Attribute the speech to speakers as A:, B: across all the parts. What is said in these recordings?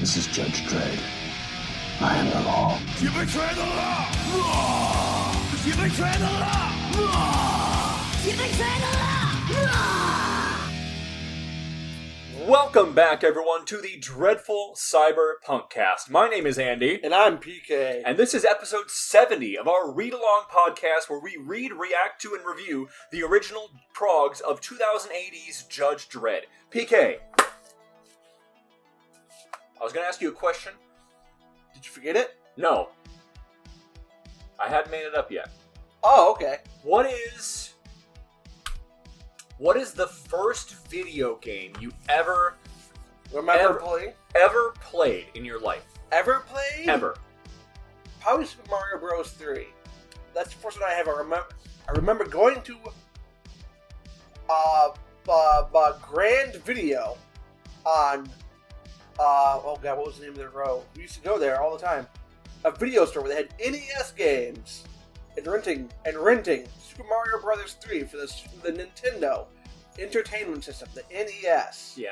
A: This is Judge Dredd. I am the law.
B: You betray the law! Roar! You betray the law! Roar! You betray the law! Roar!
C: Welcome back, everyone, to the Dreadful Cyberpunk Cast. My name is Andy,
D: And I'm PK.
C: and this is episode 70 of our read along podcast where we read, react to, and review the original progs of 2080's Judge Dredd. PK, I was going to ask you a question.
D: Did you forget it?
C: No, I hadn't made it up yet.
D: Oh, okay.
C: What is what is the first video game you ever
D: Remember
C: Ever.
D: play?
C: ever played in your life?
D: Ever played?
C: Ever.
D: Probably Super Mario Bros. 3. That's the first one I ever remember. I remember going to uh, uh, uh, Grand Video on uh, oh god, what was the name of the row? We used to go there all the time. A video store where they had NES games and renting and renting Super Mario Brothers 3 for the the Nintendo Entertainment System, the E NES.
C: Yeah.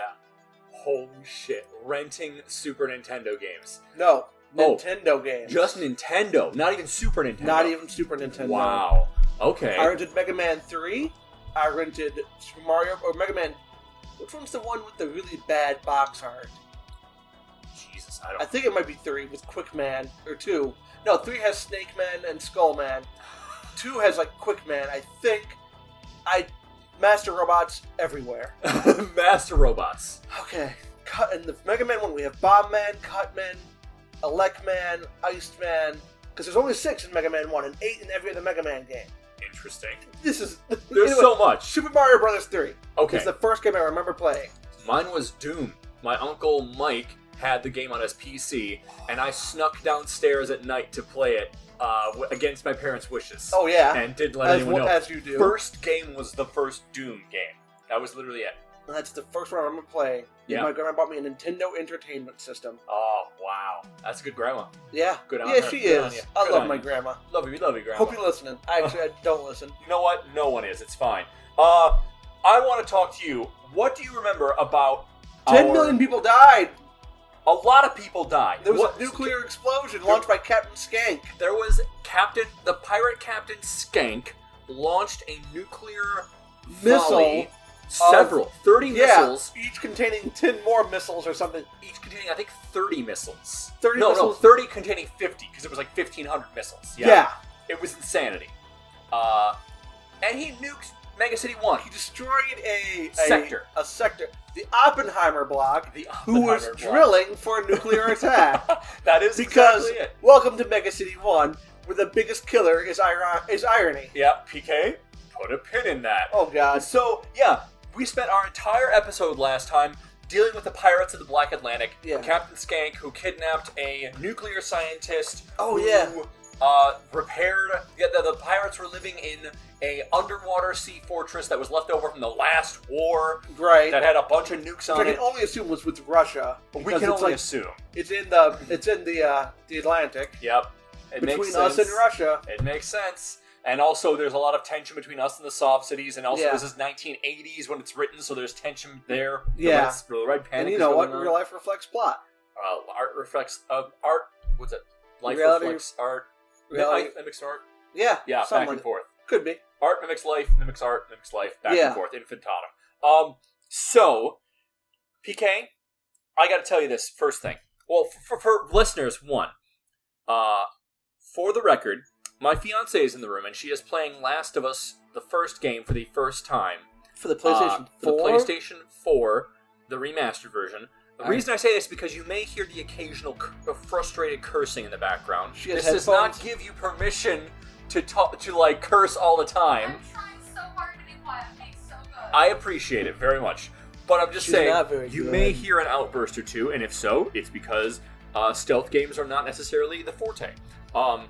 C: Holy shit. Renting Super Nintendo games.
D: No,
C: Oh.
D: Nintendo games.
C: Just Nintendo, not even Super Nintendo.
D: Not even Super Nintendo.
C: Wow. Okay.
D: I rented Mega Man 3. I rented Super Mario or Mega Man. Which one's the one with the really bad box art?
C: Jesus, I don't.
D: I think it might be 3 with Quick Man or 2. No, 3 has Snake Man and Skull Man. 2 has like Quick Man, I think. I Master Robots everywhere.
C: Master Robots.
D: Okay. Cut in the Mega Man one we have Bomb Man, Cut Man, Elect Man, Iced Man. Because there's only six in Mega Man 1 and eight in every other Mega Man game.
C: Interesting.
D: This is
C: There's
D: Anyway,
C: so much.
D: Super Mario Brothers 3.
C: Okay.
D: It's the first game I remember playing.
C: Mine was Doom. My uncle Mike had the game on his PC, and I snuck downstairs at night to play it uh, w- against my parents' wishes.
D: Oh yeah,
C: And didn't let
D: as,
C: anyone
D: well-
C: know.
D: as you do.
C: First game was the first Doom game. That was literally it.
D: That's the first one I remember playing.
C: Yeah.
D: My grandma bought me a Nintendo Entertainment System.
C: Oh wow, that's a good grandma.
D: Yeah.
C: Good on
D: yeah,
C: her.
D: she
C: Good on
D: is.
C: you.
D: I
C: Good
D: love
C: on
D: my
C: you.
D: grandma.
C: Love you, love you, grandma.
D: Hope you're listening. I actually I don't listen.
C: you know what? No one is. It's fine. Uh, I want to talk to you. What do you remember about?
D: Ten
C: our-
D: million people died.
C: A lot of people died.
D: There was
C: What-
D: a nuclear explosion launched by Captain Skank.
C: There was Captain, the pirate Captain Skank, launched a nuclear
D: Missile
C: volley, several, thirty
D: Yeah,
C: missiles,
D: each containing ten more missiles or something.
C: each containing I think thirty missiles.
D: 30
C: no, no,
D: missiles?
C: thirty containing fifty because it was like fifteen hundred missiles. Yeah.
D: yeah.
C: it was insanity. Uh, and he nuked Mega City One.
D: He destroyed a, a
C: Sector.
D: A sector. The Oppenheimer block.
C: The
D: who was
C: Oppenheimer block.
D: drilling for a nuclear attack?
C: that is
D: because
C: exactly it.
D: welcome to Mega City One, where the biggest killer is iron- is irony.
C: Yeah, PK, put a pin in that.
D: Oh
C: Uh,
D: God,
C: so yeah, we spent our entire episode last time dealing with the pirates of the Black Atlantic,
D: Yeah.
C: Captain Skank, who kidnapped a nuclear scientist.
D: Oh,
C: who,
D: yeah.
C: Uh, repaired. Yeah, the, the pirates were living in a underwater sea fortress that was left over from the last war
D: right?
C: that had a bunch of nukes
D: Which I
C: on
D: can
C: it.
D: only assume was with Russia.
C: We
D: because
C: can
D: it's
C: only
D: like-
C: assume.
D: it's in the it's in the uh, the Atlantic
C: Yep. It makes
D: between
C: sense.
D: us and Russia.
C: It makes sense. And also, there's a lot of tension between us and the soft cities. And also,
D: Yeah.
C: this is 1980s when it's written, so there's tension there. The
D: Yeah.
C: red- The red panic
D: And you
C: is
D: know what?
C: going on.
D: Real life reflects plot.
C: uh, art reflects uh, art. What's it? Life
D: Reality-
C: reflects art.
D: reality-
C: Life mimics art.
D: Yeah,
C: Yeah,
D: something
C: back and
D: like-
C: forth.
D: Could be.
C: Art mimics life. Mimics art. Mimics life. Back
D: Yeah.
C: and forth. Infantatum. Um. So, PK, I got to tell you this first thing. Well, for, for, for listeners, one, uh, for the record, my fiance is in the room and she is playing Last of Us, the first game for the first time
D: For the PlayStation
C: uh,
D: Four.
C: For the PlayStation 4, the remastered version. The
D: Alright.
C: reason I say this is because you may hear the occasional cur- uh, frustrated cursing in the background.
D: She has
C: this does not
D: headphones.
C: give you permission to talk to like curse all the time.
E: I'm trying so hard to be quiet. It's so good.
C: I appreciate it very much, but I'm just
D: She's
C: saying
D: not very
C: you
D: good.
C: may hear an outburst or two, and if so, it's because uh, stealth games are not necessarily the forte. Um,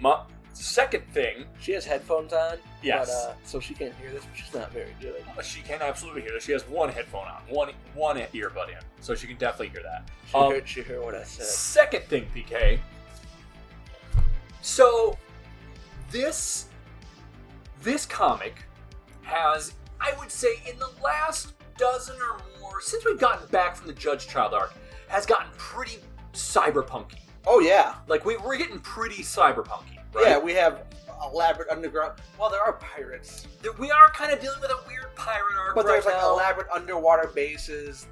C: my second thing,
D: She has headphones on.
C: Yes.
D: But, uh, so she can't hear this, but she's not very good.
C: she can absolutely hear that she has one headphone on, one one earbud in, so she can definitely hear that.
D: She,
C: Um,
D: heard, she heard what I said.
C: Second thing, PK. So this this comic has, I would say, in the last dozen or more since we've gotten back from the Judge Child arc, has gotten pretty cyberpunky.
D: Oh yeah,
C: Like we we're getting pretty cyberpunky,
D: yeah.
C: right?
D: We have elaborate underground. Well, there are pirates,
C: Yeah. We are kind of dealing with a weird pirate arc
D: but
C: right
D: there's like
C: now.
D: elaborate underwater bases,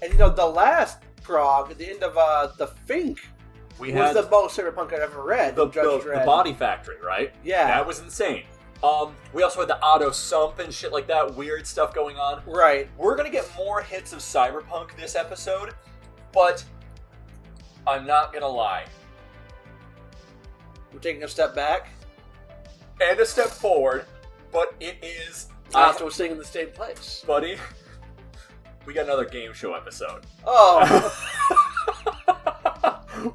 D: and you know the last prog at the end of uh, the Fink
C: we
D: was
C: had
D: the most cyberpunk I've ever read.
C: the,
D: Judge
C: the, the
D: Dredd.
C: body factory, right?
D: Yeah.
C: That was insane. Um, we also had the auto sump and shit like that, weird stuff going on.
D: Right.
C: We're gonna get more hits of cyberpunk this episode, but I'm not gonna lie.
D: We're taking a step back.
C: And a step forward, but it is
D: Uh, so we're sitting in the same place.
C: buddy. We got another game show episode.
D: Oh,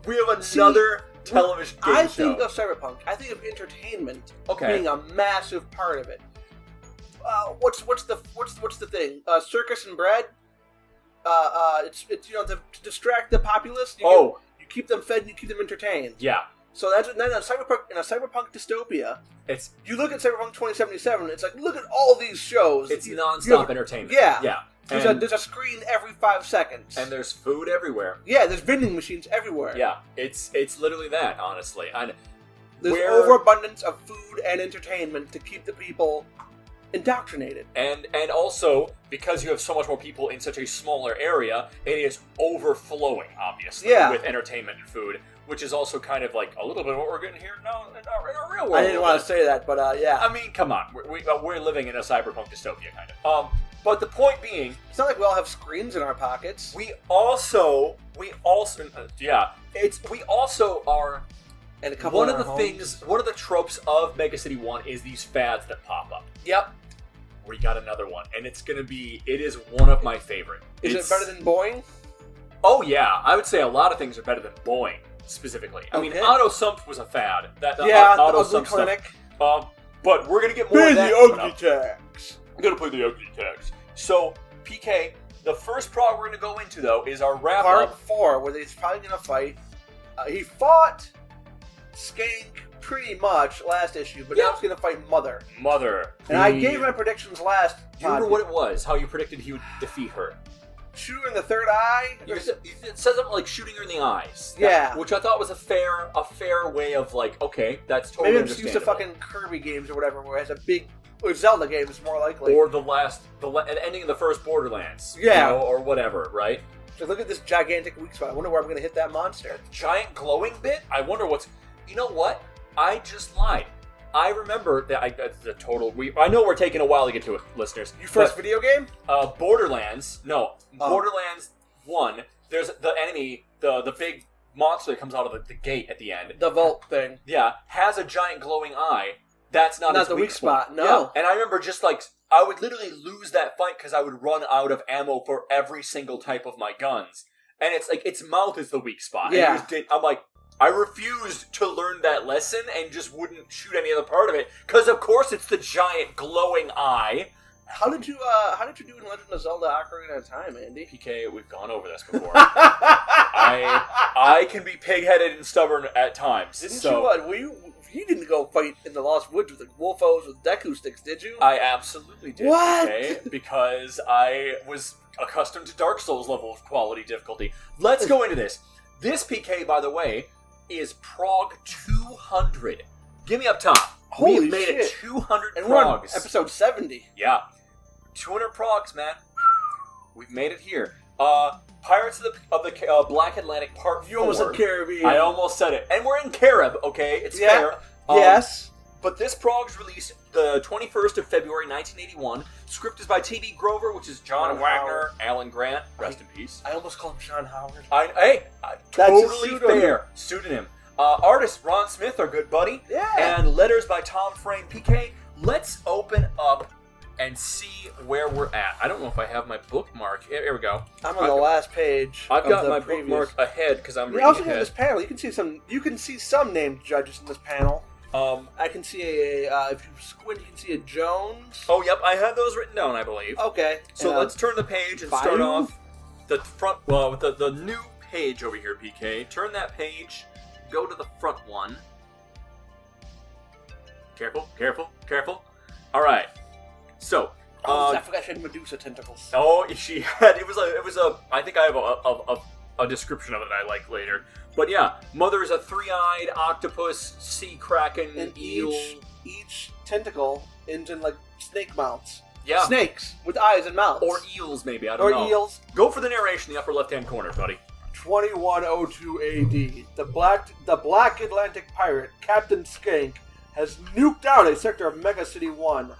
C: we have another television game
D: I
C: show.
D: think of cyberpunk. I think of entertainment
C: okay.
D: being a massive part of it. Uh, what's what's the what's what's the thing? Uh, circus and bread. Uh, uh, it's it's you know to, to distract the populace. You,
C: oh
D: you keep them fed and you keep them entertained.
C: yeah,
D: So that's then a cyberpunk in a cyberpunk dystopia.
C: it's
D: You look at cyberpunk twenty seventy seven. It's like look at all these shows.
C: it's
D: You-
C: nonstop
D: you're-
C: entertainment.
D: Yeah.
C: yeah,
D: There's, a,
C: and,
D: there's a screen every five seconds.
C: and there's food everywhere.
D: yeah, there's vending machines everywhere.
C: Yeah, it's it's literally that. Honestly, I,
D: There's
C: Where-
D: overabundance of food and entertainment to keep the people indoctrinated.
C: and and also because you have so much more people in such a smaller area, it is overflowing, obviously,
D: Yeah.
C: with entertainment and food, which is also kind of like a little bit of what we're getting here now in our, in our real world.
D: I didn't want to say that, but uh, yeah.
C: I mean, come on, we're, we, uh, we're living in a cyberpunk dystopia, kind of. Um, but the point being,
D: It's not like we all have screens in our pockets.
C: we also, we also, uh, yeah, it's we also are
D: and a couple
C: one
D: in
C: of
D: our
C: the
D: homes.
C: things, one of the tropes of Mega City One is these fads that pop up. Yep, we got another one, and it's gonna be, it is one of my favorite.
D: Is
C: It's-
D: it better than Boeing?
C: Oh yeah, I would say a lot of things are better than Boeing specifically. I mean,
D: Okay.
C: auto sump was a fad. That the
D: yeah,
C: au- auto
D: the ugly
C: sump
D: clinic.
C: stuff. Um, but we're gonna get more of that coming up.
D: tax.
C: I'm gonna play the ugly text. So, PK, the first prog we're gonna go into though is our wrap
D: Part
C: up.
D: four, where he's probably gonna fight. Uh, he fought Skank pretty much last issue, but
C: Yeah.
D: now he's gonna fight Mother.
C: Mother.
D: And I
C: the-
D: gave my predictions last. uh,
C: Do you remember
D: podcast.
C: what it was? How you predicted he would defeat her?
D: Shooter in the third eye.
C: You said- you said- It says something like shooting her in the eyes. That-
D: Yeah.
C: which I thought was a fair, a fair way of like, okay, that's totally
D: Maybe I'm just used to
C: understandable.
D: fucking Kirby games or whatever, where it has a big or Zelda games more likely.
C: Or the last, the la- an ending of the first Borderlands. you
D: Yeah.
C: know, or whatever, right?
D: So look at this gigantic weak spot. I wonder where I'm gonna hit that monster.
C: giant glowing bit. I wonder what's. You know what? I just lied. I remember that I. That's a total. We. I know we're taking a while to get to it, listeners.
D: Your first video game?
C: But, uh, Borderlands. No,
D: Oh.
C: Borderlands One. There's the enemy, the the big monster that comes out of the, the gate at the end.
D: The vault thing.
C: Yeah, has a giant glowing eye. That's not
D: Not
C: his
D: the weak spot, no.
C: Yeah, And I remember just like I would literally lose that fight because I would run out of ammo for every single type of my guns, and it's like its mouth is the weak spot. and it
D: Yeah.
C: just didn't- I'm like. I refused to learn that lesson and just wouldn't shoot any other part of it because, of course, it's the giant glowing eye.
D: How did you uh how did you do in Legend of Zelda Ocarina of Time, Andy?
C: PK, we've gone over this before. I I can be pigheaded and stubborn at times.
D: Didn't
C: so
D: you uh, were you you didn't go fight in the Lost Woods with the Wolfos with Deku sticks, did you?
C: I absolutely did.
D: What?
C: okay? Because I was accustomed to Dark Souls level of quality difficulty. Let's go into this. This PK, by the way, is Prog 200. Give me up top.
D: Holy
C: we made it
D: shit.
C: 200
D: and we're on
C: progs.
D: episode seventy.
C: yeah, 200 progs, man. We've made it here. Uh, Pirates of the of the uh, Black Atlantic Part
D: You almost
C: four.
D: said Caribbean.
C: I almost said it, and we're in Carib. Okay, it's
D: Yeah.
C: fair. Um,
D: yes.
C: but this prog's released the 21st of February 1981. Script is by T.D. Grover, which is John
D: Wow.
C: Wagner, Alan Grant, rest in peace.
D: I almost called him John Howard.
C: I, hey, I,
D: That's his
C: totally
D: pseudonym.
C: fair. Pseudonym. Uh, artist Ron Smith, our good buddy,
D: Yeah.
C: and letters by Tom Frame. PK, let's open up and see where we're at. I don't know if I have my bookmark. Here, here we go.
D: I'm on the
C: I-
D: last page.
C: I've
D: of
C: got
D: the
C: my
D: previous.
C: bookmark ahead because I'm
D: We
C: reading
D: also got this
C: ahead.
D: panel. You can see some. You can see some named judges in this panel.
C: Um,
D: I can see a. Uh, if you squint, you can see a Jones.
C: oh, yep, I had those written down, I believe.
D: Okay.
C: Oh. So
D: And, uh,
C: let's turn the page and
D: five?
C: start off the front. Well, with the, the new page over here, PK. Turn that page. Go to the front one. Careful, careful, careful. All right. So,
D: Oh,
C: uh,
D: I forgot she had Medusa tentacles.
C: oh, she had. It was a. It was a. I think I have a, a, a a description of it I like later. But yeah, mother is a three-eyed octopus, sea kraken,
D: and
C: eel.
D: each each tentacle ends in like snake mouths.
C: yeah,
D: Snakes with eyes and mouths.
C: or eels maybe. I don't
D: or
C: know.
D: eels.
C: Go for the narration in the upper left-hand corner, buddy.
D: 2102 AD, the Black the Black Atlantic pirate Captain Skank has nuked out a sector of Mega City One.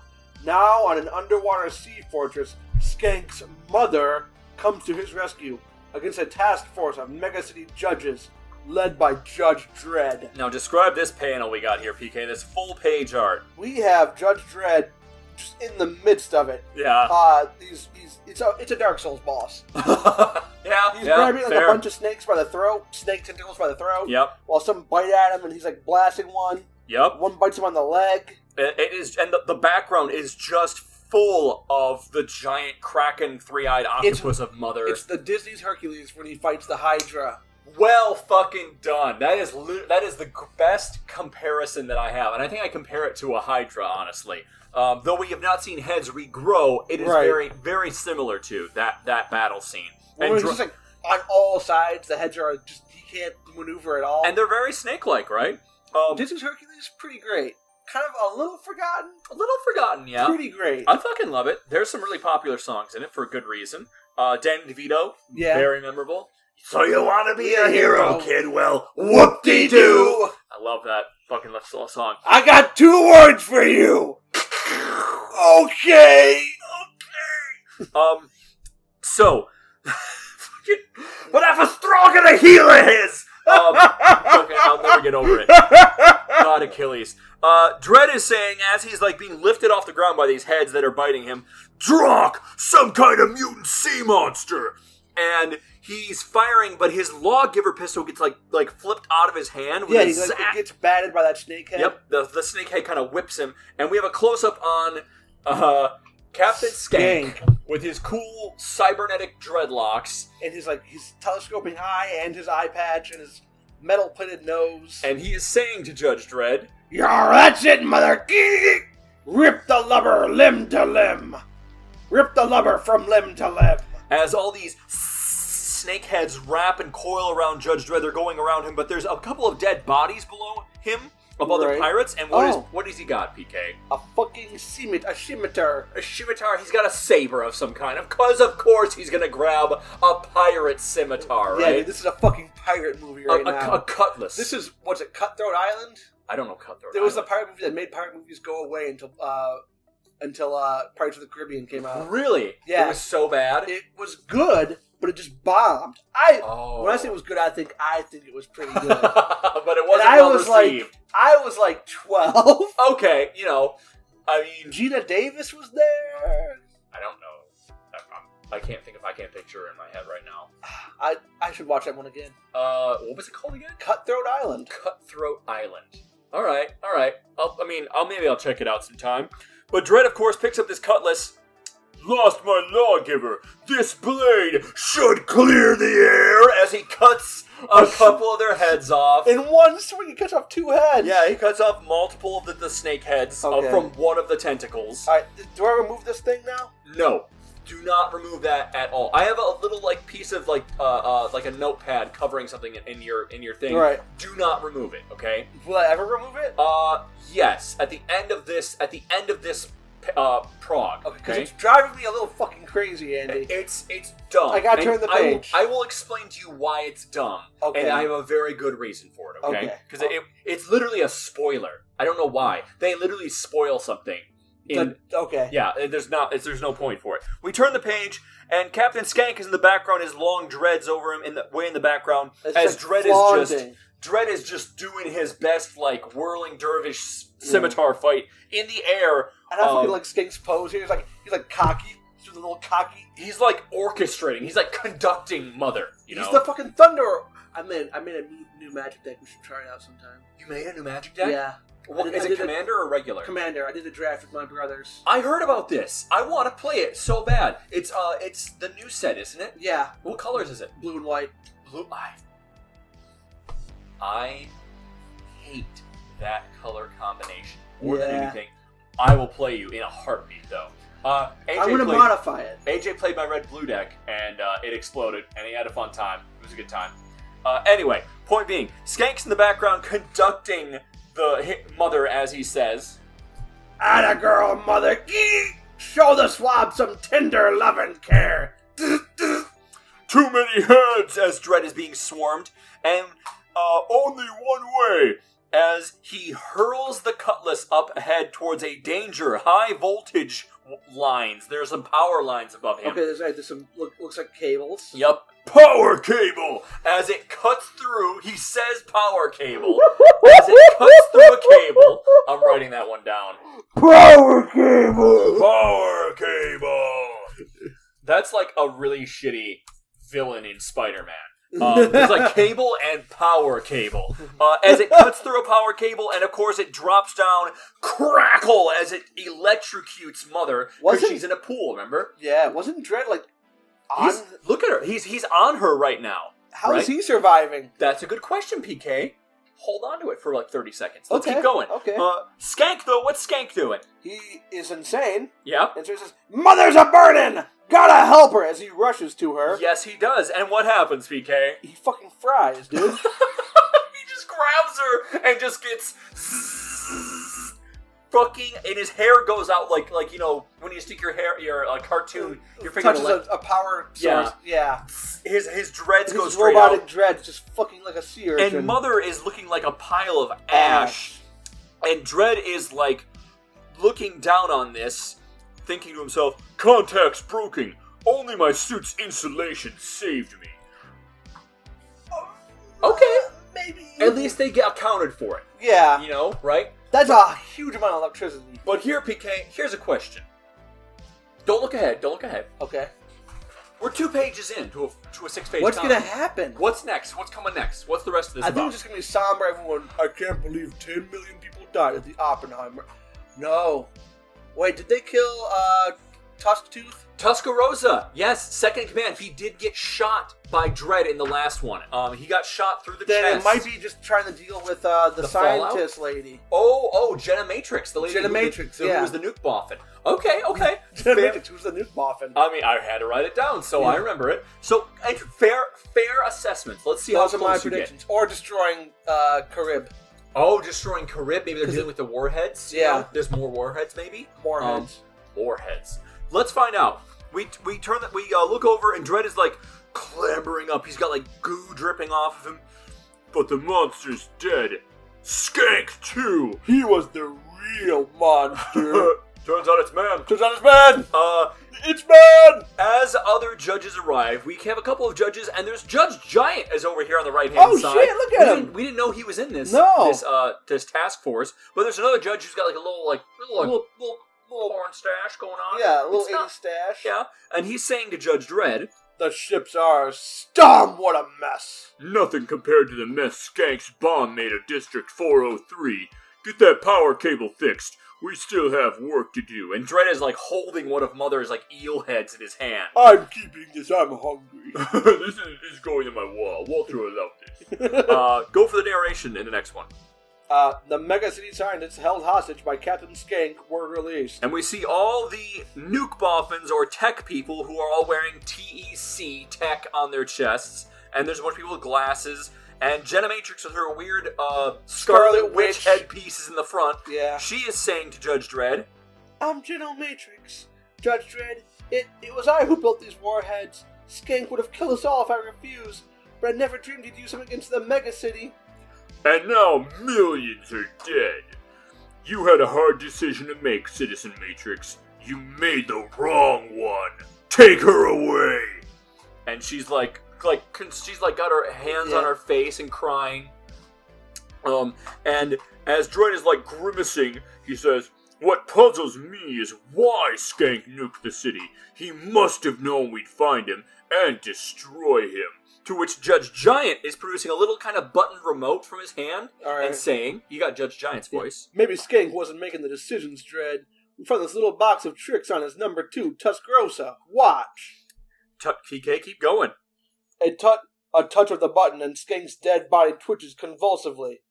D: Now on an underwater sea fortress, Skank's mother comes to his rescue against a task force of Mega City judges led by Judge Dredd.
C: Now describe this panel we got here, PK. This full-page art.
D: We have Judge Dredd just in the midst of it.
C: Yeah.
D: Uh, he's, he's, it's a it's a Dark Souls boss.
C: yeah.
D: He's
C: yeah,
D: grabbing like
C: fair.
D: a bunch of snakes by the throat, snake tentacles by the throat.
C: Yep.
D: while some bite at him and he's like blasting one.
C: Yep.
D: One bites him on the leg.
C: It- it is, and the, the background is just full of the giant kraken, three-eyed
D: It's-
C: octopus of mother.
D: It's the Disney's Hercules when he fights the Hydra.
C: Well fucking done. That is lu- that is the g- best comparison that I have, and I think I compare it to a Hydra, honestly. Um, though we have not seen heads regrow, it is
D: Right.
C: very very similar to that that battle scene.
D: Where
C: And,
D: he's
C: dr-
D: just like on all sides, the heads are just he can't maneuver at all.
C: and they're very snake-like, right? Um,
D: Disney's Hercules is pretty great. Kind of a little forgotten.
C: a little forgotten, yeah.
D: Pretty great.
C: I fucking love it. There's some really popular songs in it for good reason. Uh, Danny DeVito,
D: yeah.
C: very memorable.
B: So you want to be a
D: hero,
B: hero, kid? Well, whoop-de-doo!
C: I love that fucking let's song.
B: I got two words for you. Okay.
C: Um, so
B: But I was strong and a healer his.
C: um, okay, I'll never get over it. God, Achilles. Uh, Dredd is saying as he's like being lifted off the ground by these heads that are biting him, Drock, some kind of mutant sea monster, and he's firing, but his lawgiver pistol gets like like flipped out of his hand. With
D: yeah,
C: a
D: he like,
C: zap.
D: gets batted by that snake head.
C: Yep, the, the snake head kind of whips him, and we have a close up on uh, Captain Skank, with his cool cybernetic dreadlocks,
D: And he's like his telescoping eye and his eye patch and his metal plated nose.
C: and he is saying to Judge Dredd,
B: Yeah, that's it, mother.
D: Rip the lubber limb to limb. Rip the lubber from limb to limb.
C: as all these snake heads wrap and coil around Judge Dredd, they're going around him, but there's a couple of dead bodies below him of other
D: Right.
C: pirates, and what is
D: Oh.
C: what does he got, PK?
D: A fucking scimit, a scimitar.
C: A scimitar, he's got a saber of some kind, of cause of course he's gonna grab a pirate scimitar,
D: Yeah,
C: right?
D: dude, this is a fucking pirate movie
C: a,
D: right
C: a-
D: now.
C: a cutlass.
D: this is what's it, Cutthroat Island?
C: I don't know cutthroat.
D: There was a
C: Island.
D: pirate movie that made pirate movies go away until uh, until uh, Pirates of the Caribbean came out.
C: Really?
D: Yeah.
C: It was so bad.
D: It was good, but it just bombed. I
C: oh.
D: when I say it was good, I think I think it was pretty good. and
C: but it wasn't
D: I
C: well
D: was
C: received.
D: like, I was like twelve.
C: okay, you know, I mean,
D: Gina Davis was there.
C: I don't know. I, I'm- I can't think of. I can't picture her in my head right now.
D: I I should watch that one again.
C: Uh, what was it called again?
D: Cutthroat Island.
C: Cutthroat Island. All right, all right. I'll, I mean, I'll maybe I'll check it out sometime. But Dredd, of course, picks up this cutlass. Lost my lawgiver. This blade should clear the air as he cuts a couple of their heads off.
D: In one swing, he cuts off two heads.
C: Yeah, he cuts off multiple of the, the snake heads uh,
D: Okay.
C: from one of the tentacles.
D: All right, do I remove this thing now?
C: No, do not remove that at all. I have a little like piece of like uh, uh like a notepad covering something in, in your in your thing.
D: Right.
C: Do not remove it. Okay.
D: Will I ever remove it?
C: Uh, yes. At the end of this, at the end of this uh prog.
D: Okay, because it's driving me a little fucking crazy, Andy.
C: It's it's dumb.
D: I gotta
C: And
D: turn the
C: I will-
D: page.
C: I will, explain to you why it's dumb.
D: Okay.
C: And I have a very good reason for it. Okay.
D: Okay.
C: Because it, it's literally a spoiler. I don't know why they literally spoil something. In,
D: The- okay.
C: yeah, it- there's not it's, there's no point for it. We turn the page, and Captain Skank is in the background. His long dreads over him in the way in the background
D: It's
C: as
D: like
C: Dread is just
D: flaunting.
C: Dread is just doing his best like whirling dervish s- scimitar fight in the air.
D: And I fucking
C: um,
D: like Skink's pose here. He's like he's like cocky, he's doing the little cocky.
C: He's like orchestrating. He's like conducting Mother. You know,
D: He's the fucking thunder. I made I made a new, new magic deck. We should try it out sometime.
C: you made a new magic deck.
D: Yeah,
C: What-
D: I did-
C: is
D: I
C: it
D: did a-
C: commander or regular?
D: Commander. I did a draft with my brothers.
C: I heard about this. I want to play it so bad. It's uh, it's the new set, isn't it?
D: Yeah,
C: What colors is it?
D: blue and white.
C: Blue eye. I hate that color combination more than
D: Yeah.
C: anything. I will play you in a heartbeat, though. Uh, AJ
D: I'm going to
C: played-
D: modify it.
C: AJ played my red blue deck, and uh, it exploded, and he had a fun time. It was a good time. Uh, anyway, point being, Skank's in the background conducting the hit mother, as he says.
D: Atta girl, mother. Gee! Show the swab some tender love and care.
C: Too many heads, as Dread is being swarmed, and uh, only one way, as he hurls the cutlass up ahead towards a danger, high voltage w- lines. There's some power lines above him.
D: Okay, there's, uh, there's some look, looks like cables.
C: Yep. Power cable! As it cuts through, he says power cable. As it cuts through a cable, I'm writing that one down.
D: Power cable.
C: Power cable! That's like a really shitty villain in Spider Man. Um, there's like cable and power cable. Uh, as it cuts through a power cable, and of course it drops down, crackle as it electrocutes Mother because
D: Wasn't-
C: she's in a pool. Remember?
D: yeah, wasn't Dread like on?
C: He's, look at her. He's he's on her right now.
D: How is
C: right?
D: he surviving?
C: That's a good question, PK. Hold on to it for like 30 seconds. Let's
D: Okay,
C: keep going.
D: okay.
C: Uh, Skank, though, what's Skank doing?
D: He is insane.
C: Yep.
D: And so he says, Mother's a burden! Gotta help her! As he rushes to her.
C: Yes, he does. And what happens, PK?
D: He fucking fries, dude.
C: He just grabs her and just gets fucking, and his hair goes out like like you know when you stick your hair your uh, cartoon your finger to
D: Touches
C: like
D: a, a power
C: Yeah.
D: source. Yeah.
C: his his dreads go
D: His
C: straight
D: robotic
C: out.
D: dreads just fucking like a sea urchin.
C: And mother is looking like a pile of ash. And Dredd is like looking down on this, thinking to himself, Contacts broken. Only my suit's insulation saved me. Okay.
D: Oh, Maybe.
C: At least they get accounted for it.
D: Yeah.
C: You know, right?
D: That's a huge amount of electricity.
C: But here, PK, here's a question. Don't look ahead, don't look ahead.
D: Okay.
C: We're two pages in to a, to a six page
D: What's gonna happen?
C: What's next? What's coming next? What's the rest of this
D: I think
C: about?
D: it's just gonna be somber. Everyone, I can't believe 10 million people died at the Oppenheimer. No. Wait, did they kill uh, Tusktooth?
C: Tuscarosa, yes, second in command. He did get shot by Dredd in the last one. Um, he got shot through the
D: Then
C: chest.
D: it might be just trying to deal with uh, the,
C: The fallout?
D: scientist lady.
C: Oh, oh, Jenna Matrix, the lady
D: Jenna
C: who,
D: Matrix,
C: who
D: yeah.
C: was the nuke boffin. Okay, okay. Fair-
D: Who's the nuke boffin?
C: I mean, I had to write it down, so I remember it. So, and fair, fair assessments. Let's see
D: Those
C: how
D: are
C: close
D: my
C: you get.
D: predictions. Or destroying uh, Carib.
C: Oh, destroying Carib. Maybe they're dealing with the warheads. you
D: Yeah.
C: know? there's more warheads. Maybe Um,
D: Warheads.
C: warheads. Let's find out. We we turn that. We uh, look over, and Dread is like clambering up. He's got like goo dripping off of him. But the monster's dead. Skank too.
D: he was the real monster.
C: Turns out it's man.
D: Turns out it's man!
C: Uh,
D: It's man!
C: as other judges arrive, we have a couple of judges, and there's Judge Giant is over here on the right hand
D: Oh,
C: side.
D: shit, look at
C: we
D: him.
C: Didn't, we didn't know he was in this.
D: No.
C: this uh this task force. But there's another judge who's got like a little like little like,
D: Little-
C: little, porn stash going on.
D: Yeah, a little
C: It's not-
D: 80 stash.
C: yeah, and he's saying to Judge Dredd,
D: The ships are stum. What a mess.
C: "Nothing compared to the mess Skank's bomb made of District 403. Get that power cable fixed. We still have work to do." And Dredd is like holding one of Mother's like eel heads in his hand.
D: I'm keeping this. I'm hungry.
C: this is, is going in my wall. Walter will love this. uh, go for the narration in the next one.
D: Uh, the mega city scientists held hostage by Captain Skank were released.
C: And we see all the nuke boffins or tech people who are all wearing TEC tech on their chests. And there's a bunch of people with glasses. And Jenna Matrix with her weird uh, Scarlet,
D: Scarlet
C: Witch,
D: Witch.
C: headpieces in the front.
D: Yeah.
C: She is saying to Judge Dredd,
D: I'm General Matrix. Judge Dredd, it, it was I who built these warheads. Skank would have killed us all if I refused, but I never dreamed he'd use them against the mega city.
C: And now millions are dead. You had a hard decision to make, Citizen Matrix. You made the wrong one. Take her away. And she's like, like, con- she's like, got her hands on
D: Yeah.
C: her face and crying. Um, and as Droid is like grimacing, he says, "What puzzles me is why Skank nuked the city. He must have known we'd find him and destroy him." To which Judge Giant is producing a little kind of button remote from his hand
D: All right.
C: and saying, "You got Judge Giant's voice."
D: Maybe Skank wasn't making the decisions, Dredd. We found this little box of tricks on his number two, Tuscarosa. Watch.
C: Tuck TK, keep going.
D: A, tut- a touch of the button and Skank's dead body twitches convulsively.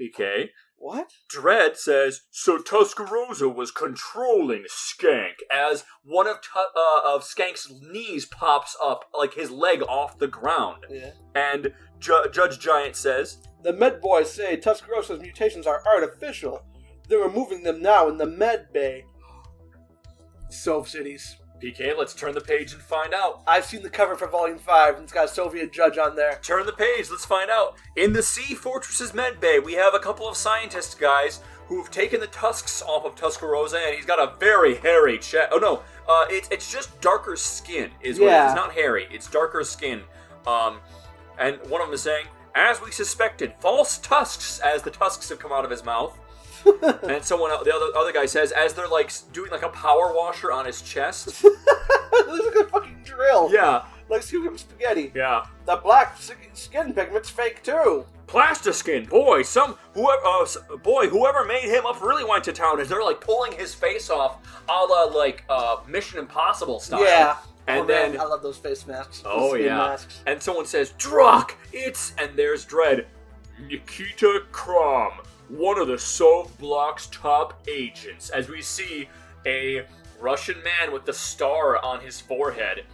C: PK.
D: What?
C: Dread says, so Tuscarosa was controlling Skank as one of Tu uh, of Skank's knees pops up, like his leg off the ground.
D: Yeah.
C: And Ju- Judge Giant says,
D: The med boys say Tuscarosa's mutations are artificial. They're removing them now in the med bay. Soap cities.
C: PK, let's turn the page and find out.
D: I've seen the cover for Volume 5, and it's got a Soviet judge on there.
C: Turn the page, let's find out. In the Sea Fortress's med bay, we have a couple of scientist guys who have taken the tusks off of Tuscarosa, and he's got a very hairy chest. Oh no, uh, it's it's just darker skin, is what it is.
D: Yeah.
C: It's not hairy, it's darker skin. Um, and one of them is saying, as we suspected, false tusks, as the tusks have come out of his mouth. and someone, el- the other other guy says, as they're like s- doing like a power washer on his chest.
D: this is a good fucking drill.
C: yeah,
D: Like scoop spaghetti.
C: yeah.
D: The black s- skin pigment's fake too.
C: Plastiskin, boy, some whoever, uh, s- boy, whoever made him up really went to town. Is they're like pulling his face off, a la like uh, Mission Impossible style.
D: Yeah.
C: and
D: Oh, man,
C: then
D: I love those face masks. Those
C: oh
D: skin
C: yeah,
D: Masks.
C: and someone says, "Drock, it's," and there's Dread, Nikita Krom, one of the Sov Block's top agents. As we see a Russian man with the star on his forehead.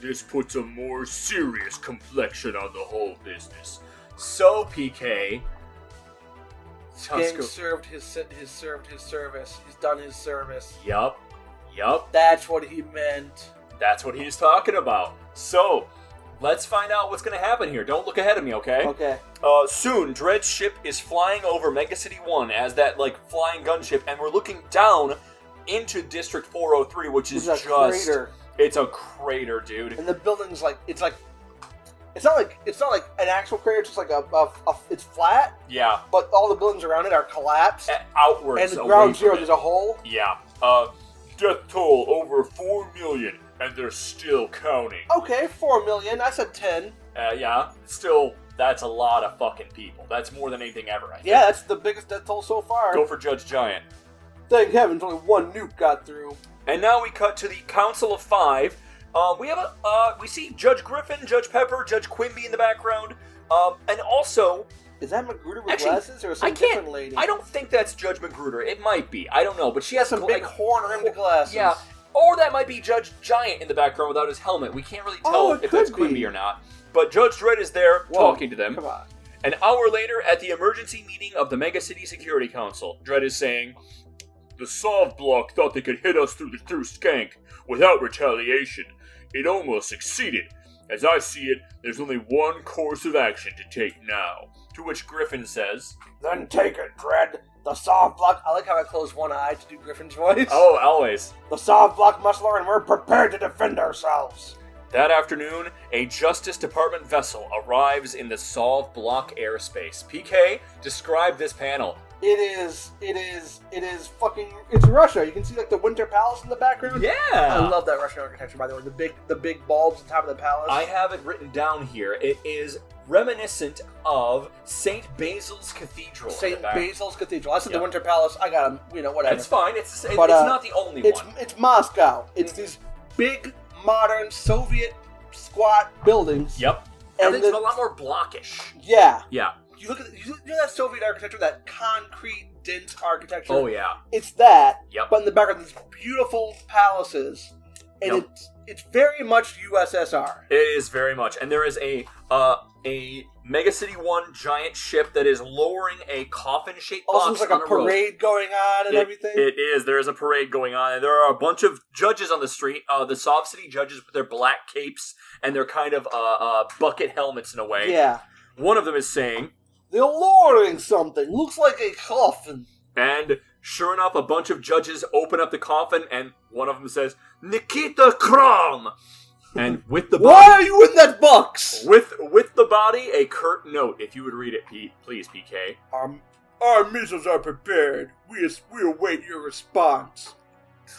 C: This puts a more serious complexion on the whole business. So PK.
D: Gang
C: Tusco.
D: served his se- his served his service. He's done his service.
C: Yup. Yup.
D: That's what he meant.
C: That's what he's talking about. So, let's find out what's going to happen here. Don't look ahead of me, okay?
D: Okay.
C: Uh, soon, Dread's ship is flying over Mega City 1 as that, like, flying gunship, and we're looking down into District 403, which
D: This
C: is
D: is a
C: just.
D: crater,
C: It's a crater, dude.
D: and the building's like it's like it's not like it's not like an actual crater. It's just like a, a, a it's flat,
C: Yeah.
D: but all the buildings around it are collapsed.
C: a- Outwards.
D: And the
C: away
D: ground
C: from
D: zero,
C: it.
D: there's a hole.
C: Yeah. Uh, death toll over 4 million, and they're still counting.
D: Okay, four million. I said ten.
C: Uh, yeah. Still, that's a lot of fucking people. That's more than anything ever, I think.
D: Yeah, that's the biggest death toll so far.
C: Go for Judge Giant.
D: Thank heavens, only one nuke got through.
C: And now we cut to the Council of Five. Um, we have a uh, we see Judge Griffin, Judge Pepper, Judge Quimby in the background, um, and also
D: Is that Magruder with
C: Actually,
D: glasses or some
C: I can't.
D: different lady?
C: I don't think that's Judge Magruder. It might be. I don't know, but she has
D: Some
C: gl-
D: big
C: like,
D: horn rimmed glasses.
C: Yeah, or that might be Judge Giant in the background without his helmet. We can't really tell
D: Oh, it
C: if that's
D: could
C: Quimby
D: be.
C: or not. But Judge Dredd is there
D: Whoa,
C: talking to them.
D: Come on.
C: An hour later, at the emergency meeting of the Mega City Security Council, Dredd is saying, The Sov Block thought they could hit us through the through Skank without retaliation. It almost succeeded. As I see it, there's only one course of action to take now. To which Griffin says,
D: Then take it, Dread. The soft block. I like how I close one eye to do Griffin's voice.
C: Oh, always.
D: The soft block must learn we're prepared to defend ourselves.
C: That afternoon, a Justice Department vessel arrives in the Sov Block airspace. PK, describe this panel.
D: It is. It is. It is fucking. It's Russia. You can see like the Winter Palace in the background.
C: Yeah!
D: I love that Russian architecture, by the way. The big, the big bulbs on top of the palace.
C: I have it written down here. It is reminiscent of St. Basil's Cathedral. in the
D: St.
C: back.
D: Basil's Cathedral. I said
C: Yeah.
D: the Winter Palace. I got them. You know, whatever.
C: It's fine. It's, it's
D: But, uh,
C: not the only
D: It's
C: one. Mm-hmm.
D: it's Moscow. It's these big modern Soviet squat buildings.
C: Yep.
D: And
C: Everything's
D: the-
C: a lot more blockish.
D: Yeah.
C: Yeah.
D: You look at you know that Soviet architecture, that concrete dense architecture.
C: Oh yeah.
D: It's that.
C: Yep.
D: But in the background, these beautiful palaces, and
C: Yep.
D: it's it's very much USSR.
C: It is very much, and there is a uh, a Mega City One giant ship that is lowering a coffin-shaped
D: Also,
C: box
D: there's like
C: on
D: a
C: rope.
D: parade going on and
C: It-
D: everything.
C: It is. There is a parade going on, and there are a bunch of judges on the street. Uh, the Soft City judges with their black capes and their kind of uh, uh, bucket helmets in a way.
D: yeah.
C: One of them is saying,
D: They're lowering something. Looks like a coffin.
C: and sure enough, a bunch of judges open up the coffin, and one of them says, "Nikita Krom," and with the
D: Why
C: body,
D: are you in that box?
C: with with the body, a curt note. If you would read it, Pete, please, PK.
D: Our, Um, our missiles are prepared. We, as- we await your response.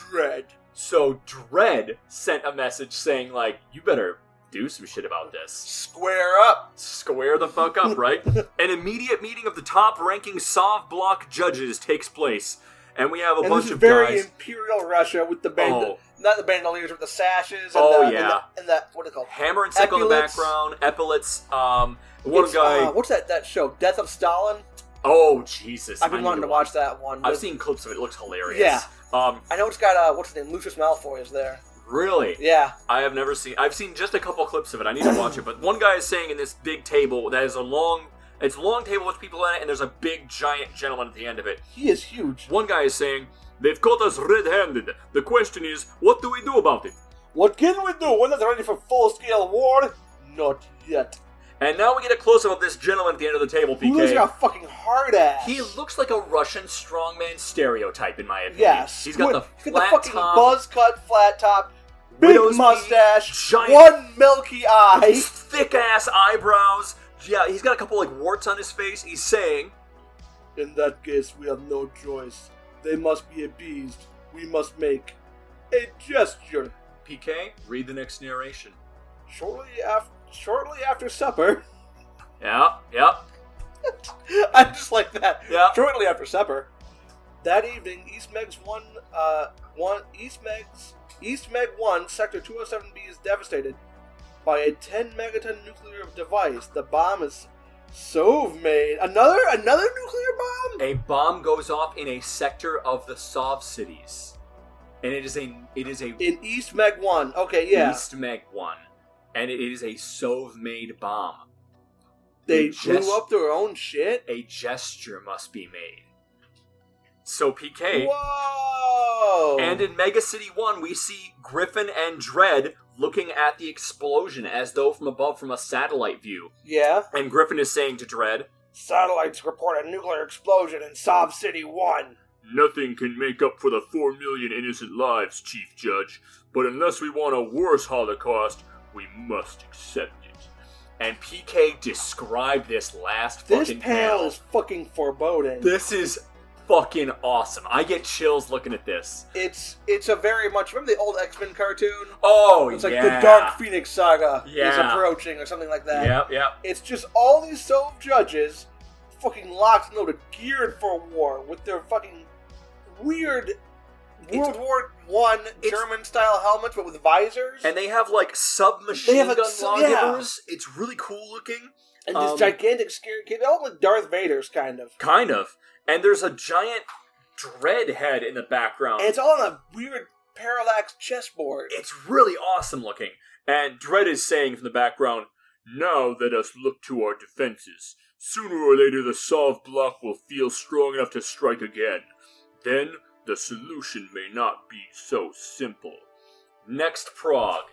D: Dread.
C: So Dread sent a message saying, like, you better do some shit about this.
D: Square up.
C: square the fuck up, right? An immediate meeting of the top-ranking Sov block judges takes place, and we have a
D: and
C: bunch
D: this is
C: of
D: very
C: guys.
D: imperial Russia with the band,
C: Oh.
D: not the bandoliers, but the sashes. And
C: Oh,
D: the, and
C: yeah.
D: the- And the, what are they called?
C: Hammer and sickle in the
D: Epaulets.
C: background, epaulets. Um, one
D: It's,
C: guy.
D: uh, what's that that show? Death of Stalin.
C: Oh Jesus! I
D: I've been
C: need
D: wanting to watch that one.
C: I've
D: With-
C: seen clips of it. It looks hilarious.
D: Yeah.
C: Um.
D: I know it's got uh, what's his name, Lucius Malfoy is there.
C: Really.
D: Yeah,
C: I have never seen. I've seen just a couple clips of it. I need to watch it. But one guy is saying in this big table that is a long. It's a long table with people in it, and there's a big giant gentleman at the end of it.
D: he is huge.
C: One guy is saying they've caught us red-handed. The question is, what do we do about it?
D: What can we do? We're not ready for full-scale war. Not yet.
C: And now we get a close-up of this gentleman at the end of the table.
D: He looks like a
C: PK.
D: fucking hard ass.
C: He looks like a Russian strongman stereotype, in my opinion.
D: yes.
C: he's got
D: With-
C: the
D: he's
C: flat
D: got the fucking
C: top,
D: buzz cut, flat top, big
C: widow's peak,
D: mustache,
C: giant
D: one milky eye.
C: thick ass eyebrows. Yeah, he's got a couple like warts on his face. He's saying,
D: In that case, we have no choice. They must be appeased. We must make a gesture.
C: "PK, read the next narration."
D: Shortly after, shortly after supper,
C: Yeah, yeah,
D: I just like that.
C: yeah.
D: Shortly after supper, that evening, East Meg's one, uh, one East Meg's East Meg One Sector 207B is devastated by a 10 megaton nuclear device. The bomb is Sov made another another nuclear bomb.
C: A bomb goes off in a sector of the Sov cities, and it is a it is a
D: In East Meg One, okay, yeah,
C: East Meg one, and it is a Sov made bomb.
D: they
C: East Gest-
D: blew up their own shit.
C: A gesture must be made. So PK.
D: Whoa!
C: And in Mega City 1, we see Griffin and Dread looking at the explosion as though from above from a satellite view.
D: yeah,
C: And Griffin is saying to Dread,
D: satellites report a nuclear explosion in Sov City One.
C: Nothing can make up for the four million innocent lives, Chief Judge, but unless we want a worse Holocaust, we must accept it. And PK described this last
D: This
C: fucking
D: panel is fucking foreboding.
C: This is fucking awesome. I get chills looking at this.
D: It's it's a very much remember the old X Men cartoon.
C: Oh,
D: It's like
C: yeah.
D: the Dark Phoenix saga is
C: Yeah.
D: approaching or something like that.
C: Yep, yep.
D: It's just all these so judges fucking locked and loaded, geared for war with their fucking weird World War One
C: it's-
D: German style helmets, but with visors
C: and they have like submachine
D: They have, like,
C: gun
D: su-
C: lawgivers. It's really cool looking,
D: and
C: um,
D: this gigantic scary kid. They all look like Darth Vader's kind of.
C: kind of. And there's a giant dread head in the background.
D: And it's all on a weird parallax chessboard.
C: It's really awesome looking. And Dread is saying from the background, "Now let us look to our defenses. Sooner or later, the Sov block will feel strong enough to strike again. Then the solution may not be so simple." Next Prague,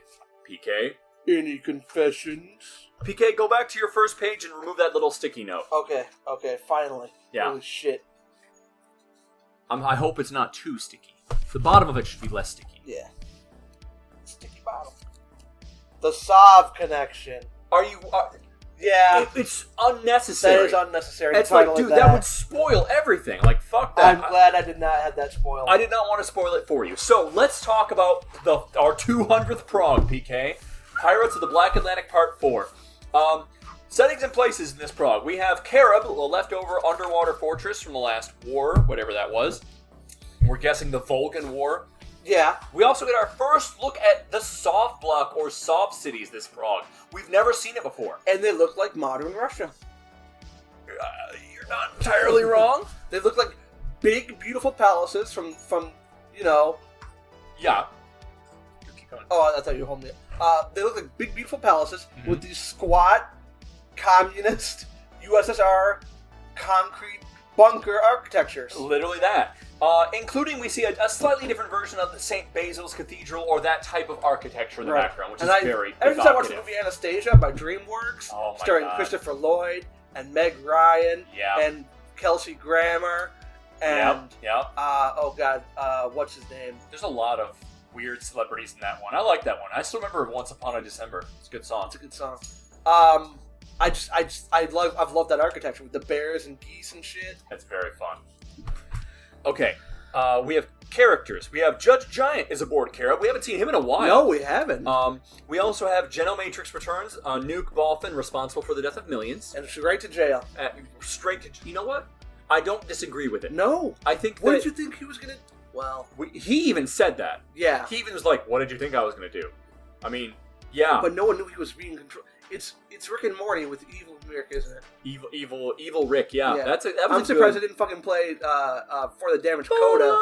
C: PK.
D: Any confessions?
C: PK, go back to your first page and remove that little sticky note.
D: Okay, okay, finally.
C: Yeah.
D: Holy shit.
C: Um, I hope it's not too sticky. The bottom of it should be less sticky.
D: Yeah. Sticky bottle. The Sov connection.
C: Are you? Are,
D: Yeah.
C: it- it's unnecessary.
D: That is unnecessary.
C: It's
D: to
C: like,
D: title it
C: dude, that. would spoil everything. Like, fuck that.
D: I'm glad I did not have that spoiled.
C: I, I did not want to spoil it for you. So let's talk about the our 200th prog, PK. Pirates of the Black Atlantic Part Four. Um, settings and places in this prog. We have Carib, the leftover underwater fortress from the last war, whatever that was. We're guessing the Vulcan War.
D: yeah.
C: We also get our first look at the soft block or soft cities this Prague. We've never seen it before.
D: And they look like modern Russia.
C: Uh, you're not entirely wrong.
D: They look like big, beautiful palaces from from you know.
C: Yeah. Keep going.
D: Oh, I thought you were holding it. Uh, they look like big, beautiful palaces with these squat, communist USSR concrete bunker architectures.
C: Literally that. Uh, including, we see a, a slightly different version of the St. Basil's Cathedral or that type of architecture in the
D: Right.
C: background, which
D: and
C: is
D: I,
C: very
D: Every time I watch the
C: evocative.
D: movie Anastasia by DreamWorks,
C: Oh my
D: starring
C: God.
D: Christopher Lloyd and Meg Ryan
C: Yeah.
D: and Kelsey Grammer
C: yeah.
D: and
C: Yeah.
D: uh, oh god, uh, what's his name?
C: There's a lot of weird celebrities in that one. I like that one. I still remember Once Upon a December. It's a good song.
D: It's a good song. Um, I just, I just, I love, I've loved that architecture with the bears and geese and shit.
C: That's very fun. Okay, uh, we have characters. We have Judge Giant is aboard Carib. We haven't seen him in a
D: No,
C: while.
D: we haven't.
C: Um, we also have Genomatrix returns. Uh, Nuke Balfin responsible for the death of millions.
D: and she's right to jail.
C: Uh, straight to you know what? I don't disagree with it.
D: No,
C: I think
D: what
C: that
D: did you think he was gonna? Well,
C: we, he even said that.
D: yeah,
C: He even was like, "What did you think I was going to do?" I mean, Yeah,
D: but no one knew he was being controlled. It's it's Rick and Morty with evil Rick, isn't it?
C: evil, evil, evil Rick. Yeah,
D: Yeah.
C: that's a, that was
D: I'm
C: a
D: surprised
C: good...
D: they didn't fucking play uh, uh, for the damage coda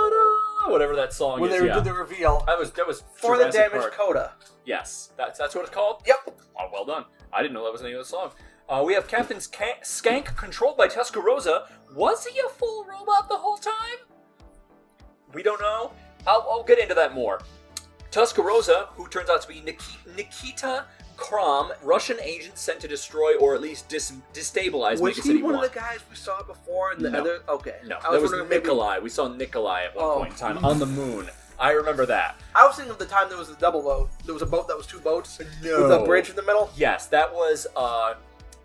C: whatever that song
D: when
C: is.
D: they
C: yeah.
D: did the reveal
C: that was that was
D: for the
C: Jurassic
D: damage
C: Park.
D: coda.
C: Yes, that's that's what it's called.
D: Yep.
C: Oh, well done. I didn't know that was the name of the song. Uh, we have Captain Skank, Skank, controlled by Tuscarosa. Was he a full robot the whole time? We don't know. I'll, I'll get into that more. Tuscarosa, who turns out to be Nikita, Nikita Krom, Russian agent sent to destroy or at least dis- destabilize Mega
D: Was he
C: City
D: one
C: 1.
D: of the guys we saw before and the
C: No.
D: other? Okay.
C: no,
D: I
C: that
D: was,
C: was
D: wondering if maybe-
C: Nikolai. We saw Nikolai at one
D: Oh.
C: point in time on the moon. I remember that.
D: I was thinking of the time there was a double boat. There was a boat that was two boats with a
C: No.
D: bridge in the middle.
C: Yes, that was uh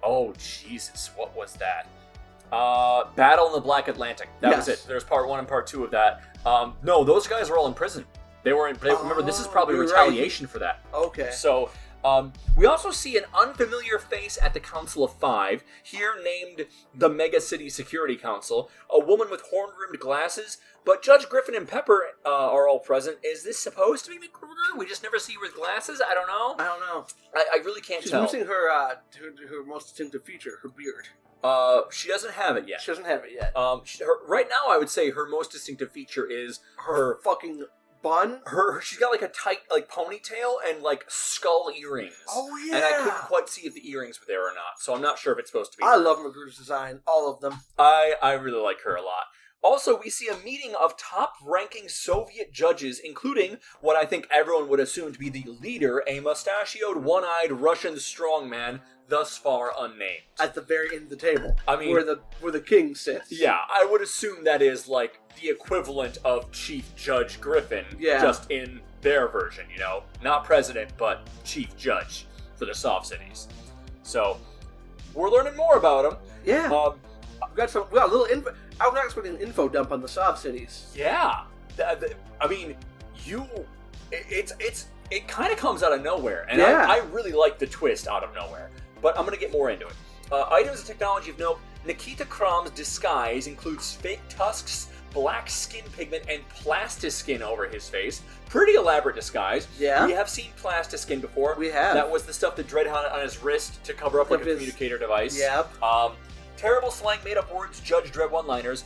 C: oh Jesus, what was that? Uh Battle in the Black Atlantic. That was
D: Yes.
C: it. There's part 1 and part 2 of that. Um no, those guys were all in prison. They were in they, remember this is
D: Oh,
C: probably
D: you're right.
C: retaliation for that.
D: Okay.
C: So um, we also see an unfamiliar face at the Council of Five, here named the Mega City Security Council, a woman with horn rimmed glasses. But Judge Griffin and Pepper uh, are all present. Is this supposed to be McGruder? We just never see her with glasses? I don't know.
D: I don't know.
C: I, I really can't
D: She's
C: tell.
D: losing her, uh, her her most distinctive feature, her beard.
C: Uh, she doesn't have it yet.
D: She doesn't have it yet.
C: Um, she, her, right now, I would say her most distinctive feature is her
D: fucking bun.
C: her. She's got like a tight like ponytail and like skull earrings.
D: Oh, yeah.
C: And I couldn't quite see if the earrings were there or not, so I'm not sure if it's supposed to be.
D: I love Magruder's design, all of them.
C: I I really like her a lot. Also, we see a meeting of top-ranking Soviet judges, including what I think everyone would assume to be the leader, a mustachioed, one-eyed Russian strongman, thus far unnamed.
D: At the very end of the table,
C: I mean-
D: where the where the king sits.
C: Yeah, I would assume that is like the equivalent of Chief Judge Griffin,
D: Yeah.
C: just in their version, you know? Not president, but chief judge for the soft cities. So, we're learning more about him.
D: yeah.
C: Um,
D: we got some. We got a little info. I was not expecting an info dump on the Sob cities.
C: yeah. Th- th- I mean, you. it- It's. it's It kind of comes out of nowhere, and
D: Yeah.
C: I, I really like the twist out of nowhere. But I'm going to get more into it. Uh, items of technology of note Nikita Krom's disguise includes fake tusks, black skin pigment, and plastiskin over his face. Pretty elaborate disguise.
D: Yeah.
C: We have seen plastiskin before.
D: We have.
C: That was the stuff that Dread had on his wrist to cover up like
D: Of
C: a
D: his-
C: communicator device.
D: Yep.
C: Um, terrible slang, made up words, Judge Dread one liners.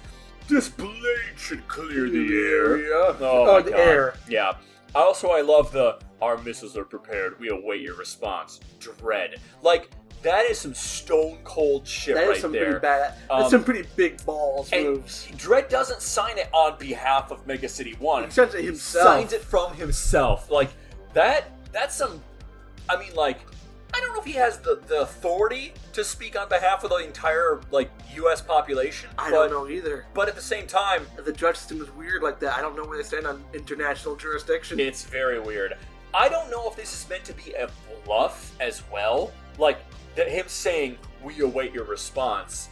C: This blade should clear
D: Yeah.
C: Oh,
D: Oh,
C: my
D: the
C: God.
D: air.
C: Yeah. Also, I love the our missiles are prepared. We await your response. Dread. Like that is some stone cold shit
D: That is
C: right
D: some
C: there.
D: pretty bad.
C: Um,
D: that's some pretty big balls
C: and-
D: moves.
C: Dread doesn't sign it on behalf of Mega City One.
D: He sends it
C: Signs
D: himself.
C: it from himself. Like that. That's some. I mean, like I don't know if he has the the authority to speak on behalf of the entire like U.S. population.
D: I
C: but,
D: don't know either.
C: But at the same time,
D: The judge system is weird like that. I don't know where they stand on international jurisdiction.
C: It's very weird. I don't know if this is meant to be a bluff as well. Like that him saying, "We await your response,"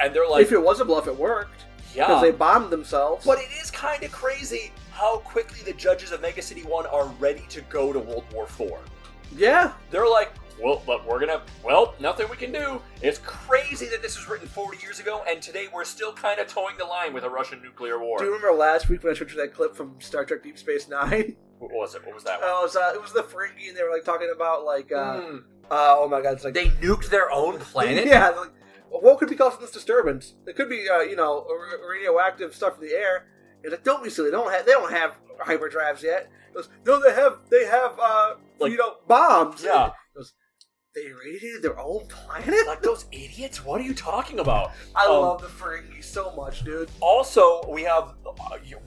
C: and they're like,
D: if it was a bluff, it worked
C: "Yeah."
D: because they bombed themselves.
C: but it is kind of crazy how quickly the judges of Mega City One are ready to go to World War Four.
D: Yeah,
C: They're like, "Well, but we're gonna. Well, nothing we can do." It's crazy that this was written 40 years ago, and today we're still kind of towing the line with a Russian nuclear war.
D: do you remember last week when I showed you that clip from Star Trek: Deep Space Nine?
C: what was it? What was that? One?
D: Oh, it was, uh, it was the Ferengi, and they were like talking about like, uh, uh,
C: Mm.
D: oh my god, it's like
C: They nuked their own planet.
D: Yeah, like, what could be causing this disturbance? It could be, uh, you know, r- radioactive stuff in the air. It's like, don't be silly. They don't have they don't have hyperdrives yet. It goes, no, they have they have uh,
C: Like-
D: you know bombs.
C: Yeah.
D: It goes, they radiated their own planet.
C: like those idiots what are you talking about
D: I
C: um,
D: love the Ferengi so much, dude.
C: also we have uh,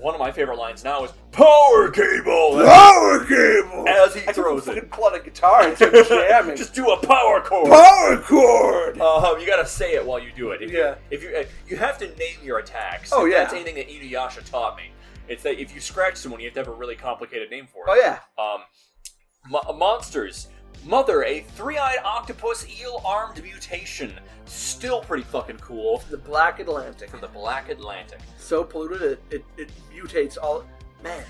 C: one of my favorite lines now is power cable
D: Power cable.
C: as he
D: I think we
C: throws
D: fucking
C: it
D: pull out a guitar and start jamming.
C: just do a power chord
D: power chord.
C: uh, you gotta say it while you do it if
D: Yeah.
C: you, if you uh, you have to name your attacks
D: Oh,
C: If
D: yeah.
C: that's anything that inuyasha taught me it's that if you scratch someone you have to have a really complicated name for it
D: Oh yeah.
C: Um, mo- monsters. Mother, a three-eyed octopus eel-armed mutation. Still pretty fucking cool.
D: The Black Atlantic.
C: From the Black Atlantic.
D: So polluted it, it, it mutates all. Man,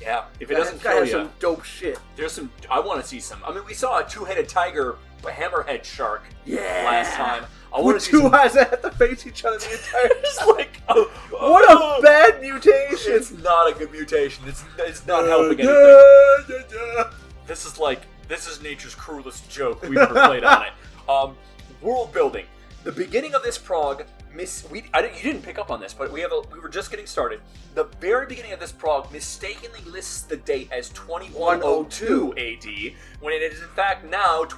C: Yeah. If it
D: that
C: doesn't
D: guy
C: kill
D: has
C: you,
D: some dope shit.
C: there's some. I want to see some. I mean, we saw a two-headed tiger, a hammerhead shark
D: Yeah.
C: last time. I want
D: With
C: to see.
D: two
C: Some,
D: eyes that have to face each other the entire.
C: it's like, oh,
D: what a bad mutation! Oh,
C: It's not a good mutation. It's it's not helping anything.
D: Da, da, da.
C: This is like This is nature's cruelest joke we've ever played on it. Um, world building. The beginning of this prog, miss. We I didn't, you didn't pick up on this, but we have a, we were just getting started. The very beginning of this prog mistakenly lists the date as 2102 AD when it is in fact now 2103,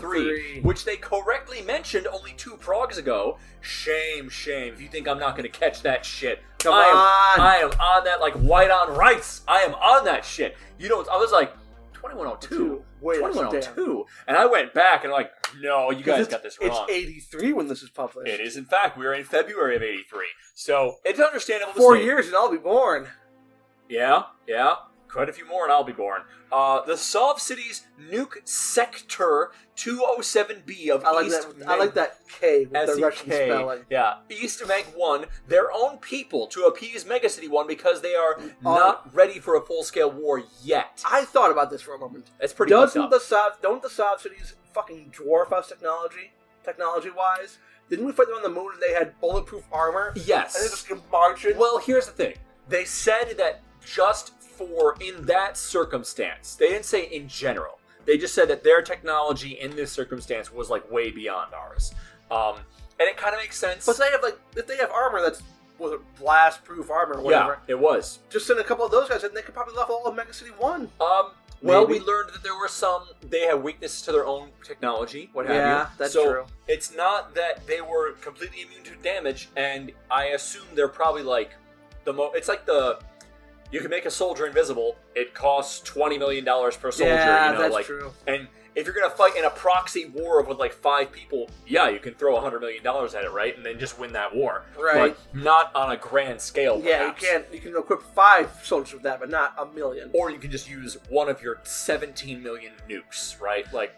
D: 2103.
C: which they correctly mentioned only two progs ago. Shame, shame. If you think I'm not going to catch that shit,
D: Come
C: I am
D: on.
C: I am on that like white on rice. I am on that shit. You know, I was like 2102.
D: Wait a
C: 2102. And I went back and like, no, you guys
D: it's-
C: got this wrong.
D: It's 83 when this is published.
C: It is, in fact, we are in February of 83. So it's understandable. to
D: Four
C: say-
D: years and I'll be born.
C: Yeah, yeah. Quite a few more and I'll be born. Uh, the Solve City's Nuke Sector 207B of
D: I like
C: East E
D: that. I like that K with the Russian
C: SEK.
D: spelling.
C: Yeah, East Meg 1, their own people to appease Megacity 1 because they are
D: Uh,
C: not ready for a full scale war yet.
D: I thought about this for a moment.
C: That's pretty fucked
D: Doesn't
C: up.
D: the Sov don't the Sov cities fucking dwarf us technology technology wise? Didn't we fight them on the moon and they had bulletproof armor? And they
C: Yes.
D: just marching.
C: Well, here's the thing. They said that just for in that circumstance, they didn't say in general. They just said that their technology in this circumstance was like way beyond ours. Um, and it kind of makes sense.
D: but they have like if they have armor that's was it blast proof armor or whatever.
C: Yeah, it was.
D: Just send a couple of those guys and they could probably level all of Mega City One.
C: Um. Well,
D: Maybe.
C: we learned that there were some. They had weaknesses to their own technology. What have you?
D: Yeah, that's
C: so
D: true.
C: It's not that they were completely immune to damage, and I assume they're probably like the mo. It's like the you can make a soldier invisible. It costs twenty million dollars per soldier.
D: yeah,
C: you know,
D: that's
C: like,
D: true.
C: And if you're gonna fight in a proxy war with like five people, yeah, you can throw hundred million dollars at it, right, and then just win that war.
D: Right.
C: But not on a grand scale.
D: yeah,
C: oh, perhaps.
D: you can't. You can equip five soldiers with that, but not a million.
C: Or you can just use one of your 17 million nukes, right? Like,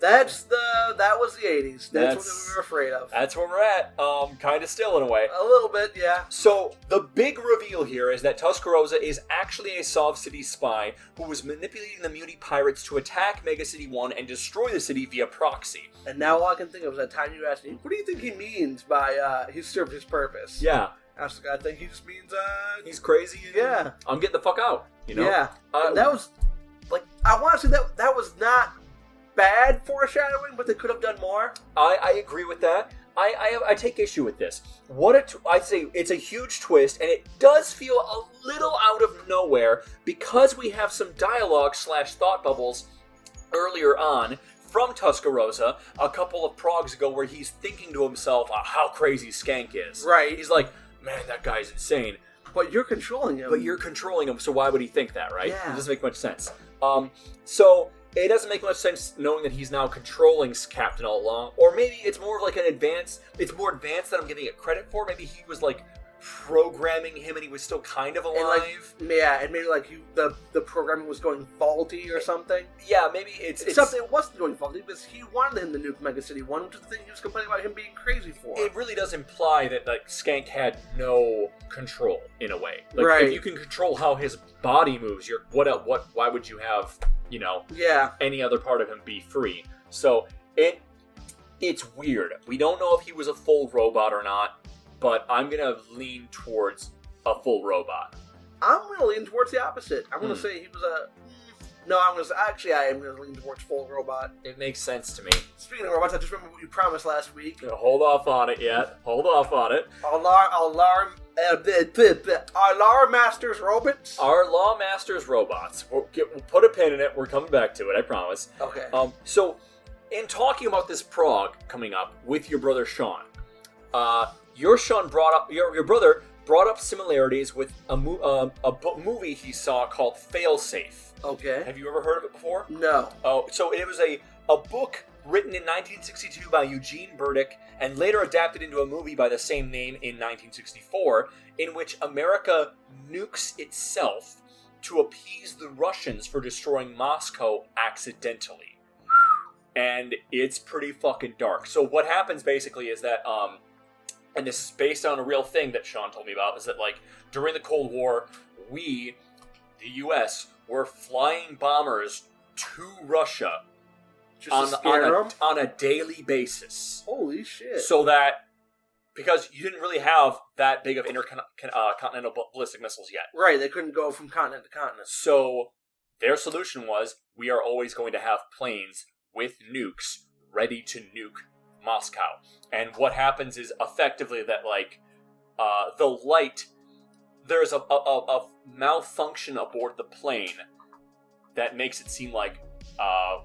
D: That's the that was the eighties. That's,
C: That's-
D: what we were afraid of.
C: That's where we're at. Um, kind of still in a way.
D: A little bit, yeah.
C: So the big reveal here is that Tuscarosa is actually a Sov City spy who was manipulating the Mutiny pirates to attack Mega City One and destroy the city via proxy.
D: And now all I can think of is that time you asked me, "What do you think he means by uh, he served his purpose?"
C: Yeah,
D: I was like, I think he just means uh,
C: he's crazy. and
D: Yeah.
C: I'm getting the fuck out. You know.
D: yeah.
C: Uh,
D: that was like I want to say that that was not bad foreshadowing, but they could have done more.
C: I, I agree with that. I, I I take issue with this. What a tw- I'd say it's a huge twist, and it does feel a little out of nowhere because we have some dialogue slash thought bubbles earlier on from Tuscarosa a couple of progs ago, where he's thinking to himself uh, how crazy Skank is.
D: Right.
C: He's like, man, that guy's insane.
D: But you're controlling him.
C: But you're controlling him, so why would he think that, right?
D: Yeah.
C: It doesn't make much sense. Um, so it doesn't make much sense knowing that he's now controlling Captain all along, or maybe it's more of like an advanced. It's more advanced than I'm giving it credit for. Maybe he was like programming him, and he was still kind of alive.
D: and like yeah, and maybe like you the the programming was going faulty or something.
C: yeah, maybe it's, it's
D: Except it wasn't going faulty because he wanted him to nuke Mega City One, which is the thing he was complaining about him being crazy for.
C: It really does imply that like Skank had no control in a way. Like
D: Right.
C: if you can control how his body moves, you're what el- what why would you have, you know,
D: yeah.
C: any other part of him be free. So it it's weird. We don't know if he was a full robot or not, but I'm gonna lean towards a full robot.
D: I'm gonna lean towards the opposite. I'm gonna
C: Hmm.
D: say he was a. No, I'm gonna say, actually I am gonna lean towards full robot.
C: It makes sense to me.
D: Speaking of robots, I just remember what you promised last week.
C: Gonna Hold off on it yet. Hold off on it.
D: Alarm, alarm, uh, bleh, bleh, bleh. alarm masters robots.
C: Our law masters robots. We'll, get, we'll put a pin in it. We're coming back to it. I promise.
D: Okay.
C: Um, so, in talking about this prog coming up with your brother Sean, uh, your Sean brought up your your brother brought up similarities with a mo- um, a bo- movie he saw called Failsafe.
D: Okay.
C: Have you ever heard of it before?
D: No.
C: Oh, so it was a a book written in 1962 by Eugene Burdick and later adapted into a movie by the same name in 1964, in which America nukes itself to appease the Russians for destroying Moscow accidentally. And it's pretty fucking dark. So what happens basically is that um and this is based on a real thing that Sean told me about is that like during the Cold War, we the US were flying bombers to Russia
D: Just
C: on,
D: to
C: on,
D: scare
C: a,
D: 'em?
C: on a daily basis.
D: Holy shit.
C: So that, because you didn't really have that big of intercontinental uh, continental ballistic missiles yet.
D: right, they couldn't go from continent to continent.
C: So Their solution was we are always going to have planes with nukes ready to nuke Moscow. And what happens is effectively that like uh, the light there's a, a, a, a malfunction aboard the plane that makes it seem like uh,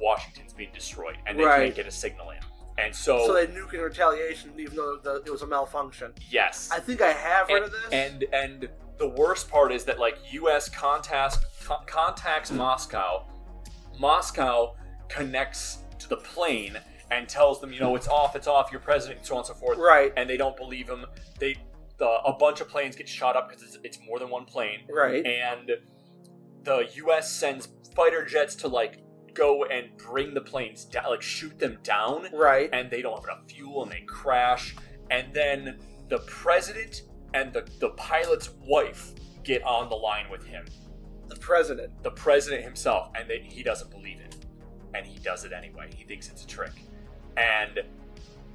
C: Washington's being destroyed and they
D: Right.
C: can't get a signal in. And
D: So they nuke in retaliation, even though the, it was a malfunction.
C: yes.
D: I think I have heard of this.
C: And and the worst part is that like U.S. contacts con- contacts Moscow. Moscow connects to the plane and tells them, you know, it's off, it's off. Your president, and so on and so forth.
D: right,
C: And they don't believe him. They the, a bunch of planes get shot up because it's, it's more than one plane.
D: right.
C: And the U.S. sends fighter jets to like go and bring the planes down, like shoot them down
D: Right.
C: and they don't have enough fuel and they crash. And then the president and the, the pilot's wife get on the line with him,
D: the president.
C: the president himself, and they, he doesn't believe it. And he does it anyway. He thinks it's a trick. And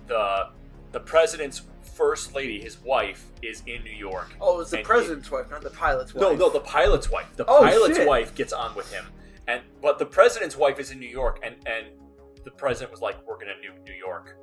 C: the the president's first lady, his wife, is in New York.
D: Oh, it was the
C: And he-
D: president's wife, not the pilot's wife.
C: No, no, the pilot's wife. The
D: Oh,
C: pilot's
D: shit.
C: wife gets on with him, and but the president's wife is in New York, and and the president was like, "We're gonna nuke New York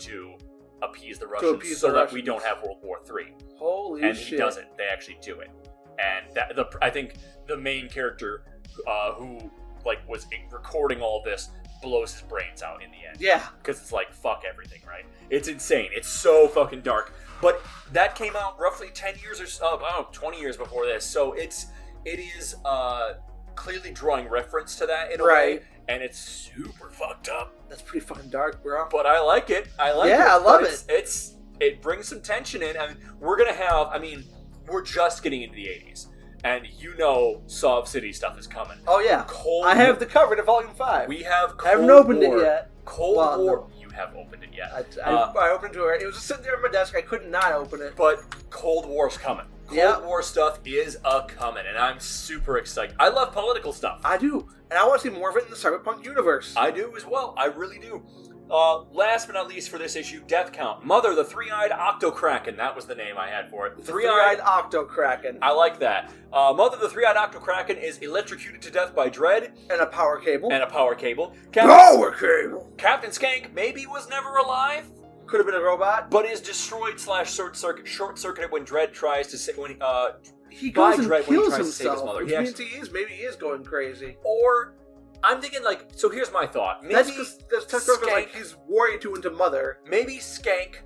C: to appease the Russians,
D: appease
C: so
D: the
C: that we
D: Russians.
C: don't have World War Three.
D: Holy
C: And
D: shit.
C: he does it. They actually do it, and that the I think the main character uh, who like was recording all this blows his brains out in the end
D: Yeah.
C: because it's like fuck everything, right? It's insane. It's so fucking dark. But that came out roughly ten years or so, I don't know, twenty years before this. So it's it is uh, clearly drawing reference to that in a
D: Right.
C: way, and it's super fucked up.
D: That's pretty fucking dark, bro.
C: But I like it. I like it.
D: Yeah, I love
C: But it's, It's it brings some tension in. I mean, we're gonna have. I mean, we're just getting into the '80s, and you know, Sob City stuff is coming.
D: Oh yeah.
C: Cold.
D: I have the cover to volume five.
C: We have. Cold
D: I haven't opened
C: War-
D: it yet.
C: Cold
D: Well,
C: War.
D: no.
C: You have opened it yet.
D: I, I,
C: Uh,
D: I opened it to her. It was just sitting there on my desk. I could not open it.
C: But Cold War's coming. Cold
D: Yeah.
C: War stuff is a coming, and I'm super excited. I love political stuff. I,
D: I do, and I want to see more of it in the cyberpunk universe.
C: do as well. I really do. Uh, last but not least for this issue, Death Count. Mother, the Three Eyed Octocracken. That was the name I had for it. Three Eyed.
D: Octokraken
C: I like that. Uh, Mother, the Three Eyed Octocracken is electrocuted to death by Dread
D: and a power cable.
C: and a power cable.
D: power cable
C: Captain Skank maybe was never alive,
D: could have been a robot.
C: but is destroyed slash short circuit short circuited when Dread tries to say when uh,
D: He
C: By
D: goes and
C: Dredd when he
D: kills
C: tries to save his
D: himself,
C: mother.
D: which
C: He
D: means he is maybe he is going crazy.
C: or I'm thinking like so. Here's my thought. Maybe
D: That's because that's Tucker
C: Skank-
D: like he's warrior two into mother,
C: maybe Skank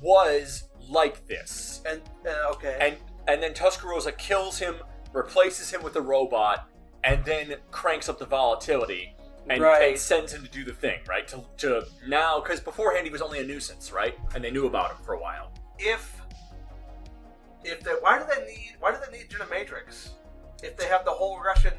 C: was like this,
D: and uh, okay,
C: and and then Tuscarosa kills him, replaces him with a robot, and then cranks up the volatility and,
D: Right.
C: and sends him to do the thing right to to now because beforehand he was only a nuisance, right? And they knew about him for a while.
D: if if they why do they need why do they need Jenna Matrix if they have the whole Russian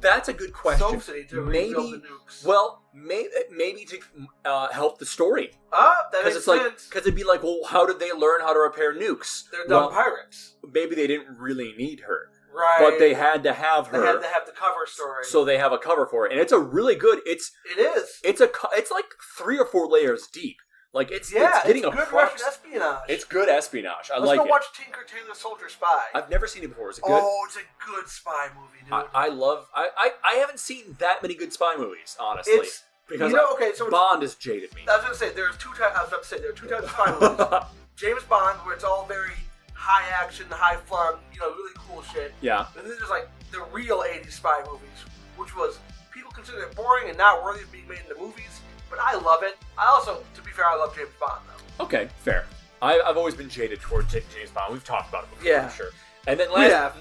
C: That's a good question.
D: subsidy to
C: maybe.
D: rebuild the nukes?
C: Well, may, maybe to uh, help the story
D: ah,
C: because
D: that makes
C: it's like
D: sense.
C: because it'd be like, well, how did they learn how to repair nukes?
D: They're
C: Well,
D: dumb pirates,
C: maybe they didn't really need her,
D: right?
C: but they had to have
D: they
C: her.
D: have to have the cover story.
C: so they have a cover for it, and it's a really good. It's
D: it is.
C: it's a co- it's like three or four layers deep. Like it's
D: Yeah,
C: it's getting
D: it's
C: a
D: good
C: prox-
D: Russian espionage.
C: It's good espionage. I
D: Let's
C: like
D: go
C: it.
D: watch Tinker Tailor Soldier Spy.
C: I've never seen it before. Is it good?
D: oh, it's a good spy movie, dude.
C: I, I love. I, I I haven't seen that many good spy movies, honestly.
D: it's
C: because
D: you know okay. So it's,
C: Bond has jaded me.
D: I was gonna say there's two types. I was about to say there are two types of spy movies. James Bond, where it's all very high action, high fun, you know, really cool shit.
C: yeah,
D: And then there's like the real 80s spy movies, which was people consider it boring and not worthy of being made into movies, but I love it. I also, to be fair, I love James Bond though.
C: okay, fair. I, I've always been jaded toward J- James Bond. We've talked about it before,
D: Yeah.
C: I'm sure. And then last,
D: Yeah.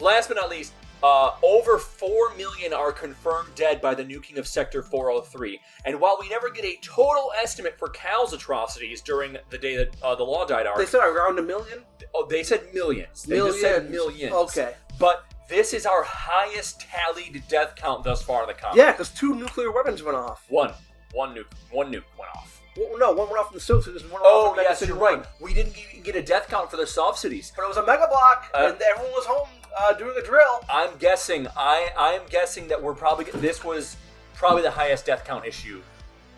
C: last but not least, uh, over 4 million are confirmed dead by the nuking of Sector 403. And while we never get a total estimate for Cal's atrocities during the day that uh, the law died arc,
D: They
C: they,
D: said around a million?
C: oh, they said millions. They
D: Millions.
C: just said millions.
D: Okay.
C: But this is our highest tallied death count thus far in the comic.
D: Yeah, because two nuclear weapons went off.
C: One. One nuke, one nuke went off.
D: Well, no, one went off in the Silk Cities and one went
C: Oh,
D: off in
C: yes,
D: Medicine
C: you're right.
D: One.
C: We didn't ge- get a death count for the soft cities.
D: But it was a mega block,
C: Uh,
D: and everyone was home uh, doing a drill.
C: I'm guessing. I I'm guessing that we're probably this was probably the highest death count issue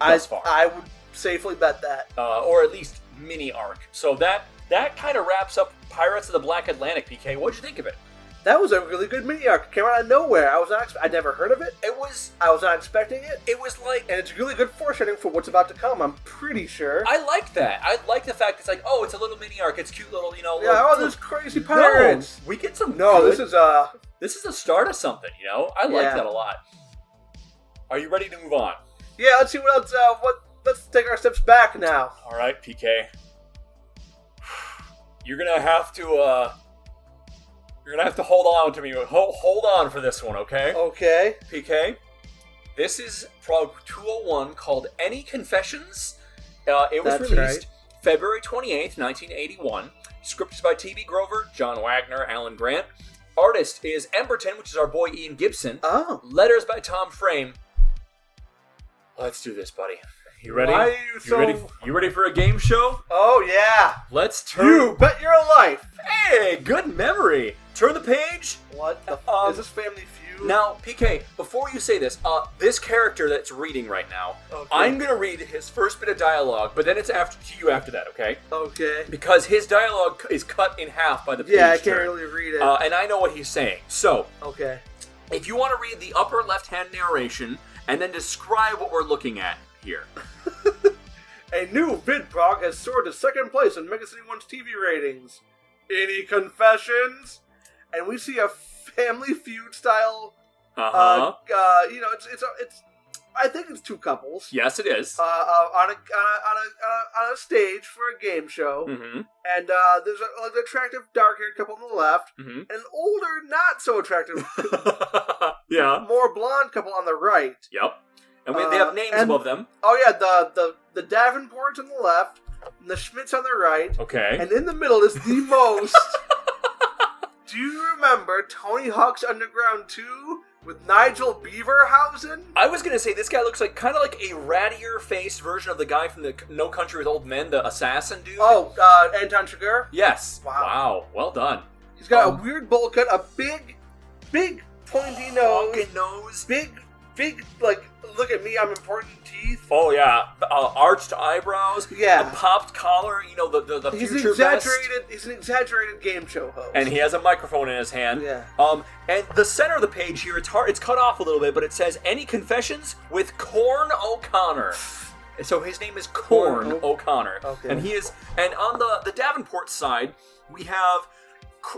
D: I,
C: thus far,
D: I would safely bet that.
C: uh, or at least mini arc. So that that kind of wraps up Pirates of the Black Atlantic. PK, what'd you think of it?
D: That was a really good mini arc. Came out of nowhere. I was not. Ex- I never heard of it.
C: It was
D: I was not expecting it,
C: it was like
D: and it's really good foreshadowing for what's about to come. I'm pretty sure.
C: I like that. I like the fact it's like, oh, it's a little mini arc. It's cute little, you know.
D: yeah,
C: little-
D: all those crazy pirates.
C: No, we get some.
D: No,
C: good-
D: this is uh.
C: this is the start of something. You know, I like
D: Yeah.
C: that a lot. Are you ready to move on?
D: Yeah, let's see what else. Uh, what? Let's take our steps back now.
C: All right, PK. You're gonna have to. uh You're gonna have to hold on to me. Hold, hold on for this one, okay?
D: Okay.
C: PK. Oh, This is Prog 201 called Any Confessions. Uh, it was
D: That's
C: released February 28th, 1981. Script is by T.B. Grover, John Wagner, Alan Grant. Artist is Emberton, which is our boy Ian Gibson.
D: Oh.
C: Letters by Tom Frame. Let's do this, buddy. You ready?
D: Why are you so-
C: ready? You ready for a game show?
D: Oh yeah.
C: Let's turn.
D: You bet your life.
C: Hey, good memory. Turn the page.
D: What the? F-
C: Um,
D: is this Family Feud?
C: Now, PK, before you say this, uh, this character that's reading right now,
D: Okay.
C: I'm gonna read his first bit of dialogue, but then it's after to you after that, okay?
D: Okay.
C: Because his dialogue c- is cut in half by the page
D: Yeah, I can't
C: turn.
D: really read it.
C: Uh, and I know what he's saying. So,
D: okay.
C: if you want to read the upper left-hand narration and then describe what we're looking at here,
D: A new VidProg has soared to second place in Mega City 1's TV ratings. Any confessions? And we see a family feud style.
C: uh-huh.
D: Uh, uh, you know, it's it's a, it's. I think it's two couples.
C: yes, it is.
D: Uh, uh, on a on a, on a uh, on a on a stage for a game show,
C: mm-hmm.
D: and uh, there's a, like, an attractive dark-haired couple on the left,
C: Mm-hmm.
D: and an older, not so attractive,
C: yeah.
D: more blonde couple on the right.
C: Yep. And we, they have
D: Uh,
C: names
D: and-
C: above them.
D: Oh yeah, the the the Davenports on the left, and the Schmidts on the right,
C: Okay.
D: and in the middle is the most. Do you remember Tony Hawk's Underground 2 with Nigel Beaverhausen?
C: I was gonna say this guy looks like kind of like a rattier faced version of the guy from the C- No Country with Old Men, the assassin dude.
D: Oh, uh, Anton Chigurh.
C: yes.
D: Wow.
C: Wow. Well done.
D: He's got
C: Um,
D: a weird bowl cut, a big, big pointy nose,
C: Fucking nose.
D: big, big, like, look at me, I'm important teeth.
C: Oh yeah. Uh, arched eyebrows.
D: Yeah.
C: A popped collar. You know the the, the
D: He's an
C: future vest.
D: exaggerated. He's an exaggerated game show host.
C: And he has a microphone in his hand.
D: Yeah.
C: Um. And the center of the page here, it's hard. It's cut off a little bit, but it says any confessions with Corn O'Connor. So his name is Corn
D: Corn O-
C: O'Connor,
D: Okay.
C: and he is. And on the the Davenport side, we have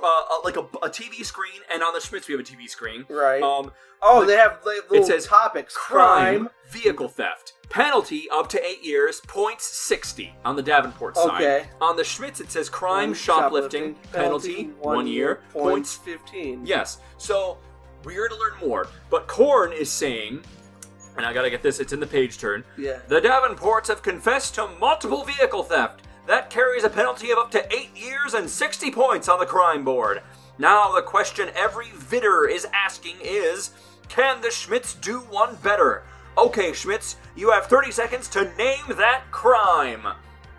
C: uh, uh, like a, a TV screen, and on the Schmitz we have a TV screen.
D: Right.
C: Um,
D: oh, they have like, little
C: says
D: topics:
C: crime, vehicle theft, penalty up to eight years, points sixty on the Davenport side.
D: Okay.
C: On the Schmitz, it says crime, shoplifting, penalty, one, year, points
D: fifteen.
C: Yes. So we are going to learn more. But Korn is saying, and I got to get this, it's in the page turn.
D: Yeah.
C: The Davenports have confessed to multiple vehicle theft. That carries a penalty of up to eight years and 60 points on the crime board. Now, the question every vitter is asking is Can the Schmitz do one better? Okay, Schmitz, you have 30 seconds to name that crime.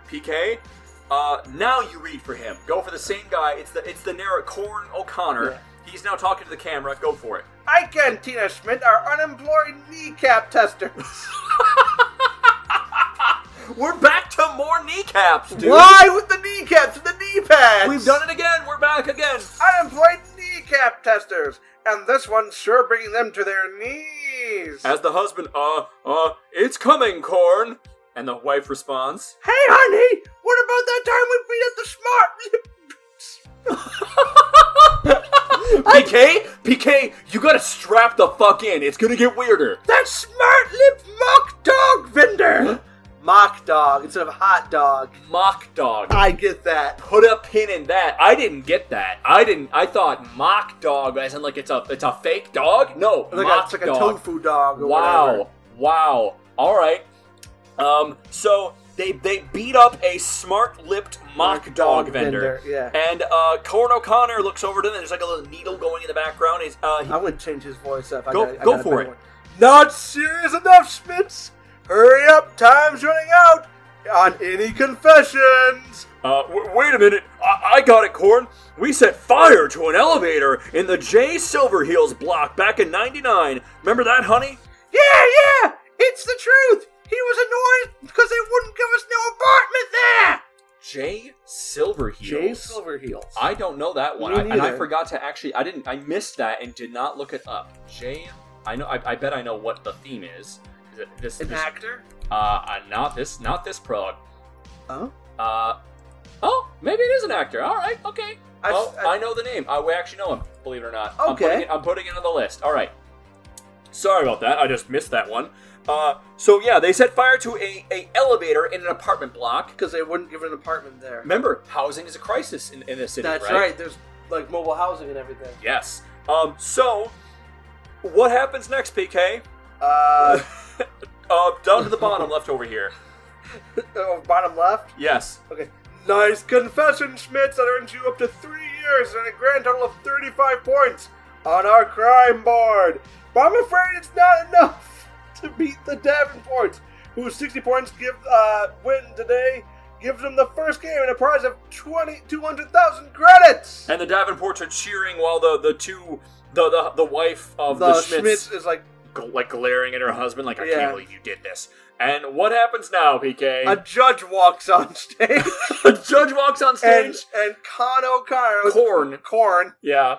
C: PK, uh, now you read for him. Go for the same guy. It's the it's the narrow Corn O'Connor.
D: Yeah.
C: He's now talking to the camera. Go for it.
D: Ike and Tina Schmidt are unemployed kneecap testers.
C: We're back to more kneecaps, dude.
D: Why with the kneecaps and the knee pads?
C: We've done it again. We're back again.
D: Unemployed kneecap testers, and this one's sure bringing them to their knees.
C: As the husband, uh, uh, it's coming, Corn. And the wife responds,
D: hey, honey, what about that time we beat up the smart?
C: PK, PK, you gotta strap the fuck in. It's gonna get weirder.
D: that smart lip mock dog vendor. Mock dog instead of hot dog.
C: Mock dog.
D: I get that.
C: Put a pin in that. I didn't get that. I didn't. I thought mock dog, as in like it's a it's a fake dog. No,
D: Like a,
C: mock
D: it's like a
C: dog.
D: tofu dog. Or
C: wow,
D: whatever.
C: wow. All right. Um. So they they beat up a smart-lipped mock dog, vendor.
D: Yeah.
C: And uh, Corn O'Connor looks over to them. And there's like a little needle going in the background. He's, uh, he-
D: I would change his voice up. I
C: Go-
D: got, I
C: go
D: got a
C: for
D: better
C: it.
D: one. Not serious enough, Schmitz. Hurry up, time's running out. On any confessions?
C: uh, w- wait a minute. I-, I got it, Corn. We set fire to an elevator in the J. Silverheels block back in 99. Remember that, honey?
D: Yeah, yeah, it's the truth. He was annoyed because they wouldn't give us no apartment there.
C: J. Silverheels. Silverheels.
D: Jay Silverheels.
C: I don't know that one,
D: Me
C: I, and I
D: neither.
C: forgot to actually. I didn't. I missed that and did not look it up. Jay, I know. I, I bet I know what the theme is. Is it this?
D: An
C: this-
D: actor?
C: uh, uh, not this. Not this prologue.
D: Huh?
C: Uh, oh, maybe it is an actor. All right. Okay.
D: I've-
C: oh,
D: I've-
C: I, know the name. I, we actually know him. Believe it or not. I'm
D: Okay.
C: putting, it, I'm putting it on the list. All right. Sorry about that. I just missed that one. Uh, so yeah, they set fire to a, a elevator in an apartment block.
D: because they wouldn't give an apartment there.
C: Remember, housing is a crisis in, in this city,
D: That's right.
C: right?
D: There's like mobile housing and everything.
C: Yes. Um, so, what happens next, PK?
D: Uh,
C: Uh, down to the bottom left over here.
D: oh, bottom left.
C: Yes.
D: Okay. Nice confession, Schmitz. That earns you up to three years and a grand total of 35 points on our crime board. But I'm afraid it's not enough to beat the Davenports, whose 60 points give uh, win today gives them the first game and a prize of 20, 200,000 credits.
C: And the Davenports are cheering while the, the two, the, the, the wife of the,
D: the
C: Schmitz,
D: Schmitz is like
C: gl- like glaring at her husband, like, I
D: Yeah.
C: can't believe you did this. And what happens now, PK?
D: a judge walks on stage.
C: A judge walks on
D: and
C: stage.
D: and Con O'Connor
C: Corn.
D: Corn.
C: Yeah.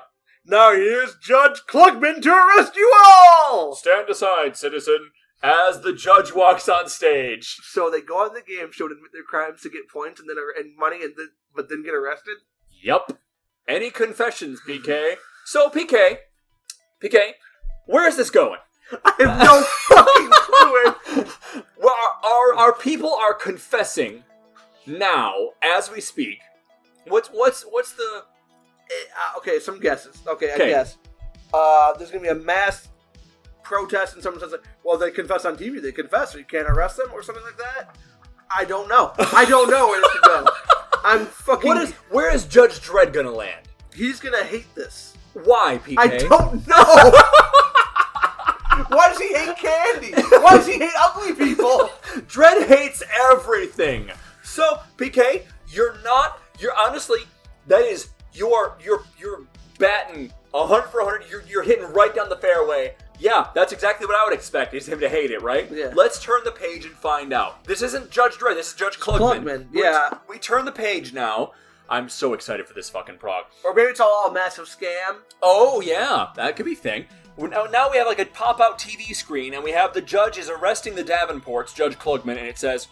D: Now here's Judge Klugman to arrest you all.
C: Stand aside, citizen, as the judge walks on stage.
D: So they go on the game show to admit their crimes to get points and then ar- and money and then but then get arrested.
C: Yup. Any confessions, PK? So, PK, PK, where is this going?
D: I have no fucking clue. where-
C: Well, our, our, our people are confessing now as we speak. What's what's what's the
D: Eh, uh, okay, some guesses. Okay, I
C: Okay.
D: guess. Uh, there's gonna be a mass protest and someone says like, "Well, they confess on TV. They confess, so you can't arrest them or something like that." I don't know. I don't know where this is going. I'm fucking.
C: what is where is Judge Dredd gonna land?
D: He's gonna hate this.
C: Why PK?
D: I don't know. Why does he hate candy? Why does he hate ugly people?
C: Dredd hates everything. So PK, you're not. You're honestly that is you are you're you're batting hundred for hundred. You're you're hitting right down the fairway. Yeah, that's exactly what I would expect. Is him to hate it, right?
D: Yeah.
C: Let's turn the page and find out. This isn't Judge Dredd. This is Judge Klugman.
D: Klugman,
C: We're-
D: yeah.
C: we turn the page now. I'm so excited for this fucking prog.
D: Or maybe it's all a massive scam.
C: Oh yeah, that could be thing. We're Now, now we have like a pop-out TV screen, and we have the judge is arresting the Davenports, Judge Klugman, and it says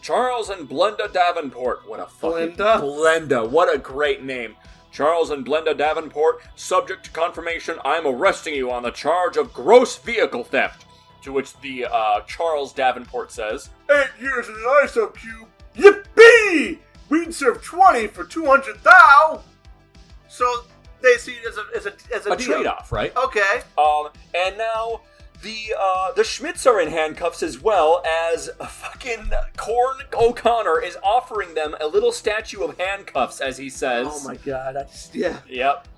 C: Charles and Blenda Davenport. What a fucking
D: Blenda?
C: Blenda. What a great name. Charles and Blenda Davenport, subject to confirmation, I'm arresting you on the charge of gross vehicle theft. To which the uh, Charles Davenport says,
D: Eight years in an ISO cube. Yippee! We'd serve twenty for two hundred thou. So they see it as a as a as a,
C: a
D: deal.
C: trade-off, right?
D: Okay.
C: Um, and now the uh, the Schmidts are in handcuffs as well as fucking Corn O'Connor is offering them a little statue of handcuffs, as he says.
D: Oh my god. I just, yeah.
C: Yep.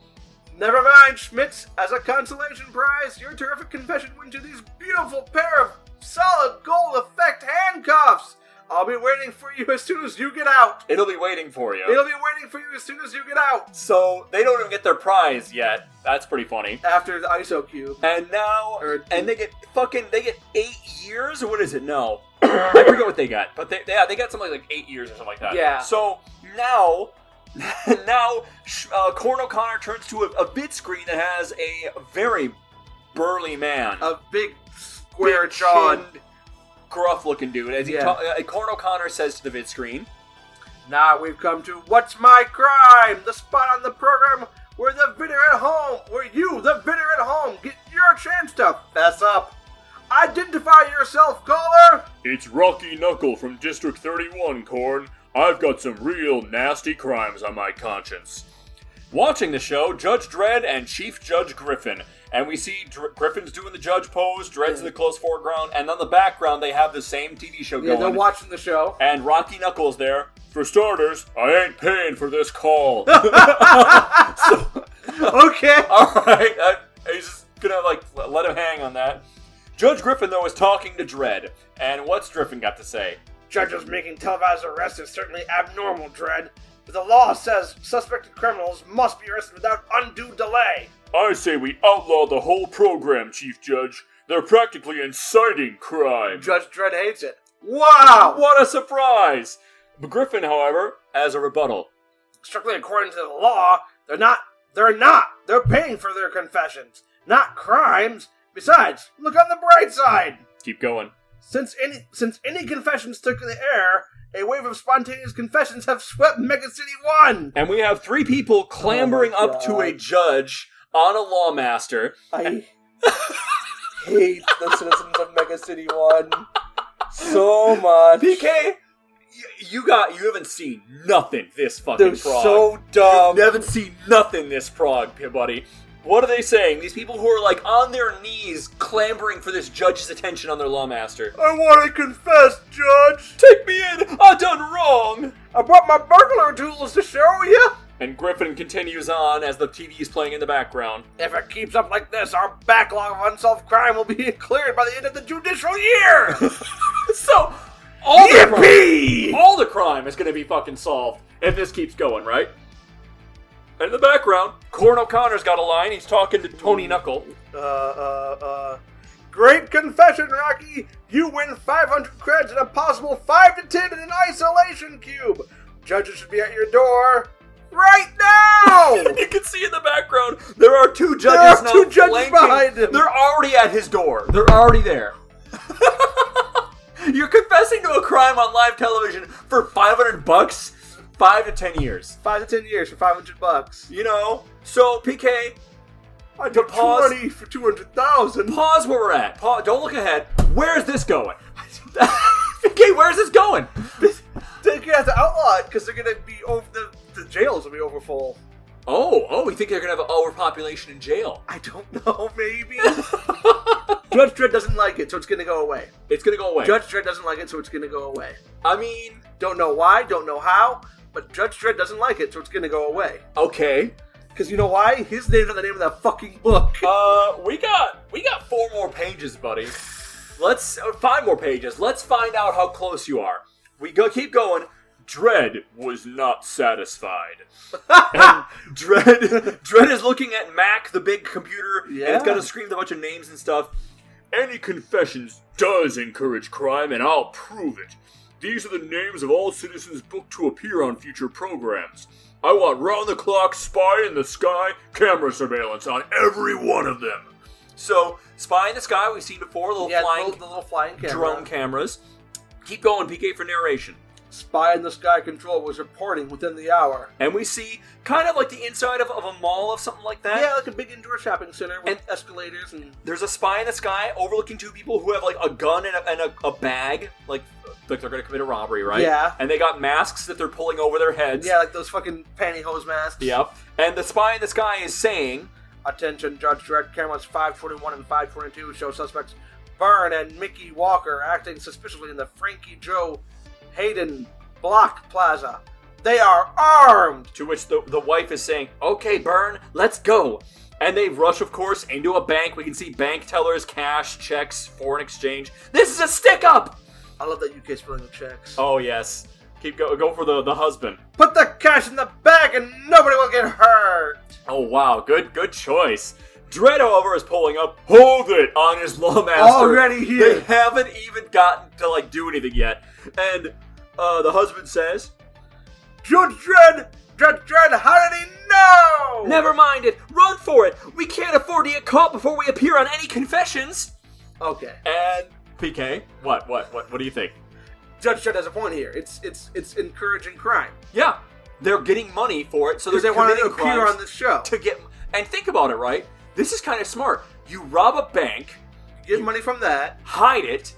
D: Never mind, Schmitz. As a consolation prize, your terrific confession wins you these beautiful pair of solid gold effect handcuffs. I'll be waiting for you as soon as you get out.
C: It'll be waiting for you.
D: They'll be waiting for you as soon as you get out.
C: so they don't even get their prize yet. That's pretty funny.
D: After the ISO cube.
C: And now,
D: Or-
C: and they get fucking, they get eight years. What is it? No, I forget what they got, but they, yeah, they got something like eight years or something like that.
D: Yeah.
C: So now, now, Sh- uh, Corn O'Connor turns to a, a bit screen that has a very burly man,
D: A big square
C: Big
D: jawed.
C: chinned, gruff-looking dude. As he,
D: Yeah.
C: ta- uh, Corn O'Connor says to the vid screen,
D: Now we've come to What's My Crime? The spot on the program where the bidder at home, where you, the bidder at home, get your chance to fess up. Identify yourself, caller.
C: "It's Rocky Knuckle from District 31, Corn. I've got some real nasty crimes on my conscience." Watching the show, Judge Dredd and Chief Judge Griffin. And we see Dr- Griffin's doing the judge pose, Dredd's in the close foreground, and on the background they have the same TV show
D: Yeah, they're
C: going.
D: watching the show.
C: and Rocky Knuckles there. For starters, I ain't paying for this call.
D: okay.
C: All right, I, he's just gonna like l- let him hang on that. Judge Griffin though is talking to Dredd, and what's Griffin got to say?
D: Judges making televised arrests is certainly abnormal, Dread. But the law says suspected criminals must be arrested without undue delay.
C: I say we outlaw the whole program, Chief Judge. They're practically inciting crime.
D: Judge Dredd hates it. Wow!
C: What a surprise! Griffin, however, as a rebuttal.
D: strictly according to the law, they're not. They're not. They're paying for their confessions, not crimes. Besides, look on the bright side.
C: Keep going.
D: Since any since any confessions took the air, a wave of spontaneous confessions have swept Mega City One.
C: And we have three people clambering
D: Oh my
C: up to a
D: God.
C: judge on a lawmaster.
D: I hate the citizens of Mega City One so much.
C: PK, y- you got you haven't seen nothing this fucking
D: They're
C: prog.
D: so dumb.
C: you haven't seen nothing this prog, p- buddy. What are they saying? These people who are like on their knees clambering for this judge's attention on their lawmaster.
D: I want to confess, Judge.
C: Take me in! I done wrong!
D: I brought my burglar tools to show you.
C: And Griffin continues on as the TV is playing in the background.
D: If it keeps up like this, our backlog of unsolved crime will be cleared by the end of the judicial year.
C: So all the crime,
D: Yippee!
C: all the crime is gonna be fucking solved if this keeps going, right? And in the background, Corn O'Connor's got a line. He's talking to Tony Knuckle.
D: Uh, uh, uh. Great confession, Rocky. You win 500 credits and a possible 5 to 10 in an isolation cube. Judges should be at your door right
C: And
D: now.
C: you can see in the background there are two judges.
D: are
C: now
D: two judges
C: flanking-
D: behind him.
C: They're already at his door. They're already there. You're confessing to a crime on live television for 500 bucks, five to ten years.
D: 5 to 10 years for 500 bucks.
C: You know. So PK,
D: I
C: To
D: did
C: pause-
D: 20 for 200,000.
C: pause where we're at. Pa Don't look ahead. Where is this going? PK, where is this going?
D: They're gonna have to outlaw it because they're gonna be over the, the jails will be overfull.
C: Oh, oh, you think they're gonna have an overpopulation in jail?
D: I don't know, maybe. Judge Dredd doesn't like it, so it's gonna go away.
C: It's gonna go away.
D: Judge Dredd doesn't like it, so it's gonna go away.
C: I mean,
D: Don't know why, don't know how, but Judge Dredd doesn't like it, so it's gonna go away.
C: okay.
D: Because you know why? His name's not the name of that fucking book.
C: Uh, we got we got four more pages, buddy. Let's uh, five more pages. Let's find out how close you are. We go keep going. Dread was not satisfied. and Dread Dread is looking at Mac, the big computer, and
D: Yeah.
C: it's got a screen with a bunch of names and stuff. Any confessions does encourage crime, and I'll prove it. These are the names of all citizens booked to appear on future programs. I want round the clock spy in the sky camera surveillance on every one of them. So, spy in the sky, we've seen before, little
D: yeah, the
C: flying
D: little- the little flying camera.
C: drone cameras. Keep going, PK, for narration.
D: Spy in the Sky Control was reporting within the hour.
C: And we see kind of like the inside of, of a mall of something like that.
D: Yeah, like a big indoor shopping center with escalators and
C: There's a spy in the sky overlooking two people who have like a gun and a, and a, a bag, like like they're gonna commit a robbery, right?
D: Yeah.
C: And they got masks that they're pulling over their heads.
D: yeah, like those fucking pantyhose masks.
C: Yep. And the spy in the sky is saying,
D: Attention, Judge Dredd. Cameras 541 and 522 show suspects Byrne and Mickey Walker acting suspiciously in the Frankie Joe Hayden Block Plaza. They are armed!
C: to which the, the wife is saying, "Okay, Burn, let's go." And they rush, of course, into a bank. We can see bank tellers, cash, checks, foreign exchange. This is a stick up.
D: I love that UK spelling of checks.
C: Oh yes. Keep go go for the the husband.
D: Put the cash in the bag and nobody will get hurt!
C: Oh wow, good good choice. Dredd, however, is pulling up. Hold it on his lawmaster.
D: Already
C: They
D: here!
C: haven't even gotten to like do anything yet. And uh, the husband says,
D: Judge Dredd! Judge Dredd, how did he know?
C: "Never mind it. Run for it. We can't afford to get caught before we appear on any confessions."
D: Okay.
C: And PK, what what what what do you think?
D: Judge Dredd has a point here. It's it's it's encouraging crime.
C: Yeah, they're getting money for it, so they're
D: Because they want to
C: committing
D: appear
C: crimes
D: on this show.
C: to get. And think about it, right? This is kind of smart. You rob a bank,
D: Get money from that.
C: hide it,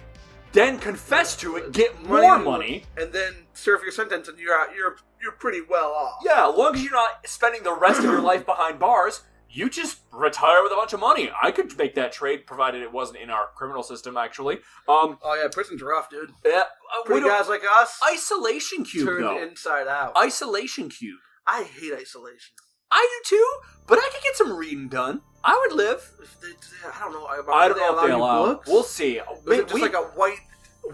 C: then confess to it, get more money.
D: and then serve your sentence, and you're out, you're you're pretty well off.
C: Yeah, as long as you're not spending the rest of your life behind bars, you just retire with a bunch of money. I could make that trade, provided it wasn't in our criminal system. Actually, um,
D: Oh yeah, prisons are rough, dude.
C: yeah, uh, we
D: Pretty
C: don't,
D: guys like us
C: isolation cube
D: turned
C: though.
D: inside out. I,
C: isolation cube.
D: hate isolation.
C: I do too, but I could get some reading done. I would live.
D: If they, I don't know.
C: I don't know if they
D: you
C: allow.
D: Books?
C: We'll see.
D: Is it just like a white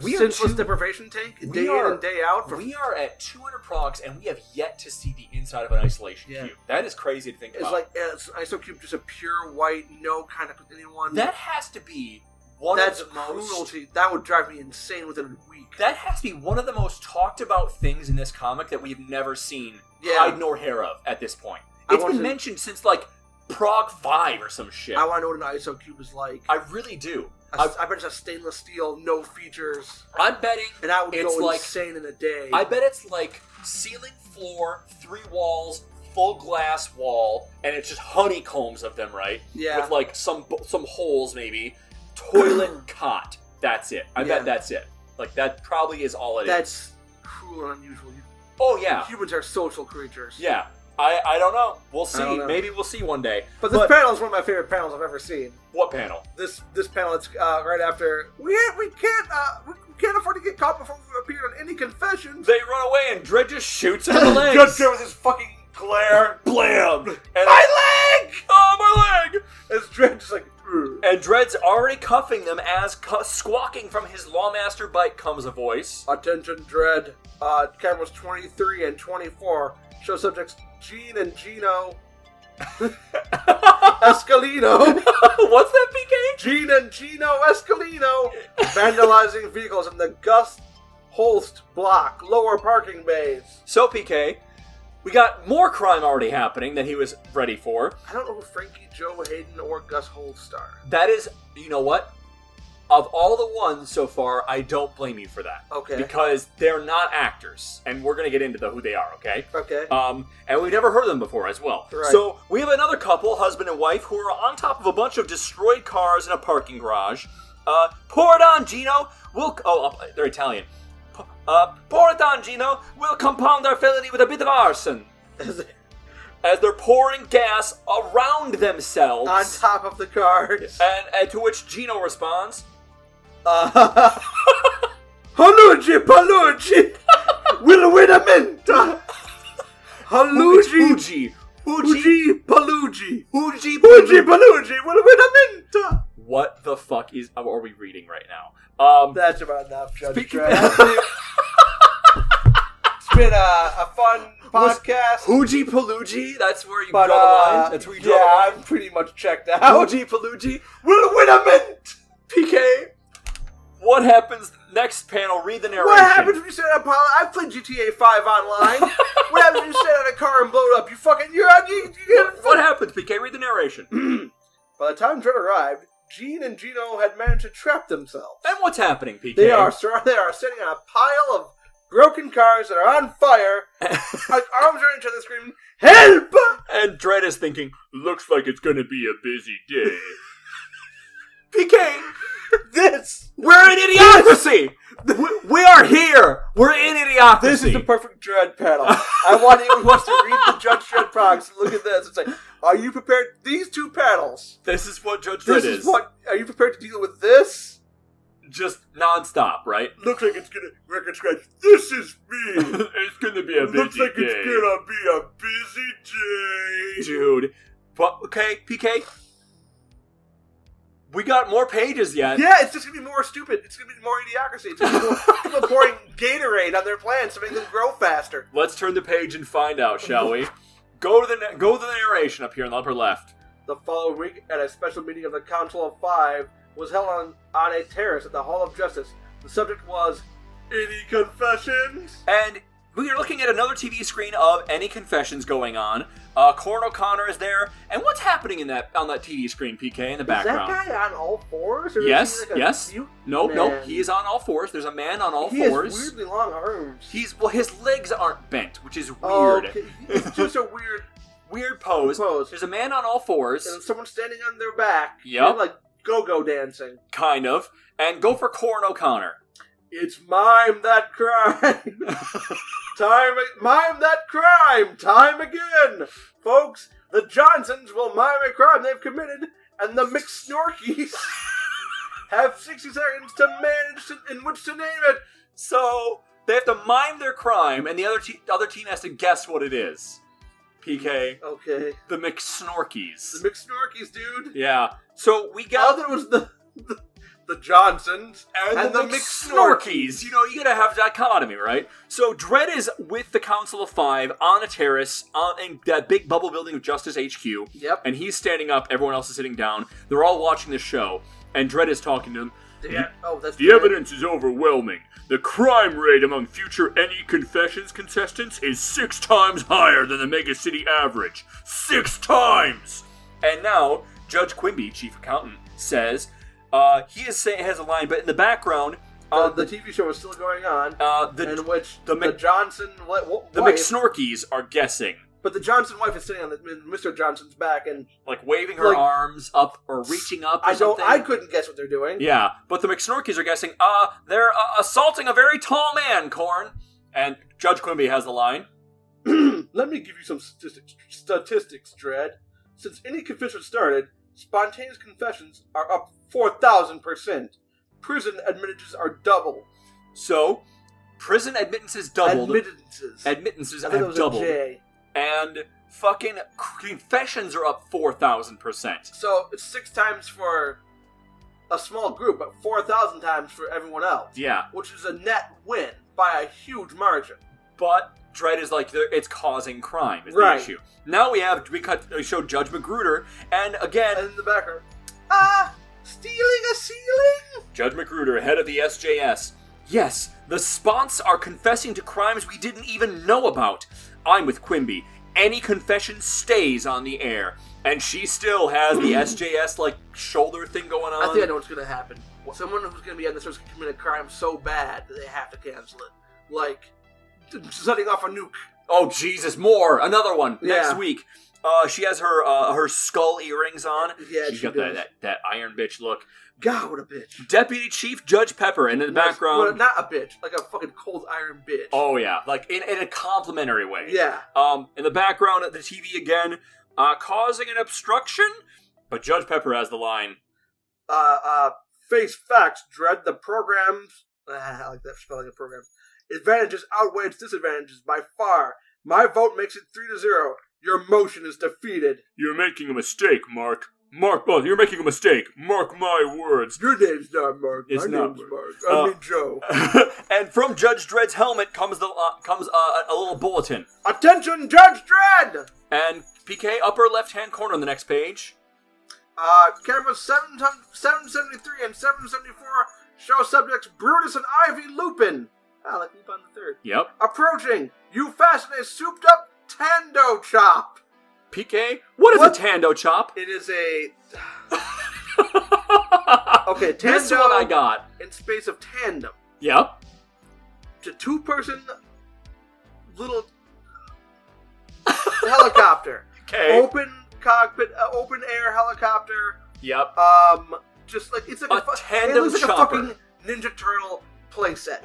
C: we are
D: senseless
C: too-
D: deprivation tank,
C: we
D: day
C: are-
D: in and day out? For,
C: we are at 200 progs, and we have yet to see the inside of an isolation
D: Yeah.
C: cube. That is crazy to think
D: it's
C: about.
D: like it's ISO cube, just a pure white, no contact with anyone.
C: that has to be one
D: That's
C: of the most
D: cruelty. That would drive me insane within a week.
C: that has to be one of the most talked about things in this comic that we've never seen
D: Yeah.
C: hide nor hair of at this point.
D: I
C: It's
D: want
C: been
D: to-
C: mentioned since like Prague Five or some shit.
D: I
C: I,
D: want to know what an ISO cube is like.
C: really do.
D: I, I bet it's a stainless steel, no features,
C: I'm betting.
D: and I would
C: It's
D: go
C: like-
D: insane in a day.
C: I bet it's like ceiling, floor, three walls, full glass wall, and it's just honeycombs of them, right?
D: Yeah.
C: With like some some holes, maybe toilet cot. That's it. I
D: Yeah.
C: bet that's it. Like that probably is all it is.
D: That's cruel and unusual. You-
C: Oh yeah,
D: Humans are social creatures.
C: yeah. I I don't know. We'll see.
D: don't know.
C: Maybe we'll see one day.
D: But this panel is one of my favorite panels I've ever seen.
C: What panel?
D: This this panel, it's uh, right after we we can't uh, we can't afford to get caught before we appear on any confessions.
C: They run away and Dredd just shoots at the legs.
D: Good shit with his fucking glare.
C: Blam! And
D: my leg!
C: oh my leg!
D: It's Dredd just like. "Ugh."
C: And Dredd's already cuffing them as cu- squawking from his lawmaster bike comes a voice.
D: Attention, Dredd. Uh, cameras 23 and 24 show subjects Gene and Gino Escalino.
C: What's that, PK?
D: Gene and Gino Escalino vandalizing vehicles in the Gus Holst block, lower parking bays.
C: So, PK, we got more crime already happening than he was ready for.
D: I don't know who Frankie Joe Hayden or Gus Holst are.
C: That is, you know what? Of all the ones so far, I don't blame you for that.
D: Okay.
C: Because they're not actors, and we're going to get into the, who they are, okay?
D: Okay.
C: Um, and we've never heard them before as well.
D: Right.
C: So we have another couple, husband and wife, who are on top of a bunch of destroyed cars in a parking garage. Uh, pour it on, Gino. We'll oh, uh, they're Italian. P- Uh, pour it on, Gino. We'll compound our felony with a bit of arson. As they're pouring gas around themselves.
D: On top of the cars.
C: and, and to which Gino responds,
D: Uh, Haluji, Paluji, Will Winamenta, Haluji,
C: Uji, Uji,
D: Uji, Paluji,
C: Uji,
D: Uji, Paluji, Will Winamenta.
C: What the fuck is are we reading right now? Um,
D: That's about enough, Judge
C: Speaking
D: Dredd. It's been a, a fun
C: Was-
D: podcast,
C: Hooji Palooji, that's where you
D: but
C: draw the
D: uh,
C: line. That's where you draw
D: yeah, I'm pretty much checked
C: the line.
D: out.
C: Hooji Palooji.
D: Will Winament.
C: PK, what happens next panel? Read the narration.
D: What happens when you sit on a pile? I played GTA 5 online. what happens when you sit on a car and blow it up? You fucking, you're, you, you get
C: What happens, PK? Read the narration. and
D: By the time Dread arrived, Gene and Gino had managed to trap themselves.
C: what's happening, PK?
D: They are sur- they are sitting on a pile of broken cars that are on fire. Like arms are each other screaming, "Help!"
C: And Dredd is thinking, looks like it's gonna be a busy day. PK,
D: This
C: we're in idiocracy! we, we are here! We're in idiocracy!
D: this is the perfect Dread panel. I want anyone who wants to read the Judge Dread products to look at this and say, "Are you prepared? These two panels.
C: This is what Judge Dredd
D: This is what. Are you prepared to deal with this?"
C: Just nonstop, right?
D: Looks like it's gonna record scratch. This is me.
C: it's gonna be a busy
D: Looks like
C: day.
D: it's gonna be a busy day.
C: dude. But okay, PK, we got more pages yet.
D: Yeah, it's just gonna be more stupid. It's gonna be more idiocracy. It's gonna be more people pouring Gatorade on their plants to make them grow faster.
C: Let's turn the page and find out, shall we? Go to the na- go to the narration up here in the upper left.
D: The following week, at a special meeting of the Council of Five, was held on, on a terrace at the Hall of Justice. The subject was any confessions.
C: And we are looking at another TV screen of any confessions going on. Uh, Corin O'Connor is there, and what's happening in that on that TV screen, PK, in the
D: Is that
C: background?
D: guy on all fours? Or is
C: Yes,
D: he like a
C: yes.
D: cute
C: No,
D: man?
C: no, he is on all fours. There's a man on all
D: He
C: fours.
D: has weirdly long arms.
C: He's well, his legs aren't bent, which is
D: Oh,
C: weird.
D: okay. It's just a weird
C: Weird pose.
D: pose.
C: There's a man on all fours.
D: and someone standing on their back.
C: Yup.
D: and, Like go-go dancing.
C: kind of, and go for Corin O'Connor.
D: It's mime that crime. time mime that crime. Time again, folks. The Johnsons will mime a crime they've committed, and the McSnorkies have sixty seconds to manage to, in which to name it.
C: So they have to mime their crime, and the other te- other team has to guess what it is. PK,
D: Okay,
C: the McSnorkies.
D: the McSnorkies, dude.
C: yeah. So we
D: Yeah. I
C: got
D: thought it was the the, the Johnsons
C: and, the, McSnorkies. You know, you gotta have dichotomy, right? So Dredd is with the Council of Five on a terrace on, in that big bubble building of Justice HQ.
D: Yep.
C: and he's standing up. Everyone else is sitting down. They're all watching the show. and Dredd is talking to him.
D: Yeah. Oh, that's
C: The evidence is overwhelming. The crime rate among future any confessions contestants is six times higher than the mega city average. Six times! And now, Judge Quimby, chief accountant, says uh, he is saying has a line, but in the background, uh,
D: Uh, the TV show is still going on,
C: uh, the
D: in which
C: the
D: the,
C: Mc-
D: Johnson li- w-
C: the
D: wife,
C: McSnorkies are guessing,
D: but the Johnson wife is sitting on the, in Mr. Johnson's back, and
C: like waving her
D: Like-
C: arms up or reaching up. Or
D: I don't,
C: something.
D: I couldn't guess what they're doing.
C: Yeah, but the McSnorkies are guessing, uh, they're uh, assaulting a very tall man, Corn. And Judge Quimby has the line.
D: Let me give you some statistics, statistics, Dredd. Since any confession started, spontaneous confessions are up 4,000%. Prison admittances are double.
C: So, prison admittances doubled.
D: Admittances.
C: admittances
D: I
C: have
D: think that was a
C: doubled.
D: J.
C: And fucking confessions are up 4,000%.
D: So it's six times for a small group, but 4,000 times for everyone else,
C: Yeah,
D: which is a net win by a huge margin.
C: but Dredd is like, they're- it's causing crime, is
D: Right.
C: the issue. Now we have, we cut, we show Judge Magruder, and again,
D: And in the background, ah, stealing a ceiling?
C: Judge Magruder, head of the SJS. Yes, the sponts are confessing to crimes we didn't even know about. I'm with Quimby. Any confession stays on the air. And she still has the SJS like shoulder thing going on.
D: I think I know what's going to happen. Someone who's going to be on the service can commit a crime so bad that they have to cancel it. Like, setting off a nuke.
C: Oh Jesus, more another one next
D: Yeah.
C: week. Uh, she has her uh, her skull earrings on.
D: Yeah,
C: She's
D: she
C: got that,
D: does.
C: that that iron bitch look.
D: God, what a bitch.
C: Deputy Chief Judge Pepper, and in the
D: Well,
C: background,
D: not a bitch, like a fucking cold iron bitch.
C: oh yeah, like in, in a complimentary way.
D: Yeah.
C: Um, in the background at the TV again, uh, causing an obstruction. But Judge Pepper has the line.
D: uh, uh, face facts, dread the programs. Ah, I like that spelling of programs. Advantages outweigh its disadvantages by far. My vote makes it three to zero. Your motion is defeated.
C: You're making a mistake, Mark. Mark, both. You're making a mistake. Mark my words.
D: Your name's not Mark.
C: It's
D: My
C: not Mark.
D: name's Mark. I
C: Uh,
D: mean Joe.
C: and from Judge Dredd's helmet comes the uh, comes uh, a, a little bulletin.
D: Attention, Judge Dredd.
C: And PK upper left hand corner on the next page.
D: Uh, cameras seven seven seventy three and seven seventy four show subjects Brutus and Ivy Lupin. Ah, like Lupin the Third.
C: Yep.
D: Approaching. You fasten a souped up Tando chop.
C: PK. What is
D: What?
C: a tando chop?
D: It is a Okay,
C: This
D: tando-
C: one I got.
D: in space of tandem.
C: Yep.
D: It's a two person little helicopter.
C: Okay.
D: Open cockpit, uh, open air helicopter.
C: Yep.
D: Um, just like it's like
C: A
D: a, fu-
C: tandem
D: It looks like
C: chopper.
D: a fucking Ninja Turtle playset.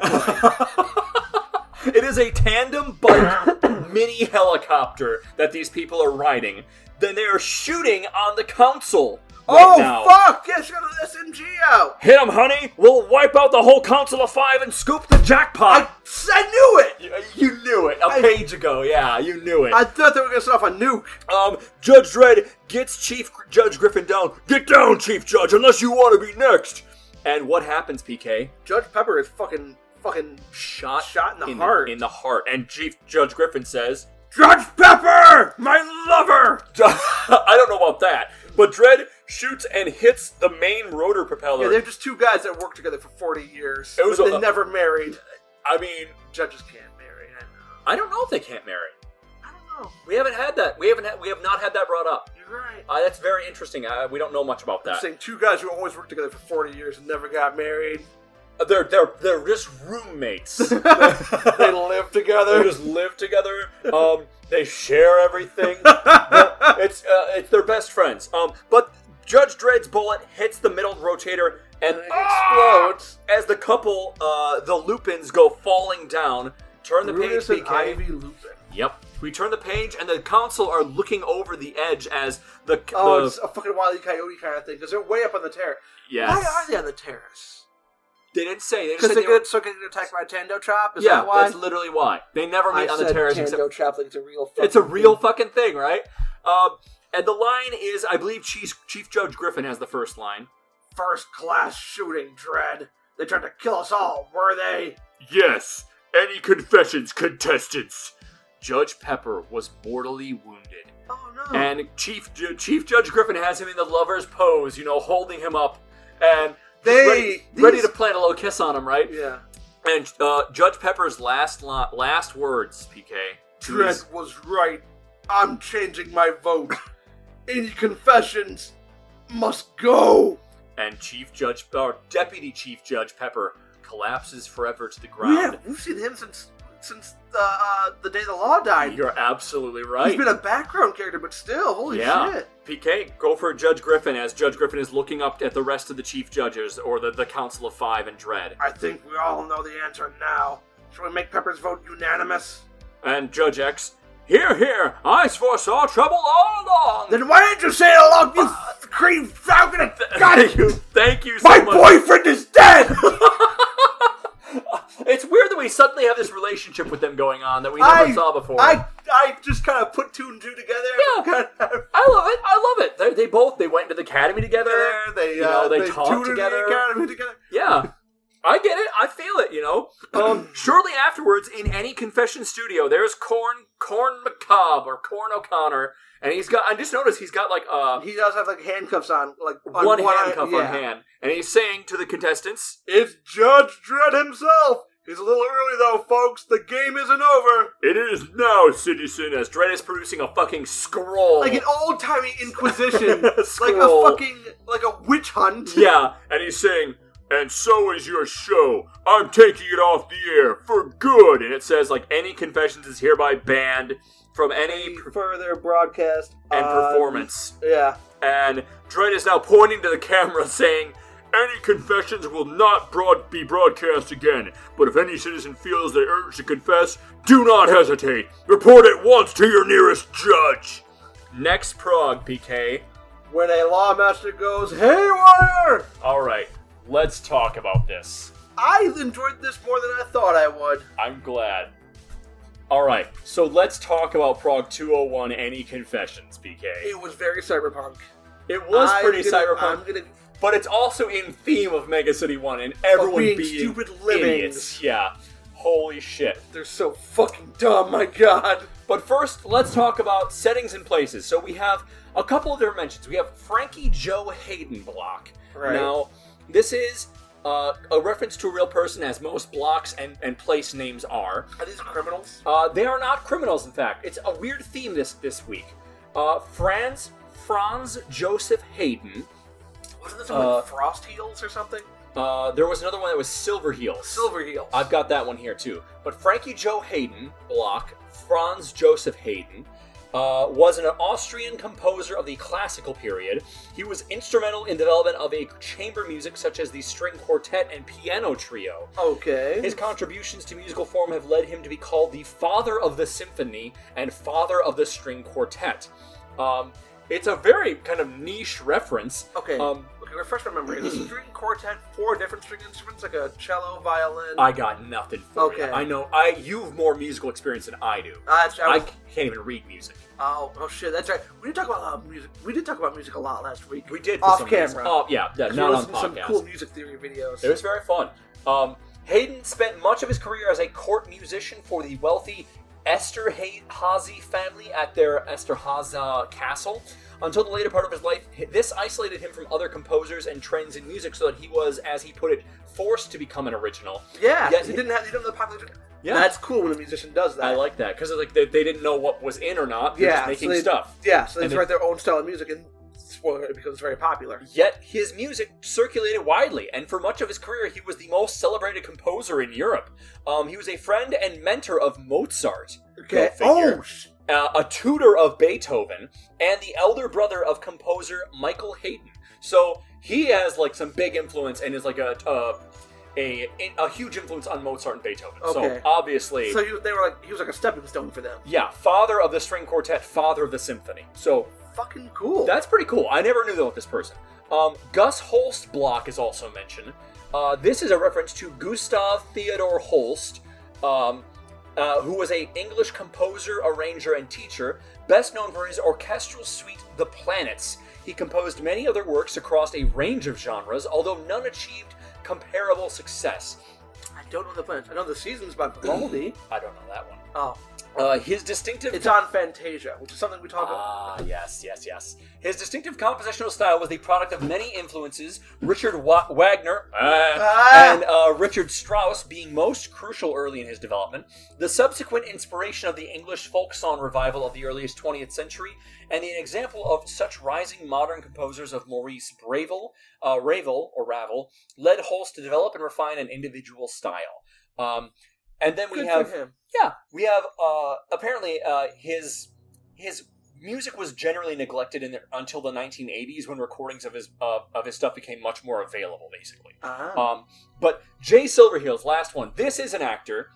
C: it is a tandem bike mini helicopter that these people are riding. Then they are shooting on the council. Right
D: oh
C: now.
D: fuck! Yeah, she got an SMG out.
C: Hit 'em, honey! We'll wipe out the whole council of five and scoop the
D: I,
C: jackpot!
D: I knew it.
C: You- you knew it a
D: I-
C: page ago. Yeah, you knew it.
D: I thought they were gonna set off a nuke.
C: um, Judge Dredd gets Chief Gr- Judge Griffin down. Get down, Chief Judge, unless you want to be next. And what happens, PK?
D: Judge Pepper is fucking fucking
C: Shot,
D: Shot in the heart.
C: in the heart. And Chief Judge Griffin says,
D: Judge Pepper, my lover.
C: I don't know about that, but Dredd shoots and hits the main rotor
D: Yeah,
C: propeller.
D: they're just two guys that worked together for forty years.
C: It was
D: but
C: a-
D: they never married.
C: I mean,
D: judges can't marry. I know.
C: I don't know if they can't marry.
D: I don't know.
C: We haven't had that. We haven't. Had, we have not had that brought up.
D: You're right.
C: Uh, that's very interesting. Uh, we don't know much about
D: I'm
C: that.
D: saying two guys who always worked together for 40 years and never got married.
C: Uh, They're they're they're just roommates.
D: They live
C: they
D: together.
C: just live together. Um, they share everything. it's uh, it's their best friends. Um, but Judge Dredd's bullet hits the middle rotator and
D: It explodes.
C: As the couple, uh, the Lupins go falling down. Turn the
D: Brutus
C: page,
D: and
C: PK.
D: Ivy Lupin.
C: Yep. We turn the page, and the council are looking over the edge as the.
D: Oh,
C: the-
D: it's a fucking Wile E. Coyote kind of thing because they're way up on the terrace.
C: yes.
D: Why are they on the terrace?
C: They didn't say. They just
D: Because
C: said
D: they
C: they were-
D: get so get attacked by a Tando Chop? Is
C: yeah,
D: that why?
C: that's literally why they never meet
D: I
C: on the
D: said
C: terrace.
D: Tando
C: Except
D: Chop like it's a real fucking
C: it's a real
D: thing.
C: fucking thing, right? Um, and the line is, I believe, Chief, Chief Judge Griffin has the first line.
D: first class shooting dread. They tried to kill us all, were they?
C: Yes. Any confessions, contestants? Judge Pepper was mortally wounded.
D: Oh no.
C: And Chief Ju- Chief Judge Griffin has him in the lover's pose, you know, holding him up. and
D: They-
C: ready, ready
D: these-
C: to plant a little kiss on him, right?
D: Yeah.
C: And uh, Judge Pepper's last lo- last words, PK. to
D: Dredd
C: his-
D: was right. I'm changing my vote. Any confessions must go.
C: and Chief Judge or Deputy Chief Judge Pepper collapses forever to the
D: Yeah,
C: ground.
D: we've seen him since since the uh, the day the law died.
C: You're absolutely right.
D: He's been a background character, but still, holy
C: Yeah.
D: shit!
C: PK, go for Judge Griffin as Judge Griffin is looking up at the rest of the chief judges or the, the Council of Five and Dread.
D: I think we all know the answer now. Shall we make Pepper's vote unanimous?
C: And Judge X, hear, hear, I foresaw trouble all along.
D: Then why didn't you say it along, you cream falcon? and God, Uh, you!
C: Thank you so
D: My
C: much.
D: boyfriend is dead.
C: It's weird that we suddenly have this relationship with them going on that we never
D: I
C: saw before.
D: I I just kind of put two and two together.
C: Yeah.
D: Kind of-
C: I love it. I love it. They, they both they went to the academy together.
D: there. They
C: You
D: uh,
C: know, they
D: they,
C: talk
D: tutored
C: together.
D: The academy together.
C: Yeah. I get it. I feel it, you know. Um, shortly afterwards, in any confession studio, there's Corn Corn McCobb or Corn O'Connor, and he's got. I just noticed he's got like uh,
D: He does have like handcuffs on, like on
C: one
D: eye-
C: handcuff
D: yeah.
C: on hand, and he's saying to the contestants,
D: It's Judge Dredd himself. He's a little early though, folks. The game isn't over.
C: "It is now, citizen." As Dredd is producing a fucking scroll,
D: Like an old timey Inquisition, like a
C: Scroll.
D: fucking like a witch hunt.
C: yeah, and he's saying, "And so is your show. I'm taking it off the air for good." And it says, "Like any confessions is hereby banned from any."
D: Any
C: pr-
D: further broadcast
C: and
D: on-
C: performance.
D: Yeah.
C: and Dredd is now pointing to the camera saying, any confessions will not broad- be broadcast again, but if any citizen feels the urge to confess, do not hesitate. Report at once to your nearest judge. Next prog, PK.
D: When a lawmaster goes haywire,
C: All right, let's talk about this.
D: I enjoyed this more than I thought I would.
C: I'm glad. All right, so let's talk about Prog 201 Any Confessions, PK.
D: It was very cyberpunk.
C: It was
D: I'm
C: pretty
D: gonna-
C: cyberpunk.
D: I'm gonna
C: but it's also in theme of Mega City One and everyone
D: being
C: being,
D: stupid livings.
C: idiots. Yeah, holy shit.
D: They're so fucking dumb, my god.
C: But first, let's talk about settings and places. So we have a couple of different mentions. We have Frankie Joe Hayden block.
D: Right.
C: Now, this is uh, a reference to a real person, as most blocks and, and place names are.
D: Are these criminals?
C: Uh, they are not criminals, in fact. It's a weird theme this this week. Uh, Franz Franz Joseph Hayden.
D: Wasn't this
C: Uh,
D: like Frost Heels or something?
C: Uh, there was another one that was Silver Heels.
D: Silver Heels.
C: I've got that one here too. But Frankie Joe Hayden, Block, Franz Joseph Hayden, uh, was an Austrian composer of the classical period. He was instrumental in development of a chamber music such as the string quartet and piano trio.
D: okay.
C: His contributions to musical form have led him to be called the father of the symphony and father of the string quartet. Um, it's a very kind of niche reference.
D: okay.
C: Um,
D: okay, refresh my memory. Is a string quartet, four different string instruments, like a cello, violin.
C: I got nothing for you.
D: Okay.
C: I know. I you've more musical experience than I do.
D: Ah, that's- I
C: I
D: was-
C: can't even read music.
D: oh, oh shit, that's right. We did talk about uh, music. We did talk about music a lot last week.
C: We did for
D: off
C: some
D: camera.
C: reason. Oh yeah, yeah, not
D: 'Cause we
C: on
D: listened to
C: podcast.
D: some cool music theory videos.
C: It was very fun. Um, Hayden spent much of his career as a court musician for the wealthy Esterhazy family at their Esterhaza castle. Until the later part of his life, h- this isolated him from other composers and trends in music, so that he was, as he put it, forced to become an original.
D: yeah,
C: Yes,
D: he didn't have. He didn't have the popular.
C: Yeah.
D: that's cool when a musician does that.
C: I like that because like they, they didn't know what was in or not. They're
D: yeah,
C: just making
D: so they,
C: stuff.
D: Yeah, so they
C: And
D: just
C: it-
D: write their own style of music, and spoiler, it becomes very popular.
C: Yet his music circulated widely, and for much of his career, he was the most celebrated composer in Europe. Um, he was a friend and mentor of Mozart,
D: Okay.
C: figure.
D: Oh, sh-
C: uh, a tutor of Beethoven, and the elder brother of composer Michael Haydn. So he has like some big influence, and is like a a, a, a huge influence on Mozart and Beethoven.
D: Okay.
C: So obviously,
D: So he, they were like, he was like a stepping stone for them.
C: yeah, father of the string quartet, father of the symphony. So
D: Fucking cool.
C: That's pretty cool. I never knew about this person. Um, Gus Holst Block is also mentioned. Uh, this is a reference to Gustav Theodor Holst, um, uh, who was a English composer, arranger, and teacher, best known for his orchestral suite The Planets. He composed many other works across a range of genres, although none achieved comparable success.
D: I don't know the planets. I know the seasons by Vivaldi.
C: I don't know that one.
D: Oh,
C: Uh, his distinctive
D: it's on Fantasia, which is something we talk
C: Ah, yes, yes, yes. His distinctive compositional style was the product of many influences, Richard Wa- Wagner uh,
D: Ah.
C: and uh, Richard Strauss being most crucial early in his development, the subsequent inspiration of the English folk song revival of the earliest 20th century, and an example of such rising modern composers of Maurice Bravel, uh, Ravel, or Ravel, led Holst to develop and refine an individual style. Um, and then
D: about.
C: we
D: Good
C: have
D: for him.
C: yeah, we have uh, apparently uh, his his music was generally neglected in the, until the 1980s when recordings of his uh, of his stuff became much more available, basically.
D: Ah.
C: Um, but Jay Silverheels, last one. This is an actor,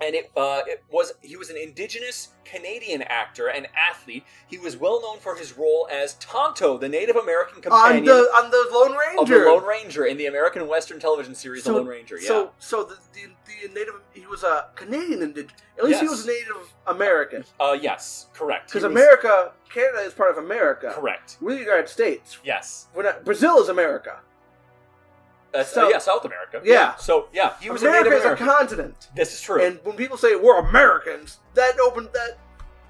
C: and it uh, it was he was an indigenous Canadian actor and athlete. He was well known for his role as Tonto, the Native American
D: on
C: companion
D: the on the Lone
C: of
D: Ranger.
C: the Lone Ranger in the American Western television series
D: So-
C: The Lone Ranger. Yeah.
D: So so the, the the native he was a Canadian indig- at least he
C: Yes.
D: was Native American
C: uh, yes, correct.
D: because
C: He was-
D: America Canada is part of America.
C: Correct.
D: We're the United States.
C: Yes.
D: We're not, Brazil is America.
C: That's,
D: So-
C: uh, yeah, South America.
D: Yeah.
C: So yeah, he was
D: America
C: a Native
D: is a
C: American.
D: continent.
C: this is true.
D: And when people say we're Americans, that opened that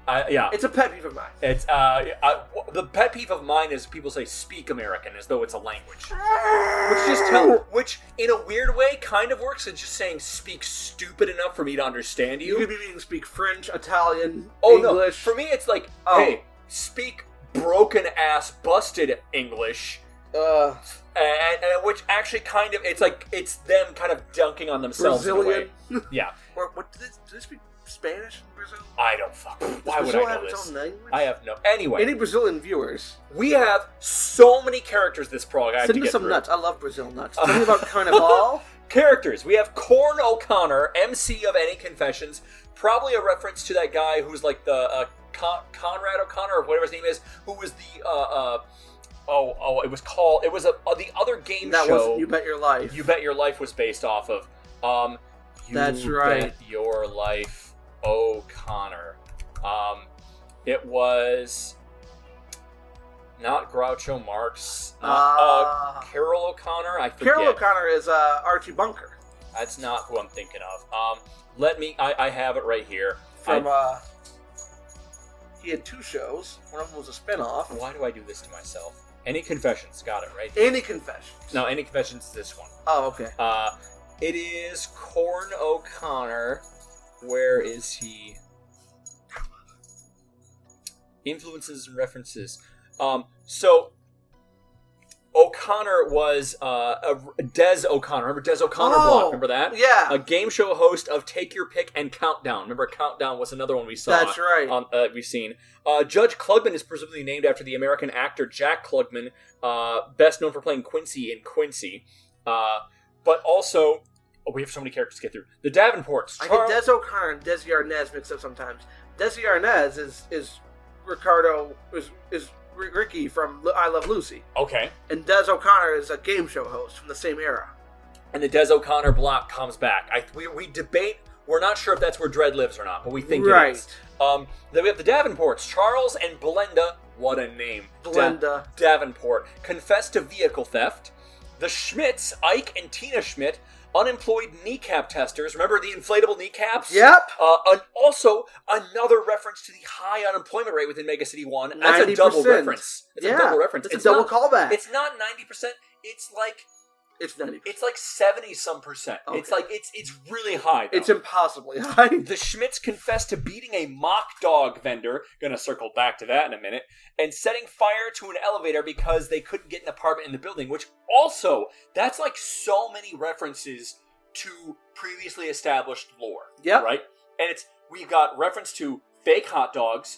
C: uh, yeah.
D: it's a pet peeve of mine.
C: It's uh, I, w- the pet peeve of mine is people say "speak American" as though it's a language, which just tell, which in a weird way kind of works. It's just saying "speak stupid enough for me to understand
D: You
C: you."
D: could be meaning speak French, Italian,
C: oh no,
D: English.
C: for me it's like,
D: Oh.
C: hey, speak broken ass, busted English,
D: uh,
C: and, and which actually kind of it's like it's them kind of dunking on themselves in a
D: Brazilian.
C: way. Yeah,
D: Or what do they, do they speak Spanish in Brazil?
C: I don't fuck.
D: Does
C: Why would I
D: Brazil
C: know
D: have its
C: this?
D: own language?
C: I have no. Anyway,
D: Any Brazilian viewers?
C: We have so many characters this prog. I have
D: Send
C: to
D: me
C: get
D: some
C: through.
D: nuts. I love Brazil nuts. Tell me about Carnival.
C: Characters. We have Corn O'Connor, MC of Any Confessions, probably a reference to that guy who's like the uh, Con- Conrad O'Connor or whatever his name is, who was the uh, uh, oh oh it was called it was a uh, the other game
D: that
C: show.
D: was You Bet Your Life.
C: You Bet Your Life was based off of. Um, you
D: That's right.
C: Bet Your Life, O'Connor. Um, it was not Groucho Marx. Not, uh,
D: Uh,
C: Carol O'Connor. I forget.
D: Carol O'Connor is uh, Archie Bunker
C: That's not who I'm thinking of. Um, let me. I, I have it right here.
D: from.
C: I-
D: Uh, he had two shows. One of them was a spinoff.
C: why do I do this to myself? Any confessions? Got it right.
D: Any Confessions.
C: No, any confessions. is This one.
D: Oh, okay.
C: Uh, it is Corn O'Connor. Where is he? Influences and references. Um, so O'Connor was uh, a Des O'Connor. Remember Des O'Connor
D: Oh,
C: blog? Remember that?
D: Yeah.
C: A game show host of Take Your Pick and Countdown. Remember Countdown was another one we saw.
D: That's right.
C: on, uh, we've seen. Uh, Judge Klugman is presumably named after the American actor Jack Klugman, uh, best known for playing Quincy in Quincy. Uh, but also, oh, we have so many characters to get through. The Davenports.
D: I
C: Char-
D: get Des O'Connor and Desi Arnaz mixed up sometimes. Desi Arnaz is is Ricardo is is R- Ricky from Lu- I Love Lucy,
C: okay.
D: and Des O'Connor is a game show host from the same era.
C: And the Des O'Connor block comes back. I, we, we debate. We're not sure if that's where Dread lives or not, but we think it
D: right,
C: is. Um, then we have the Davenports, Charles and Belinda. What a name. Da-
D: Belinda.
C: Davenport confessed to vehicle theft. The Schmidts, Ike and Tina Schmidt, unemployed kneecap testers. Remember the inflatable kneecaps?
D: Yep.
C: Uh, and also another reference to the high unemployment rate within Mega City One. That's a double
D: 90%.
C: reference. It's
D: yeah,
C: a double reference.
D: It's, a double
C: not,
D: callback.
C: It's not ninety percent. It's like
D: it's ninety.
C: it's like seventy some percent. It's
D: Okay.
C: like it's it's really high. though.
D: It's impossibly high.
C: The Schmidts confessed to beating a mock dog vendor, gonna circle back to that in a minute, and setting fire to an elevator because they couldn't get an apartment in the building, which also, that's like so many references to previously established lore.
D: Yep.
C: Right? And it's, we've got reference to fake hot dogs,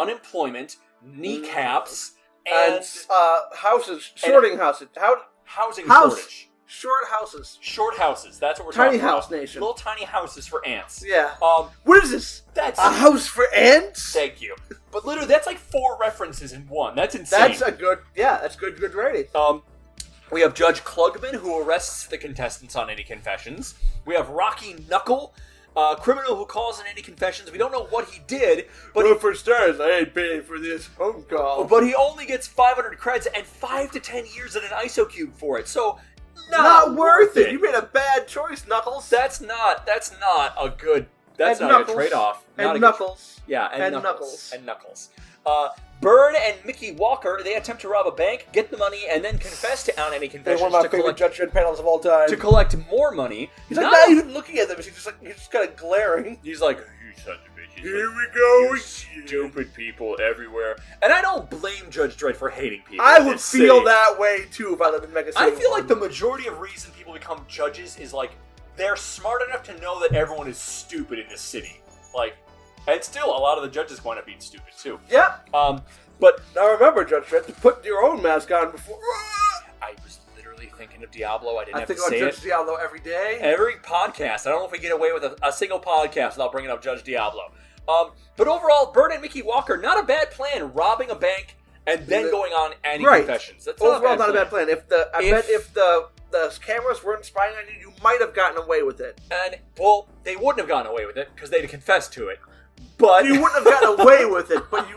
C: unemployment, kneecaps,
D: Mm. and,
C: and
D: uh, houses, sorting houses, how
C: housing
D: House.
C: shortage.
D: short houses,
C: Short houses, that's what we're
D: tiny
C: talking about.
D: house nation.
C: Little tiny houses for ants.
D: Yeah. Ah.
C: Um,
D: What is this?
C: that's
D: A house for ants?
C: Thank you. But literally, that's like four references in one. That's insane.
D: That's a good. Yeah, that's good. Good rating.
C: um, we have Judge Klugman, who arrests the contestants on any confessions. We have Rocky Knuckle, a criminal who calls in any confessions. We don't know what he did, but he, Oh,
D: for stars, I ain't paying for this phone call.
C: but he only gets 500 creds and five to ten years in an ISO cube for it. So not,
D: not worth it. You made a bad choice, Knuckles.
C: that's not that's not a good That's
D: And
C: not
D: Knuckles.
C: a trade off.
D: and
C: not a good
D: Knuckles.
C: Yeah, and,
D: And
C: Knuckles.
D: Knuckles.
C: And Knuckles. Uh, Byrne and Mickey Walker, they attempt to rob a bank, get the money, and then confess to on any
D: They're one
C: confessions
D: of my
C: to
D: favorite
C: collect,
D: judgment panels of all time.
C: to collect more money.
D: He's like
C: Not-
D: not even looking at them. He's just like he's just kind of glaring.
C: he's like, you sons of bitches.
D: we go.
C: You stupid people everywhere. And I don't blame Judge Dredd for hating people.
D: I
C: in
D: would
C: this
D: feel
C: city.
D: that way too if I lived in Mega City.
C: I feel
D: one.
C: like the majority of reason people become judges is like they're smart enough to know that everyone is stupid in this city. Like, and still, a lot of the judges wind up being stupid too.
D: Yep.
C: Um, but
D: Now remember, Judge Dredd, to put your own mask on before.
C: I was literally thinking of Diablo. I didn't
D: I
C: have
D: think
C: to
D: about
C: say
D: Judge
C: it.
D: Diablo every day.
C: Every podcast, I don't know if we get away with a, a single podcast without bringing up Judge Diablo. Um, but overall, Byrne and Mickey Walker, not a bad plan. Robbing a bank and then
D: The-
C: going on any
D: Right.
C: confessions. That's
D: Overall,
C: not a bad plan.
D: plan. If the I
C: If-
D: bet if the the cameras weren't spying on you, you might have gotten away with it.
C: And well, they wouldn't have gotten away with it because they'd confessed to it. But
D: You wouldn't have gotten away with it, but you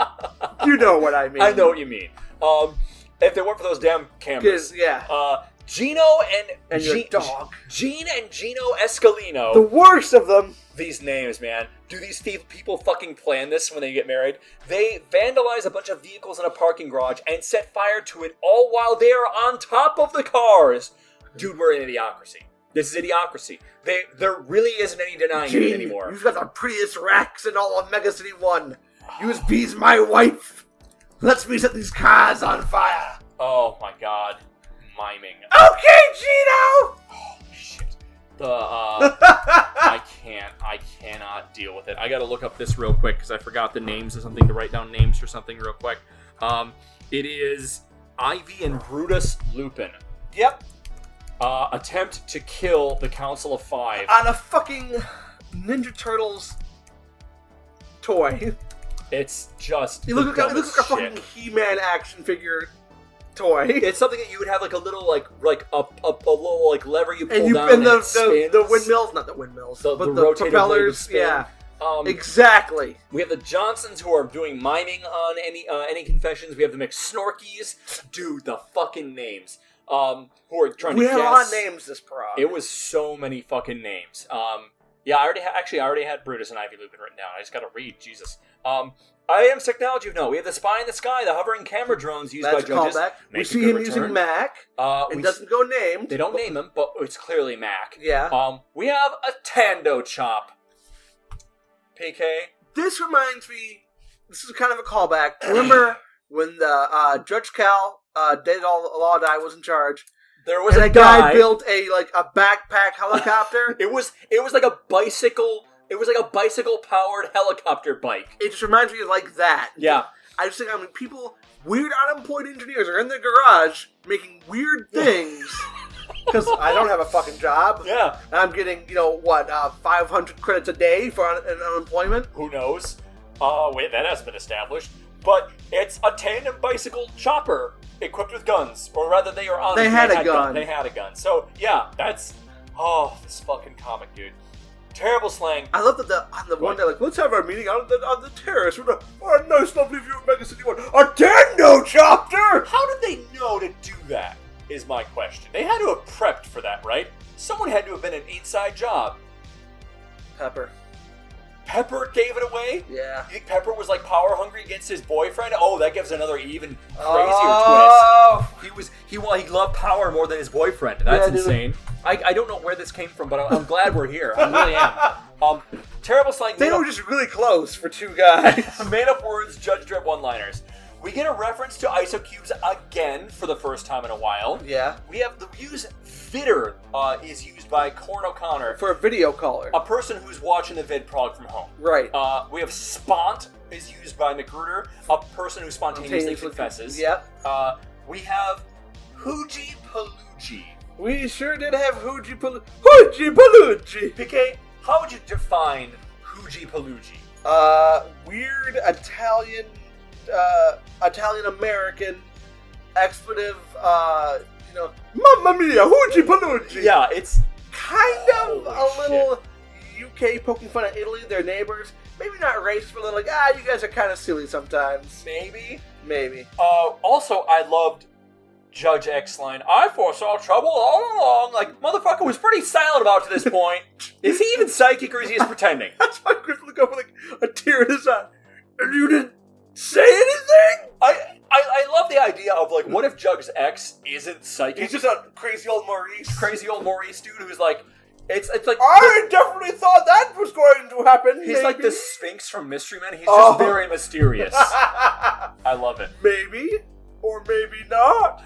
D: you know what I mean.
C: I know what you mean. Um, if they weren't for those damn cameras,
D: Because yeah,
C: uh, Gino and
D: and your
C: Gene-
D: dog.
C: Gene and Gino Escalino.
D: The worst of them.
C: these names, man. Do these fe- people fucking plan this when they get married? They vandalize a bunch of vehicles in a parking garage and set fire to it, all while they are on top of the cars. Dude, we're in idiocracy. This is idiocracy. They there really isn't any denying it
D: Gene,
C: anymore.
D: you've got the prettiest racks in all of Mega City One. You as bees my wife. Let's me set these cars on fire.
C: Oh my god, miming.
D: Okay, Gino.
C: Shit. The uh, I can't. I cannot deal with it. I got to look up this real quick because I forgot the names of something to write down names for something real quick. Um, it is Ivy and Brutus Lupin.
D: yep.
C: Uh, attempt to kill the Council of Five.
D: On a fucking Ninja Turtles toy.
C: It's just.
D: It
C: the
D: looks like, it
C: dumbest
D: looks like a
C: shit.
D: fucking He-Man action figure toy.
C: It's something that you would have like a little like like a, a, a little like lever you pull
D: and you
C: down
D: and the,
C: it
D: the, the
C: spins.
D: windmills, not the windmills,
C: The-
D: but
C: the
D: the,
C: rotating blade would
D: propellers.
C: spin.
D: Yeah,
C: Um,
D: exactly.
C: We have the Johnsons who are doing miming on any uh, any confessions. We have the McSnorkies, dude, the fucking names. Um, who are trying
D: We
C: to
D: had a lot
C: guess.
D: of names this prog.
C: It was so many fucking names. Um, yeah, I already ha- actually I already had Brutus and Ivy Lupin written down. I just got to read. Jesus. Um, IAM's technology. No, we have the spy in the sky, the hovering camera drones used
D: That's
C: by
D: a
C: judges.
D: callback. We
C: Make a
D: see
C: good
D: him
C: return.
D: using Mac.
C: Uh,
D: It
C: we-
D: doesn't go named.
C: they don't
D: but-
C: name him, but it's clearly Mac.
D: Yeah.
C: Um, we have a Tando Chop. PK.
D: this reminds me. This is kind of a callback. Remember when the uh, Judge Cal uh, did all law die was in charge,
C: There was
D: and
C: a
D: a guy, built a like a backpack helicopter.
C: It was it was like a bicycle. It was like a bicycle powered helicopter bike.
D: it just reminds me of like that.
C: Yeah,
D: I just think I mean people weird unemployed engineers are in their garage making weird things because I don't have a fucking job.
C: yeah.
D: And I'm getting you know what uh, 500 credits a day for un- an unemployment.
C: Who knows? Uh, wait, that hasn't been established. But it's a tandem bicycle chopper equipped with guns, or rather, they are on.
D: They had a gun.
C: They had a gun. So yeah, that's oh, this fucking comic, dude. Terrible slang.
D: I love that the on the one day like let's have our meeting on the on the terrace with a, a nice lovely view of Mega City One. A tendo chopper.
C: How did they know to do that? Is my question. They had to have prepped for that, right? Someone had to have been an inside job.
D: Pepper.
C: Pepper gave it away.
D: Yeah.
C: You think Pepper was like power hungry against his boyfriend? Oh, that gives another even crazier
D: Oh.
C: twist. He was he well he loved power more than his boyfriend. That's
D: Yeah, dude.
C: insane. I, I don't know where this came from, but I'm, I'm glad we're here. I really am. Um, terrible slang.
D: They
C: made
D: were
C: up-
D: just really close for two guys.
C: made up words, judge drip one liners. We get a reference to isocubes again for the first time in a while.
D: yeah.
C: We have the use vitter uh, is used by Corn O'Connor,
D: For a video caller.
C: a person who's watching the vid prog from home.
D: right.
C: Uh, we have spont is used by Magruder, a person who spontaneously confesses.
D: Yep.
C: Uh, we have Hooji Paluji.
D: We sure did have Hooji Pal- Hooji Palucci.
C: PK, how would you define Hooji Paluji?
D: Uh, weird Italian, uh, Italian American expletive. Uh, you know, Mamma Mia, Hooji Palucci.
C: Yeah, it's
D: kind of
C: Holy
D: a little UK poking fun at Italy, their neighbors. Maybe not racist, but they're like, ah, you guys are kind of silly sometimes.
C: maybe.
D: Maybe.
C: Uh, also, I loved Judge X line, I foresaw trouble all along. Like, motherfucker was pretty silent about to this point. is he even psychic or is he just pretending?
D: That's why Griff looked over like a tear in his eye. And you didn't say anything?
C: I, I, I love the idea of, like, what if Judge X isn't psychic?
D: He's just a crazy old Maurice.
C: crazy old Maurice dude who's like, it's, it's like,
D: I definitely thought that was going to happen.
C: he's like the
D: maybe.
C: Sphinx from Mystery Men. He's
D: Oh.
C: just very mysterious. I love it.
D: maybe or maybe not.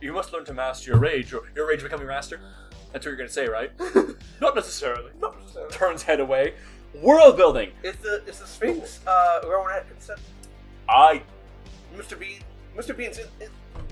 C: You must learn to master your rage, or your rage becoming master. That's what you're gonna say, right? Not necessarily.
D: Not necessarily.
C: Turns head away. World building.
D: It's the it's the Sphinx. Uh, Rowan Atkinson,
C: I
D: Mr. Bean, Mr. Bean's in, in,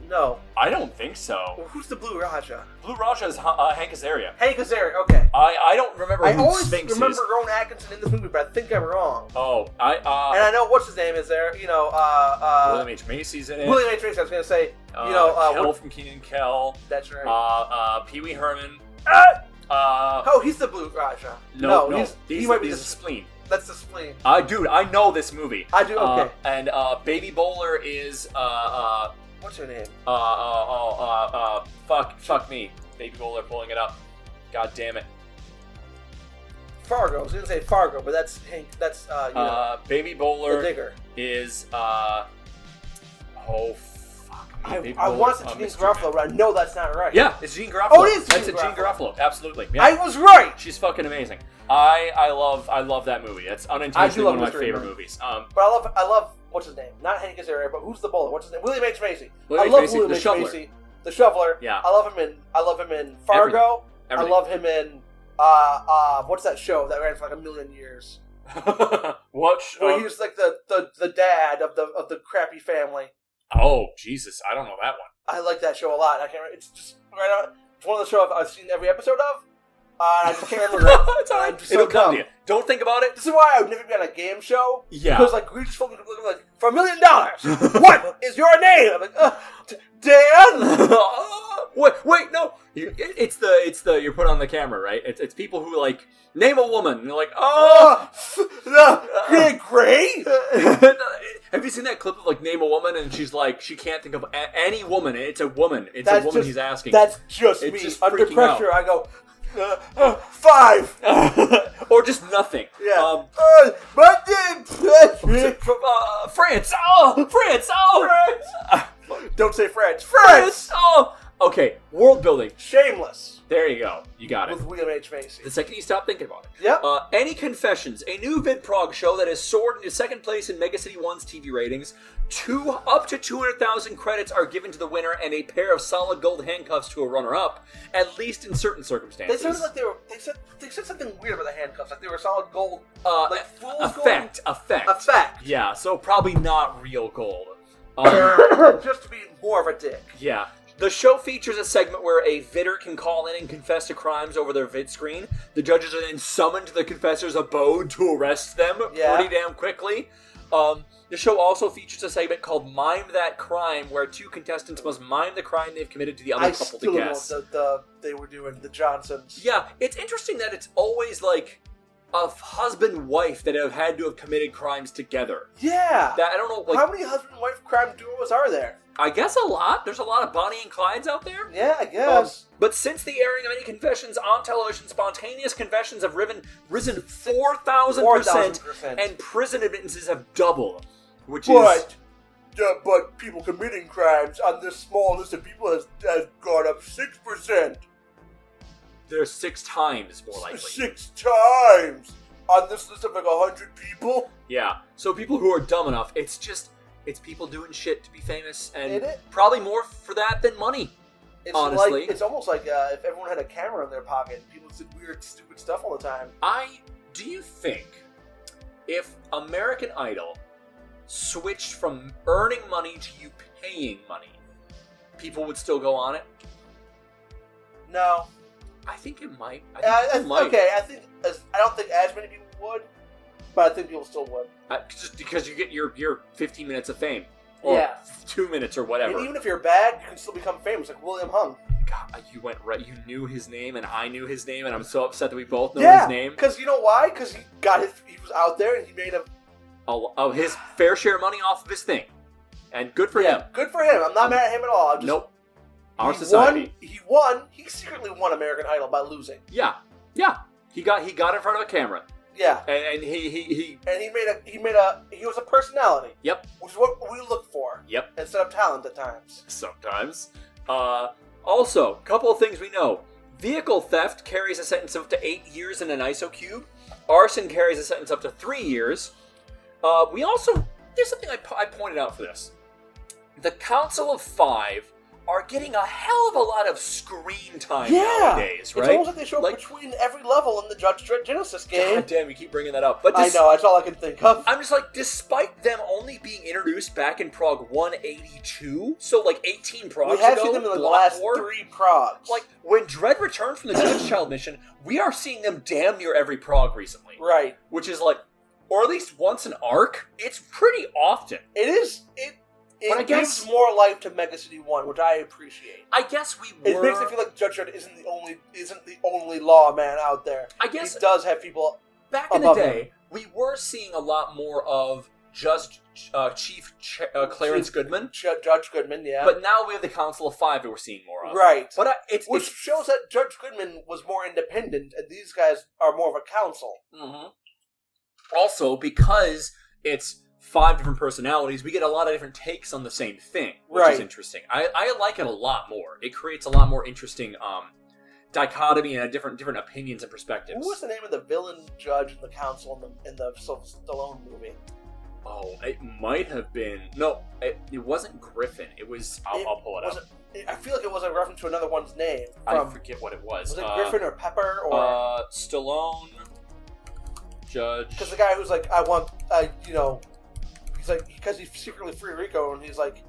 D: no.
C: I don't think so.
D: Well, who's the Blue Raja?
C: Blue Raja is uh, Hank Azaria.
D: Hank Azaria. Okay.
C: I I don't remember
D: I
C: who
D: always
C: Sphinx
D: remember
C: is.
D: Rowan Atkinson in this movie, but I think I'm wrong.
C: Oh, I
D: and
C: uh.
D: I know what's his name is there. You know, uh, uh,
C: William H Macy's in it.
D: William H. Tracy. I was gonna say,
C: uh,
D: you know, uh,
C: Kel
D: what-
C: from Keenan Kel.
D: that's right.
C: Uh, uh, Pee Wee Herman.
D: Ah!
C: Uh,
D: oh, he's the Blue Raja.
C: no, no,
D: he's,
C: these,
D: he might be
C: these
D: the,
C: are spleen.
D: that's the spleen.
C: I dude, I know this movie.
D: I do.
C: Uh,
D: Okay.
C: and uh, Baby Bowler is uh, uh,
D: what's her name?
C: uh, uh, uh, uh, uh, fuck, fuck me. Baby Bowler pulling it up. God damn it.
D: Fargo. I was gonna say Fargo, but that's Hank. That's uh, you know,
C: Uh, Baby
D: the
C: Bowler
D: digger.
C: is uh, oh fuck. me.
D: I,
C: Baby
D: I
C: Bowler
D: want
C: is
D: to
C: a
D: Gene
C: mystery man.
D: Garofalo, but I know that's not right.
C: Yeah, it's Gene Garofalo.
D: Oh, it is
C: That's
D: Gene
C: a Gene
D: Garofalo.
C: Garofalo. Absolutely. Yeah.
D: I was right.
C: She's fucking amazing. I I love I love that movie. That's unintentionally one
D: love
C: of my
D: Mystery
C: favorite
D: Men.
C: movies. Um,
D: But I love, I love what's his name? Not Hank Azaria, but who's the bowler? What's his name? William H Macy.
C: William
D: I love
C: H. Macy,
D: William
C: the
D: H
C: shoveler.
D: Macy, the shoveler.
C: Yeah.
D: I love him in, I love him in Fargo.
C: everything.
D: I love him in, uh, uh, what's that show that ran for like a million years?
C: Watch.
D: Where he was like the, the, the dad of the of the crappy family.
C: oh Jesus, I don't know that one.
D: I like that show a lot. I can't. remember- It's just right on. It's one of the shows I've seen every episode of. Uh, I just can't remember. it.
C: It's all right.
D: I'm just so
C: It'll come
D: dumb.
C: to you. Don't think about it.
D: This is why I would never be on a game show
C: Yeah.
D: Because like we just filmed it, like for a million dollars. What is your name? I'm like, uh, D- Dan.
C: wait, wait, no. You- it- It's the it's the you're put on the camera, right? It's, it's people who like name a woman. And they're like, oh.
D: Uh, uh, Gray.
C: Have you seen that clip of like name a woman and she's like she can't think of a- any woman. It's a woman. It's
D: That's
C: a woman
D: just-
C: he's asking.
D: That's just
C: It's
D: me
C: just
D: under
C: freaking
D: pressure. I go uh, uh, five.
C: or just nothing.
D: Yeah.
C: Um,
D: Uh, but then-
C: from uh, France. Oh, France. Oh,
D: don't say French. French.
C: Oh. Okay. World building.
D: Shameless.
C: There you go. You got it.
D: With William H Macy.
C: The second you stop thinking about it.
D: Yep.
C: Uh, any Confessions, a new Vid Prog show that has soared into second place in Mega City 1's TV ratings. Two up to 200,000 credits are given to the winner and a pair of solid gold handcuffs to a runner-up, at least in certain
D: They
C: circumstances.
D: sounded like they were. They said they said something weird about the handcuffs. Like they were solid gold.
C: uh,
D: like full
C: effect, effect.
D: Gold. Effect.
C: Yeah, so probably not real gold. Um,
D: just to be more of a dick.
C: Yeah. The show features a segment where a vidder can call in and confess to crimes over their vid screen. The judges are then summoned to the confessor's abode to arrest them
D: Yeah.
C: pretty damn quickly. Um, the show also features a segment called Mime That Crime, where two contestants must mime the crime they've committed to the other
D: I
C: couple
D: still
C: to
D: don't know
C: guess.
D: what the, the they were doing the Johnsons.
C: Yeah, it's interesting that it's always like a husband wife that have had to have committed crimes together.
D: Yeah.
C: That I don't know, like
D: How many husband and wife crime duos are there?
C: I guess a lot. There's a lot of Bonnie and Clydes out there.
D: Yeah, I guess.
C: Um, But since the airing of any confessions on television, spontaneous confessions have riven, risen 4,000%,
D: 4,000%.
C: and prison admittances have doubled, which is
D: but yeah, but people committing crimes on this small list of people has, has gone up six percent,
C: they're six times more likely.
D: six times on this list of like hundred people.
C: Yeah. So people who are dumb enough, it's just, it's people doing shit to be famous,
D: Ain't
C: and
D: it?
C: probably more for that than money.
D: It's
C: Honestly.
D: like it's almost like uh, if everyone had a camera in their pocket, people did weird, stupid stuff all the time.
C: I, do you think if American Idol switched from earning money to you paying money, people would still go on it?
D: No,
C: I think it might. I think
D: I, I,
C: people might.
D: Uh, okay, I think as, I don't think as many people would, but I think people still would.
C: Uh, just because you get your your 15 minutes of fame, or
D: Yeah.
C: two minutes or whatever.
D: And even if you're bad, you can still become famous, like William Hung.
C: God, uh, you went right. You knew his name, and I knew his name, and I'm so upset that we both know his
D: yeah,
C: name.
D: because you know why? Because he got his, he was out there and he made a
C: Oh, oh, his fair share of money off of his thing, and good for him.
D: good for him. I'm not mad at him at all. I'm just
C: nope, Our
D: he
C: society.
D: Won, he won. He secretly won American Idol by losing.
C: Yeah, yeah. He got he got in front of a camera,
D: Yeah,
C: and, and he he he.
D: and he made a he made a he was a personality.
C: Yep.
D: which is what we look for
C: Yep.
D: instead of talent at times.
C: Sometimes. Uh, also, couple of things we know: vehicle theft carries a sentence of up to eight years in an ISO cube. Arson carries a sentence up to three years. Uh, we also there's something I, po- I pointed out for this. The Council of Five are getting a hell of a lot of screen time nowadays,
D: it's
C: right?
D: almost like they show up
C: Like-
D: between every level in the Judge Dredd Genesis game.
C: God damn, you keep bringing that up, but
D: I
C: this,
D: know. That's all I can think of.
C: I'm just like, despite them only being introduced back in Prague 182, so like 18 Pragues
D: we have
C: ago,
D: seen them in like, the
C: Block
D: last
C: War,
D: three progs.
C: Like when Dread returned from the Judge Child mission, we are seeing them damn near every Prague recently,
D: right.
C: which is like, or at least once an arc. It's pretty often.
D: It is it. It
C: But I
D: gives
C: guess-
D: more life to Mega City One, which I appreciate.
C: I guess we
D: It
C: were.
D: makes me feel like Judge Dredd isn't the only isn't the only lawman out there.
C: I guess
D: he does have people.
C: back in the
D: above
C: day, we were seeing a lot more of just uh, Chief Ch- uh, Clarence
D: Chief-
C: Goodman,
D: Ju- Judge Goodman, yeah,
C: but now we have the Council of Five that we're seeing more of.
D: right.
C: But I, it's
D: Which
C: it's-
D: shows that Judge Goodman was more independent, and these guys are more of a council.
C: Mm-hmm. Also, because it's five different personalities, we get a lot of different takes on the same thing, which is
D: Right.
C: interesting. I, I like it a lot more. It creates a lot more interesting um, dichotomy and a different different opinions and perspectives.
D: What was the name of the villain judge in the council in the in the Sylvester Stallone movie?
C: oh, it might have been no, it, it wasn't Griffin. It was. I'll,
D: It
C: I'll pull it
D: was
C: up.
D: I feel like it was a reference to another one's name.
C: I
D: From
C: forget what it was.
D: was it
C: Uh,
D: Griffin or Pepper or
C: Uh, Stallone, Judge.
D: because the guy who's like, I want, I you know, he's like because he's secretly free Rico and he's like,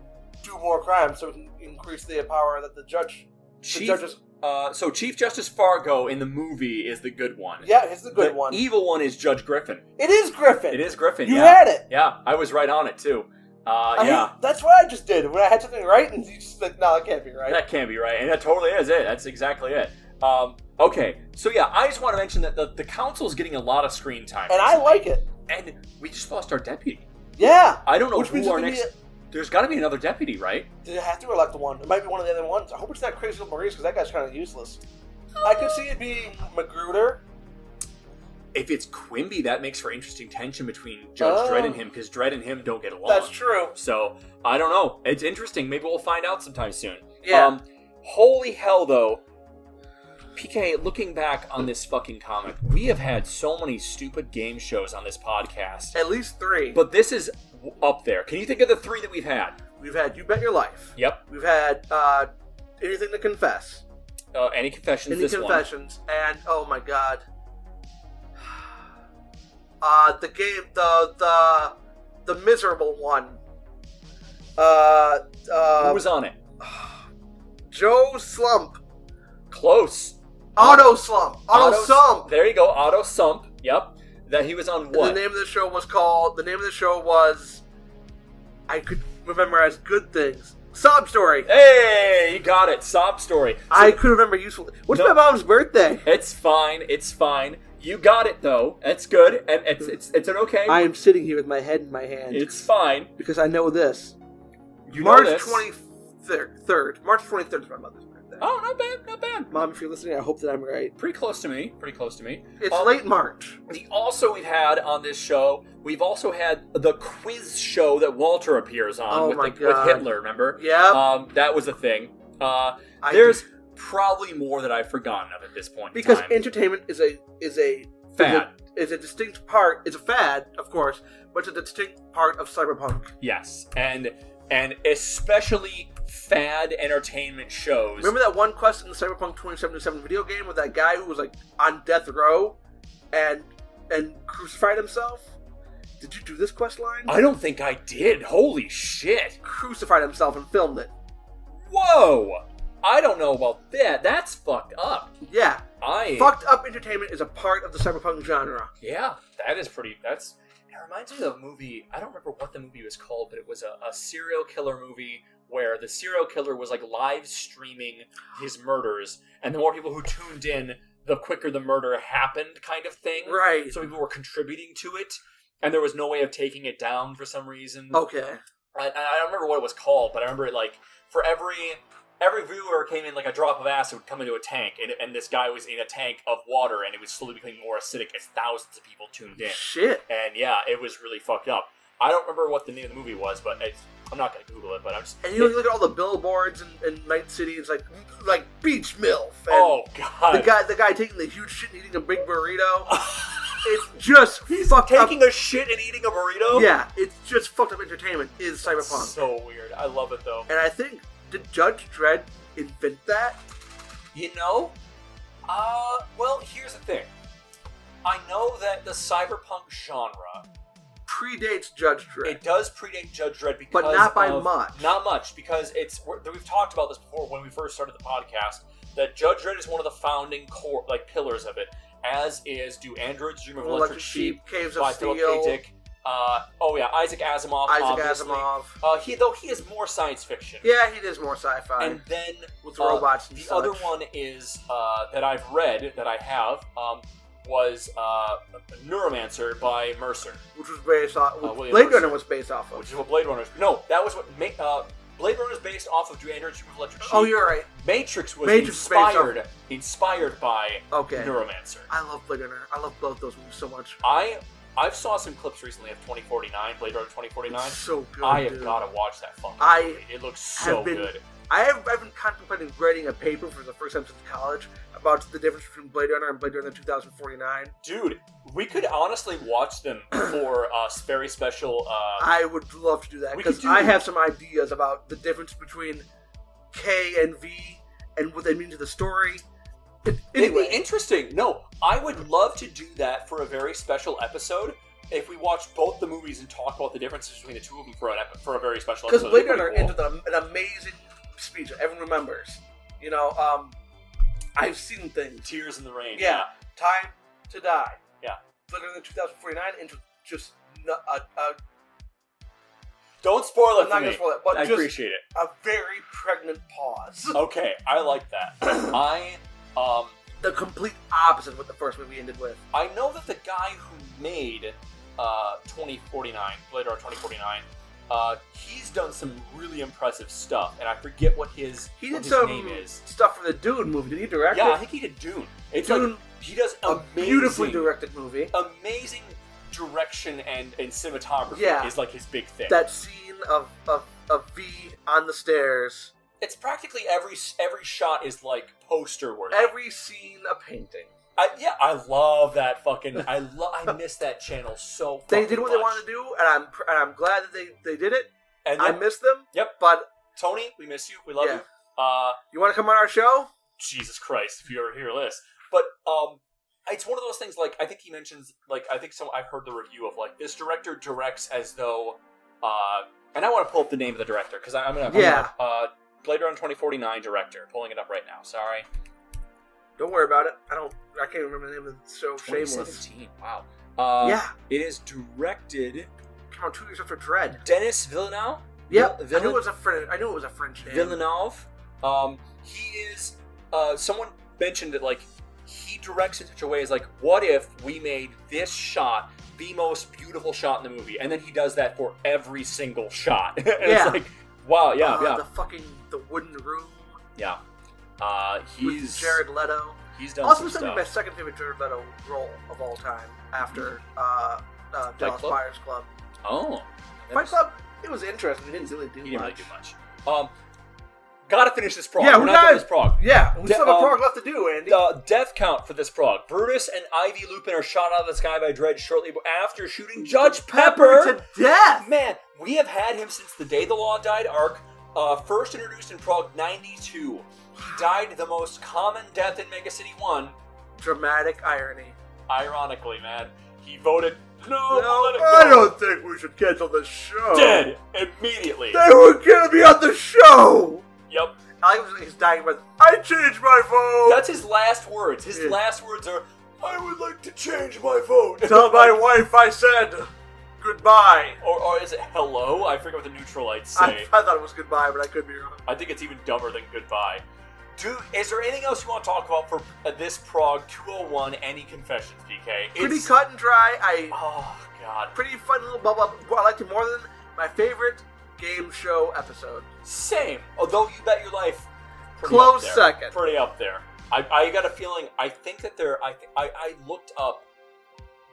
D: do more crime so we can increase the power that the judge, the
C: Chief.
D: judges.
C: Uh, so Chief Justice Fargo in the movie is the good one.
D: Yeah, he's the good
C: the
D: one.
C: evil one is Judge Griffin.
D: it is Griffin.
C: It is Griffin.
D: You
C: yeah.
D: had Oh, it.
C: yeah, I was right on it too. Uh,
D: I hate-
C: yeah,
D: that's what I just did when I had something right and you just like, no, it can't be right.
C: that can't be right, and that totally is it. That's exactly it. Um, okay, so yeah, I just want to mention that the, the council's getting a lot of screen time,
D: and I like it.
C: and we just lost our deputy.
D: Yeah.
C: I don't know
D: Which means
C: who our
D: that we
C: next.
D: need-
C: There's got to be another deputy, right?
D: They have to elect one. It might be one of the other ones. I hope it's not Crazy Little Maurice because that guy's kind of useless. I could see it being Magruder.
C: If it's Quimby, that makes for interesting tension between Judge
D: Oh.
C: Dredd and him because Dredd and him don't get along.
D: That's true.
C: So I don't know. It's interesting. Maybe we'll find out sometime soon.
D: Yeah.
C: Um, holy hell, though. PK, looking back on this fucking comic, we have had so many stupid game shows on this podcast,
D: At least three. But
C: but this is up there. Can you think of the three that we've had?
D: we've had You Bet Your Life.
C: Yep.
D: We've had uh, Anything to Confess.
C: Uh, any confessions?
D: Any
C: this
D: Confessions. And oh my god. Uh, the game, the the the miserable one. Uh,
C: one. Who
D: uh,
C: was on it?
D: Joe Slump,
C: Close.
D: Auto Slump, Auto,
C: Otto-
D: Slump.
C: There you go. Auto Sump. Yep. That he was on
D: And
C: what?
D: The name of the show was called. The name of the show was. I could remember as good things. Sob story.
C: hey, you got it. Sob story. So
D: I could remember useful. What's
C: No.
D: my mom's birthday?
C: It's fine. It's fine. You got it though. That's good, and it's it's it's an okay.
D: I am sitting here with my head in my hand
C: it's fine.
D: because I know this.
C: You know
D: March
C: this.
D: twenty third. March twenty third is my mother's birthday.
C: Oh, not bad. Not bad.
D: Mom, if you're listening, I hope that I'm right.
C: Pretty close to me. Pretty close to me.
D: It's
C: Um,
D: late March.
C: The also we've had on this show. We've also had the quiz show that Walter appears on
D: Oh
C: with,
D: my
C: the,
D: God.
C: with Hitler. Remember?
D: Yep.
C: Um, that was a thing. Uh,
D: I
C: there's probably more that I've forgotten of at this point. in
D: because
C: time.
D: entertainment is a is a
C: Fad.
D: Is a, is a distinct part. It's a fad, of course, but it's a distinct part of cyberpunk.
C: yes, and and especially fad entertainment shows.
D: Remember that one quest in the Cyberpunk 2077 video game with that guy who was like on death row and and crucified himself? Did you do this quest line?
C: I don't think I did. Holy shit!
D: crucified himself and filmed it.
C: Whoa! I don't know about that. That's fucked up.
D: Yeah.
C: I
D: Fucked up entertainment is a part of the cyberpunk genre.
C: Yeah, that is pretty. That's it reminds me of a movie. I don't remember what the movie was called, but it was a, a serial killer movie where the serial killer was like live streaming his murders, and the more people who tuned in, the quicker the murder happened, kind of thing.
D: Right.
C: So people were contributing to it, and there was no way of taking it down for some reason.
D: Okay.
C: I, I don't remember what it was called, but I remember it like for every every viewer came in like a drop of acid would come into a tank, and, and this guy was in a tank of water, and it was slowly becoming more acidic as thousands of people tuned in.
D: Shit.
C: And yeah, it was really fucked up. I don't remember what the name of the movie was, but it's, I'm not gonna Google it. But I'm just
D: And you look at all the billboards in, in Night City. It's like like beach milf. And
C: oh god,
D: the guy the guy taking the huge shit and eating a big burrito. it's just
C: he's
D: fucked
C: taking
D: up.
C: a shit and eating a burrito.
D: yeah, it's just fucked up entertainment is cyberpunk.
C: so weird. I love it though.
D: and I think did Judge Dredd invent that?
C: You know, uh, well, here's the thing. I know that the cyberpunk genre
D: Predates Judge Dredd.
C: It does predate Judge Dredd because,
D: But not by
C: of-
D: much.
C: Not much because it's we're, we've talked about this before when we first started the podcast. That Judge Dredd is one of the founding core like pillars of it, as is Do Androids Dream of Electric, Sheep
D: Caves
C: by
D: of
C: Philip
D: Steel,
C: K. Dick. Uh, oh yeah, Isaac Asimov.
D: Isaac
C: obviously.
D: Asimov.
C: Uh, he though he is more science fiction.
D: Yeah, he does more sci-fi
C: And then
D: with
C: uh,
D: robots. And
C: the
D: such.
C: other one is uh, that I've read that I have um, was uh, Neuromancer by Mercer.
D: which was based off,
C: Uh, William
D: Blade
C: Mercer.
D: Runner was based off of.
C: which is what Blade Runner. Is. No, that was what Ma- uh, Blade Runner is based off of Drew Androids Dream of Electric Sheep.
D: oh, you're right.
C: Matrix was
D: Matrix is based off-
C: inspired inspired by
D: Okay,
C: Neuromancer.
D: I love Blade Runner. I love both those movies so much.
C: I I've saw some clips recently of 2049 Blade Runner 2049.
D: It's so good.
C: I have
D: dude.
C: got to watch that fucking
D: I
C: movie. It looks so
D: have been-
C: good.
D: I have. I've been contemplating writing a paper for the first time since college about the difference between Blade Runner and Blade Runner 2049.
C: Dude, we could honestly watch them for a very special uh
D: I would love to do that
C: We could
D: because
C: do-
D: I have some ideas about the difference between K and V and what they mean to the story. It-
C: It'd be
D: Anyway,
C: interesting. No, I would love to do that for a very special episode. If we watch both the movies and talk about the differences between the two of them for an ep- for a very special
D: because
C: episode,
D: Blade
C: that'd be
D: Runner
C: cool.
D: ended on an amazing speech that everyone remembers. You know, um, I've seen things.
C: Tears in the Rain.
D: Yeah, Time to Die.
C: Yeah.
D: Blade Runner 2049 into just nu- a, a,
C: Don't spoil it
D: I'm
C: for
D: not
C: me.
D: gonna spoil it, but
C: I
D: just
C: appreciate it.
D: a very pregnant pause.
C: Okay, I like that. I um
D: the complete opposite of what the first movie ended with.
C: I know that the guy who made uh 2049, Blade Runner 2049, uh he's done some really impressive stuff and I forget what his
D: He
C: what
D: did
C: his
D: some
C: name is.
D: stuff for the Dune movie. Did he direct
C: Yeah, I
D: it?
C: think he did Dune. It's
D: Dune,
C: like he does
D: a
C: amazing
D: beautifully directed movie.
C: amazing direction and and cinematography
D: Yeah.
C: is like his big thing.
D: That scene of, of of V on the stairs.
C: it's practically every every shot is like poster worthy.
D: Every scene a painting.
C: I, yeah, I love that fucking. I lo- I miss that channel so.
D: They
C: fucking
D: did what they
C: much.
D: wanted to do, and I'm pr- and I'm glad that they, they did it.
C: And
D: I
C: then-
D: miss them.
C: Yep.
D: But
C: Tony, we miss you. We love
D: Yeah.
C: you. Uh,
D: you want to come on our show?
C: Jesus Christ, if you ever hear this, but um, it's one of those things. Like I think he mentions. Like I think so. I've heard the review of like this director directs as though. Uh, and I want to pull up the name of the director because I'm gonna. I'm
D: Yeah.
C: gonna, uh, Blade Runner 2049 director. Pulling it up right now. Sorry.
D: Don't worry about it. I don't. I can't remember the name of the show. Shameless.
C: 2017. Wow. Uh,
D: yeah.
C: It is directed
D: Come on, two years after Dread.
C: Dennis Villeneuve.
D: Yep.
C: Villain-
D: I knew it was a French. I knew it was a French name.
C: Villeneuve. Um, he is. Uh, someone mentioned that like he directs in such a way as like, what if we made this shot the most beautiful shot in the movie, and then he does that for every single shot. and
D: Yeah.
C: It's like, wow, yeah,
D: Uh,
C: yeah,
D: The fucking the wooden room
C: yeah. Uh,
D: with
C: he's
D: Jared Leto.
C: he's done
D: also,
C: some
D: something
C: stuff.
D: my second favorite Jared Leto role of all time after uh, uh,
C: Mm-hmm.
D: Dallas
C: Club?
D: Buyers Club.
C: oh,
D: Fight Club, it was interesting. We didn't really do
C: He didn't really
D: much.
C: do much. Um, gotta finish this prog.
D: Yeah,
C: We're
D: we
C: not done
D: gotta-
C: with this prog.
D: Yeah, we
C: De-
D: still have a
C: um,
D: prog left to do, Andy.
C: The death count for this prog. Brutus and Ivy Lupin are shot out of the sky by Dredd shortly after shooting Judge Pepper.
D: to death.
C: Man, we have had him since the day the law died arc, uh, first introduced in Prog 92. He died the most common death in Mega City 1.
D: Dramatic irony.
C: Ironically, man, he voted no, let it
D: I
C: go.
D: don't think we should cancel the show.
C: Dead immediately.
D: They were gonna be on the show.
C: Yep.
D: I was his dying breath. I changed my vote.
C: That's his last words. His
D: Yeah.
C: last words are, I would like to change my vote.
D: Tell my wife I said goodbye.
C: Or, or is it hello? I forget what the neutralites say.
D: I, I thought it was goodbye, but I could be wrong.
C: I think it's even dumber than goodbye. Dude, is there anything else you want to talk about for uh, this Prog 201 Any Confessions, PK? It's,
D: Pretty cut and dry. I
C: Oh, God.
D: pretty fun little bubble. up. I liked it more than my favorite game show episode.
C: Same. Although you bet your life pretty
D: Close
C: up there.
D: second.
C: Pretty up there. I, I got a feeling. I think that there. I, th- I I looked up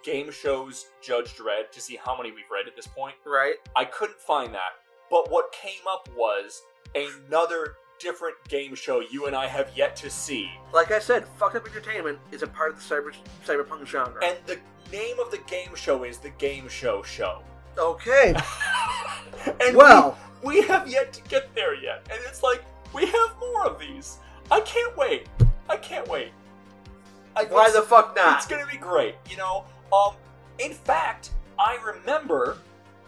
C: game shows Judge Dredd to see how many we've read at this point.
D: Right?
C: I couldn't find that. But what came up was another different game show you and I have yet to see.
D: Like I said, fucked up entertainment is a part of the cyber cyberpunk genre.
C: And the name of the game show is the Game Show Show.
D: okay.
C: And
D: well,
C: we, we have yet to get there yet. And it's like, we have more of these. I can't wait. I can't wait. I,
D: why
C: it's-
D: the fuck
C: It's
D: not?
C: gonna be great, you know. Um, in fact, I remember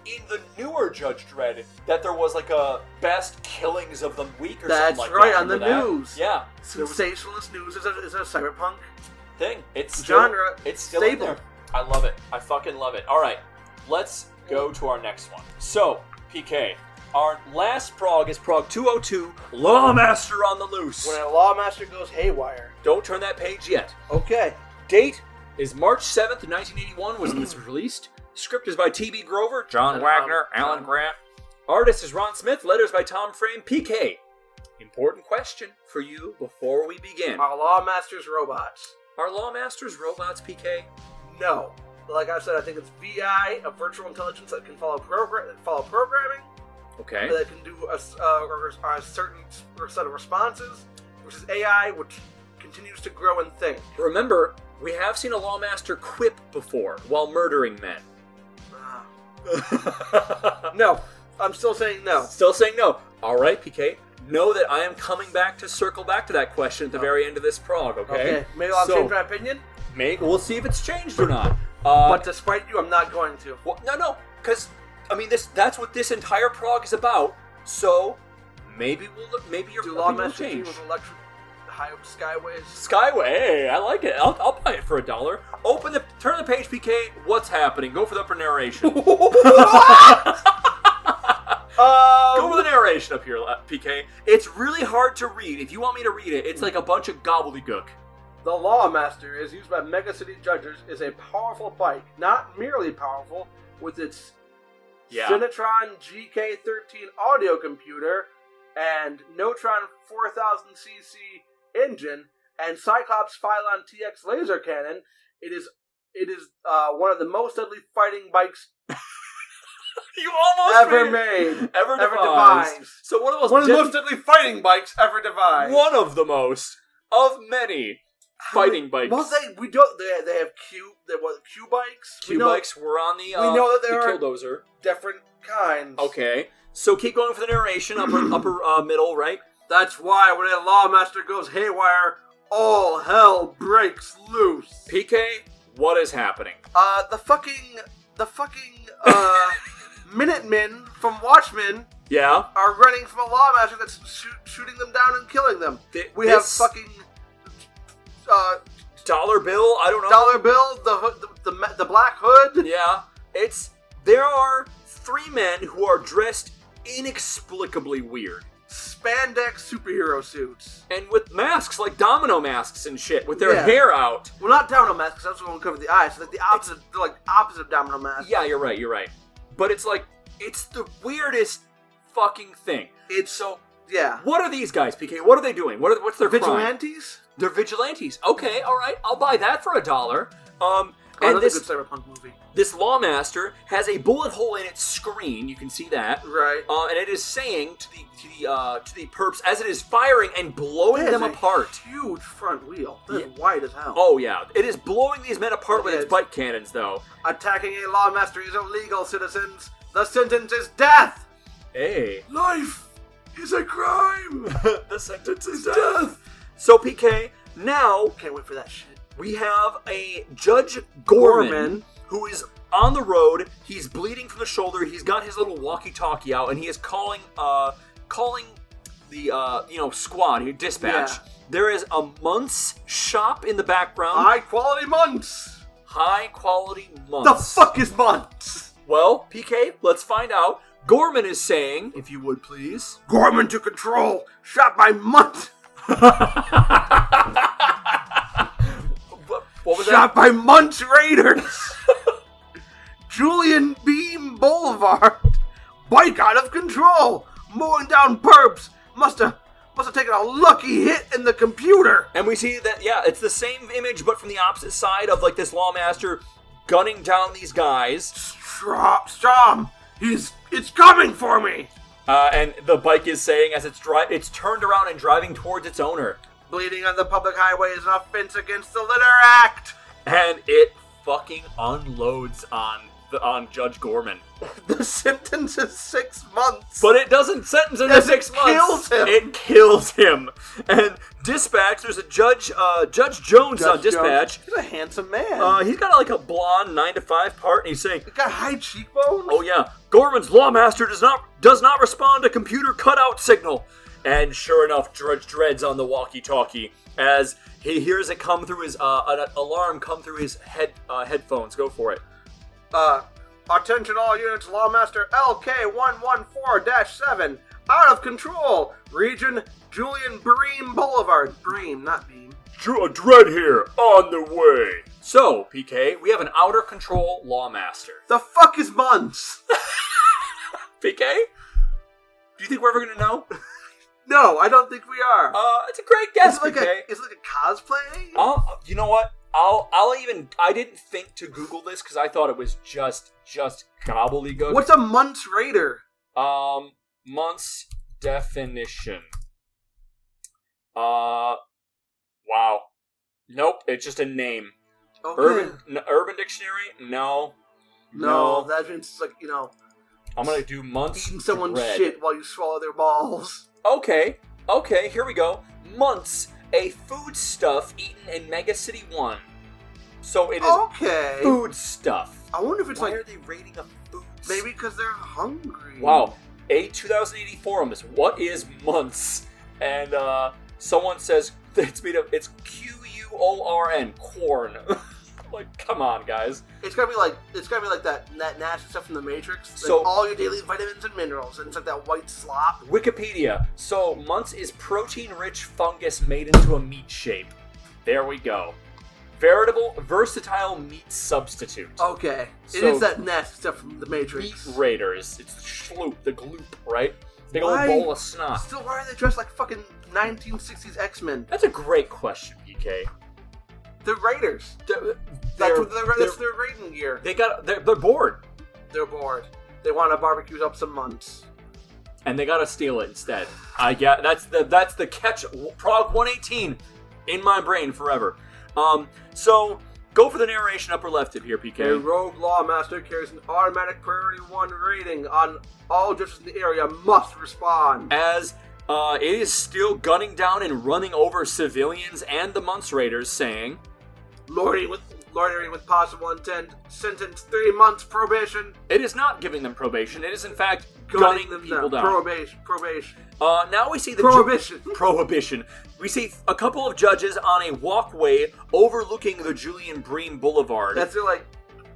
C: in the newer Judge Dredd that there was like a best killings of the week or
D: That's
C: something like
D: right,
C: that.
D: on the
C: Remember that?
D: news.
C: Yeah,
D: Sensationalist news is a, is a cyberpunk
C: thing. It's still,
D: genre.
C: It's still
D: Stable.
C: in there. I love it. I fucking love it. All right, let's go to our next one. So, PK, our last prog is prog 202, Lawmaster on the Loose.
D: When a lawmaster goes haywire.
C: Don't turn that page yet.
D: Okay.
C: Date is March 7th, 1981 was this released. Script is by T.B. Grover, John
D: Um,
C: Wagner, Alan
D: um.
C: Grant. Artist is Ron Smith, letters by Tom Frame, PK. Important question for you before we begin.
D: Are lawmasters robots?
C: Are Lawmasters robots, PK?
D: No. Like I said, I think it's VI, a virtual intelligence that can follow program that follow programming,
C: Okay.
D: that can do a, s- uh, or a certain s- or set of responses, versus AI, which continues to grow and think.
C: Remember, we have seen a Lawmaster quip before while murdering men.
D: Ah. No, I'm still saying no.
C: Still saying no. All right, PK. Know that I am coming back to circle back to that question at the very end of this prog, okay?
D: Oh. Okay, maybe I'll
C: So-
D: change my opinion,
C: Make we'll see if it's changed or not. Uh,
D: but despite you, I'm not going to.
C: well, no, no, because I mean this. That's what this entire prog is about. So maybe we'll look. Maybe your
D: Do
C: opinion will
D: lawmasters
C: change.
D: change with electric high skyways?
C: Skyway, hey, I like it. I'll, I'll buy it for a dollar. Open the turn the page, PK. What's happening? Go for the upper narration. Go for
D: Um,
C: the narration up here, uh, PK. It's really hard to read. If you want me to read it, it's like a bunch of gobbledygook.
D: the Lawmaster, as used by mega city judges, is a powerful bike, not merely powerful, with its
C: Yeah.
D: Cinetron GK13 audio computer and Notron 4000cc engine and Cyclops Phylon TX laser cannon, it is it is uh, one of the most deadly fighting bikes
C: you almost
D: ever
C: it.
D: made.
C: Ever,
D: ever
C: devised.
D: devised.
C: So one of those
D: One of the
C: diff-
D: most deadly fighting bikes ever devised.
C: one of the most of many
D: How
C: fighting
D: many-
C: bikes.
D: Well, they we don't they, they have Q they what Q bikes. We
C: Q
D: know
C: bikes were on the. Uh,
D: we know that there
C: the
D: are-
C: killdozer.
D: different kinds.
C: Okay, so keep going for the narration. Upper, upper, uh, middle, right.
D: that's why when a lawmaster goes haywire, all hell breaks loose.
C: PK, what is happening?
D: Uh, the fucking, the fucking, uh, Minutemen from Watchmen
C: Yeah,
D: are running from a lawmaster that's shoot, shooting them down and killing them.
C: Th-
D: We have
C: this
D: fucking, uh,
C: dollar bill. I don't know.
D: Dollar Bill, the hood, the, the, ma- the Black Hood.
C: Yeah, it's there are three men who are dressed inexplicably weird
D: Spandex superhero suits.
C: and with masks like domino masks and shit with their
D: Yeah.
C: hair out.
D: Well, not domino masks, that's going to cover the eyes. So like the opposite, they're like opposite of domino masks.
C: Yeah, you're right. You're right. But it's like it's the weirdest fucking thing.
D: It's so,
C: So
D: yeah.
C: What are these guys, PK? What are they doing? What are, what's their crime?
D: Vigilantes?
C: They're vigilantes. Okay, all right, I'll buy that for a dollar. Um,
D: Oh,
C: and
D: that's a
C: this
D: good cyberpunk movie.
C: this lawmaster has a bullet hole in its screen. You can see that,
D: Right.
C: uh, and it is saying to the to the uh, to the perps as it is firing and blowing
D: That is
C: them
D: a
C: apart.
D: Huge front wheel. That's
C: Yeah.
D: wide as hell.
C: Oh yeah, it is blowing these men apart with
D: Yeah,
C: its
D: it's-
C: butt cannons, though.
D: Attacking a lawmaster is illegal, citizens. The sentence is death.
C: Hey,
D: Life is a crime.
C: the sentence is death. So PK, now
D: Can't wait for that shit.
C: we have a Judge Gorman,
D: Gorman.
C: who is on the road. He's bleeding from the shoulder. He's got his little walkie-talkie out, and he is calling, uh, calling the uh, you know squad, your dispatch.
D: Yeah.
C: There is a month's shop in the background.
D: High quality months.
C: High quality months.
D: The fuck is months?
C: Well, PK, let's find out. Gorman is saying, if you would please.
D: Gorman to control. Shot by month.
C: what, what was that?
D: Shot by months raiders. Julian Beam Boulevard. Bike out of control. Mowing down perps. Musta must have taken a lucky hit in the computer.
C: And we see that, yeah, it's the same image, but from the opposite side of like this lawmaster gunning down these guys.
D: Strom, Strom, he's it's coming for me.
C: Uh, and the bike is saying as it's dri- it's turned around and driving towards its owner,
D: Bleeding on the public highway is an offense against the Litter Act.
C: and it fucking unloads on the, on Judge Gorman.
D: The sentence is six months.
C: But uh, it doesn't sentence him to
D: Yes, it
C: six months.
D: kills him.
C: It kills him. And dispatch, there's a judge, uh, Judge Jones
D: Judge
C: on dispatch.
D: Jones, he's a handsome man.
C: Uh, he's got like a blonde nine to five part, and he's saying,
D: he's got high cheekbones.
C: "Oh yeah, Gorman's lawmaster does not does not respond to computer cutout signal." And sure enough, Judge dreads on the walkie-talkie as he hears it come through his uh, an alarm come through his head uh, headphones. Go for it.
D: Uh, attention all units, Lawmaster LK114-7, out of control, region Julian Bream Boulevard. Bream, not Beam.
C: Dr- Dread here on the way. So PK, we have an outer control lawmaster.
D: The fuck is months?
C: PK? Do you think we're ever gonna know?
D: No, I don't think we are.
C: Uh, it's a great
D: is
C: guess,
D: it like
C: PK.
D: a is it like a cosplay?
C: I'll, you know what? I'll, I'll even. I didn't think to Google this because I thought it was just, just gobbledygook.
D: What's a months raider?
C: um month's definition? Uh, wow. Nope, it's just a name.
D: Okay.
C: Urban, n- Urban Dictionary? No,
D: Oh, No,
C: no.
D: that means it's like you know
C: I'm gonna do months.
D: eating someone's
C: dread.
D: shit while you swallow their balls.
C: Okay, okay, here we go. Months, a foodstuff eaten in Mega City One. So it is
D: Okay.
C: food stuff.
D: I wonder if it's
C: Why
D: Oh. like
C: are they rating a food?
D: maybe because they're hungry.
C: Wow. A 2080 forum is what is months, and uh, someone says it's made of it's Q U O R N corn. like, come on, guys.
D: It's gotta be like it's gotta be like that that nasty stuff from the Matrix. Like
C: So-
D: all your daily vitamins and minerals, and it's like that white slop.
C: Wikipedia. So months is protein-rich fungus made into a meat shape. There we go. Veritable, versatile meat substitute.
D: Okay, it
C: So-
D: is that nasty stuff from the
C: Meat
D: Matrix.
C: raiders. It's the schloop, the gloop, right? Big
D: Why-
C: old bowl of snot.
D: Still, why are they dressed like fucking 1960s X Men?
C: That's a great question, PK.
D: They're raiders.
C: They're-
D: That's what they're,
C: they're-
D: that's their raiding gear.
C: They got they're, they're bored
D: They're bored. They want to barbecue up some months.
C: and they got to steal it instead. I get that's the that's the catch Prague 118 in my brain forever. Um so go for the narration upper left of here
D: A
C: PK.
D: rogue lawmaster carries an automatic priority one rating on all judges in the area must respond.
C: As uh, it is still gunning down and running over civilians and the Munce Raiders saying
D: Loitering with loitering with possible intent, sentence three months probation.
C: it is not giving them probation. It is in fact gunning,
D: Gunning them
C: people
D: down.
C: down.
D: Probation, probation,
C: uh, now we see the ju-
D: prohibition.
C: prohibition. We see a couple of judges on a walkway overlooking the Julian Bream Boulevard.
D: That's they're like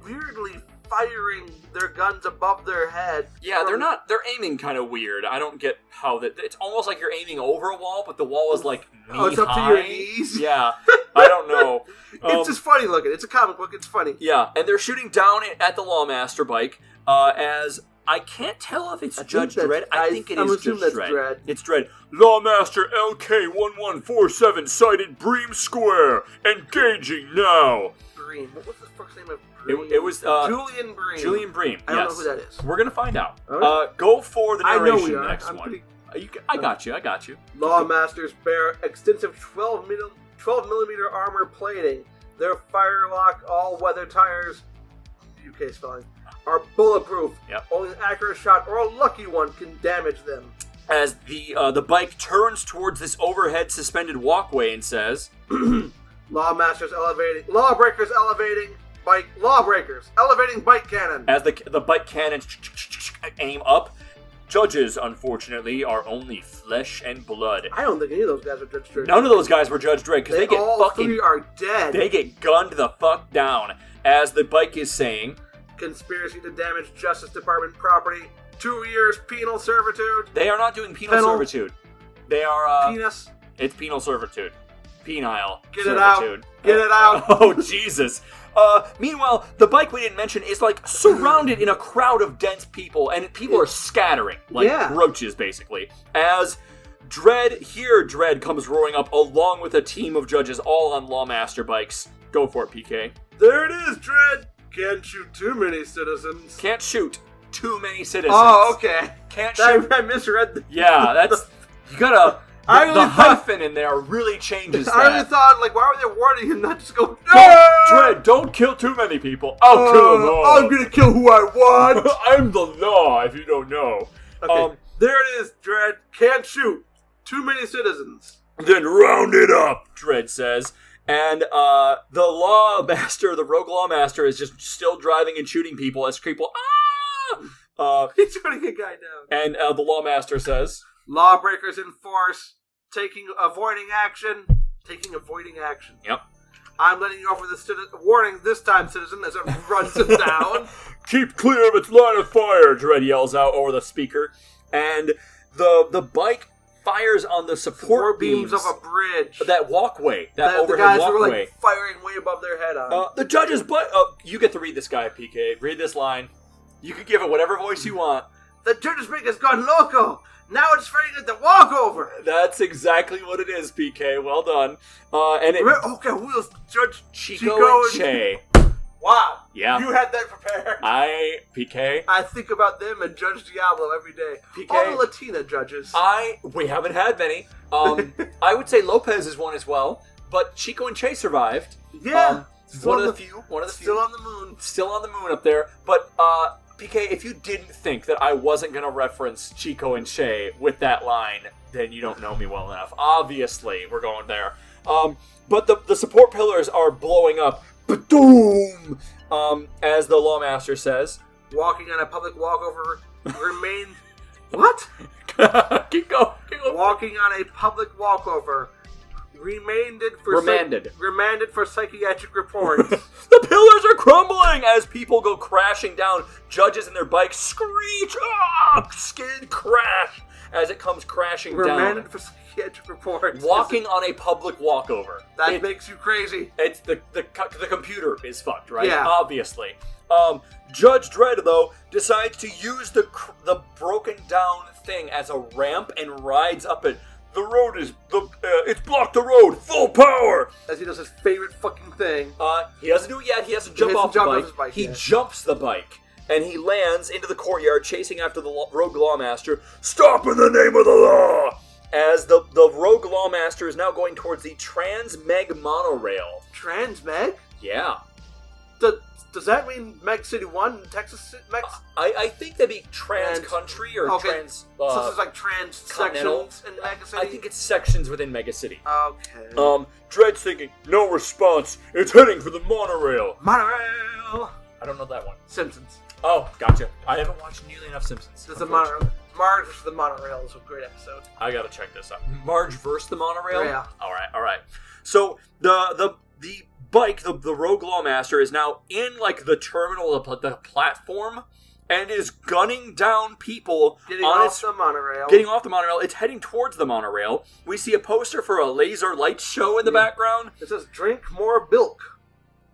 D: weirdly firing their guns above their head. Um,
C: Yeah, they're
D: from-
C: not. They're aiming kind of weird. I don't get how that. It's almost like you're aiming over a wall, but the wall is like knee
D: Oh, it's up to your
C: high.
D: knees?
C: Yeah, I don't know. Um,
D: it's just funny looking. It's a comic book. It's funny.
C: yeah, and they're shooting down at- at the Lawmaster bike. Uh, as I can't tell if it's
D: I think
C: Judge
D: that's-
C: Dredd. I
D: I-
C: think it
D: I'm
C: is
D: assuming
C: Judge
D: that's
C: Dredd.
D: Dredd.
C: It's Dredd. Lawmaster LK one one four seven sighted Bream Square, engaging now.
D: Green. What was the first name of
C: It,
D: Green?
C: it was uh,
D: Julian Green.
C: Julian Bream.
D: I don't know
C: yes.
D: who that is.
C: We're gonna find out.
D: All right.
C: Uh, go for the
D: I
C: narration
D: know we are.
C: next
D: I'm
C: one.
D: pretty-
C: Uh, you, I got you. I got you.
D: Lawmasters bear extensive 12 mil- 12 millimeter armor plating. Their firelock all-weather tires, UK spelling, are bulletproof.
C: Yep.
D: Only an accurate shot or a lucky one can damage them.
C: As the uh, the bike turns towards this overhead suspended walkway and says,
D: Lawmasters elevating, lawbreakers elevating bike, lawbreakers elevating bike cannon.
C: as the the bike cannons aim up. Judges, unfortunately, are only flesh and blood.
D: I don't think any of those guys are Judge Dredd.
C: None of those guys were Judge Dredd because they, get
D: all
C: fucking
D: three are dead.
C: they get gunned the fuck down. As the bike is saying,
D: Conspiracy to damage Justice Department property. Two years penal servitude.
C: they are not doing penal
D: Penal-
C: servitude. They are uh,
D: Penis.
C: It's penal servitude. Penile.
D: Get it out.
C: servitude.
D: Get it out.
C: Oh, Jesus. Uh, meanwhile, the bike we didn't mention is like surrounded in a crowd of dense people, and people are scattering like
D: Yeah.
C: roaches, basically. As Dread here, Dread comes roaring up along with a team of judges, all on Lawmaster bikes. Go for it, PK.
D: There it is, Dread. Can't shoot too many citizens.
C: Can't shoot too many citizens.
D: oh, okay.
C: Can't
D: I,
C: shoot.
D: I misread. The,
C: Yeah, that's you gotta. The,
D: I really
C: the
D: thought-
C: hyphen in there really changes that.
D: I really thought, like, why were they warning him not just go? No,
C: Don't- Dread, don't kill too many people. I'll
D: Uh,
C: kill them all.
D: I'm gonna kill who I want.
C: I'm the law, if you don't know.
D: Okay,
C: Um,
D: there it is, Dread. Can't shoot. Too many citizens.
C: Then round it up, Dread says. And uh, the law master, the rogue law master, is just still driving and shooting people as people. Ah! Uh,
D: He's trying to get guy down.
C: and uh, the law master says,
D: Lawbreakers in force, taking avoiding action, taking avoiding action.
C: Yep.
D: I'm letting you off with a citi- warning this time, citizen, as it runs him down.
C: "Keep clear of its line of fire!" Dread yells out over the speaker, and the the bike fires on the support
D: Four beams of a bridge
C: that walkway, that,
D: that the
C: overhead
D: guys
C: walkway.
D: were like firing way above their head on.
C: Uh, the judge's butt. Oh, you get to read this guy, PK. Read this line. You can give it whatever voice you want.
D: the judge's break has gone loco. Now it's fighting at the walkover.
C: That's exactly what it is, PK. Well done. Uh, and it,
D: Re- Okay, who is Judge
C: Chico,
D: Chico
C: and
D: and-
C: Che.
D: Wow,
C: Yeah.
D: you had that prepared.
C: I, PK,
D: I think about them and Judge Diablo every day.
C: PK.
D: All the Latina judges.
C: I, we haven't had many. Um, I would say Lopez is one as well, but Chico and Che survived.
D: yeah,
C: Um,
D: still
C: one
D: on
C: of the
D: the-
C: few. One of the
D: still
C: few.
D: on the moon.
C: still on the moon up there. But uh, PK, if you didn't think that I wasn't gonna reference Chico and Shay with that line, then you don't know me well enough. Obviously, we're going there. Um, but the the support pillars are blowing up. Boom! Um, as the lawmaster says.
D: Walking on a public walkover remain. what?
C: keep going. Keep going.
D: Walking on a public walkover remanded for psych-
C: Remanded.
D: remanded for psychiatric reports.
C: The pillars are crumbling as people go crashing down. Judges and their bikes screech, ah, skid, crash as it comes crashing down.
D: remanded for psychiatric reports.
C: walking on a public walkover.
D: that
C: It-
D: makes you crazy.
C: it's the, the co- the computer is fucked, right?
D: Yeah.
C: Obviously. Um, Judge Dredd though decides to use the cr- the broken down thing as a ramp and rides up it. The road is the uh, it's blocked the road. Full power.
D: As he does his favorite fucking thing.
C: Uh, he doesn't do it yet. He has to jump
D: has to
C: off the
D: jump off
C: bike.
D: his bike,
C: he
D: yeah.
C: jumps the bike and he lands into the courtyard, chasing after the lo- rogue lawmaster. Stop in the name of the law! As the the rogue lawmaster is now going towards the Trans Meg monorail.
D: Trans Meg?
C: Yeah,
D: Does, does that mean Meg City 1, Texas City, Meg?
C: I, I think that'd be trans,
D: Trans-
C: country or
D: okay.
C: trans.
D: so
C: Uh,
D: this is like trans
C: continental.
D: sections in Meg City?
C: I think it's sections within Mega City.
D: Okay.
C: Um, Dread's thinking, no response. It's heading for the monorail.
D: monorail!
C: I don't know that one.
D: Simpsons.
C: Oh, gotcha. I haven't watched nearly enough Simpsons.
D: There's a monorail. Marge versus the monorail is a great episode.
C: I gotta check this out. Marge versus the monorail.
D: Yeah.
C: All right. All right. So the the the bike, the the Rogue Lawmaster is now in like the terminal, the, pl- the platform, and is gunning down people
D: Getting
C: on
D: off
C: its
D: the monorail.
C: getting off the monorail. It's heading towards the monorail. We see a poster for a laser light show in the
D: Yeah.
C: background.
D: It says drink more milk.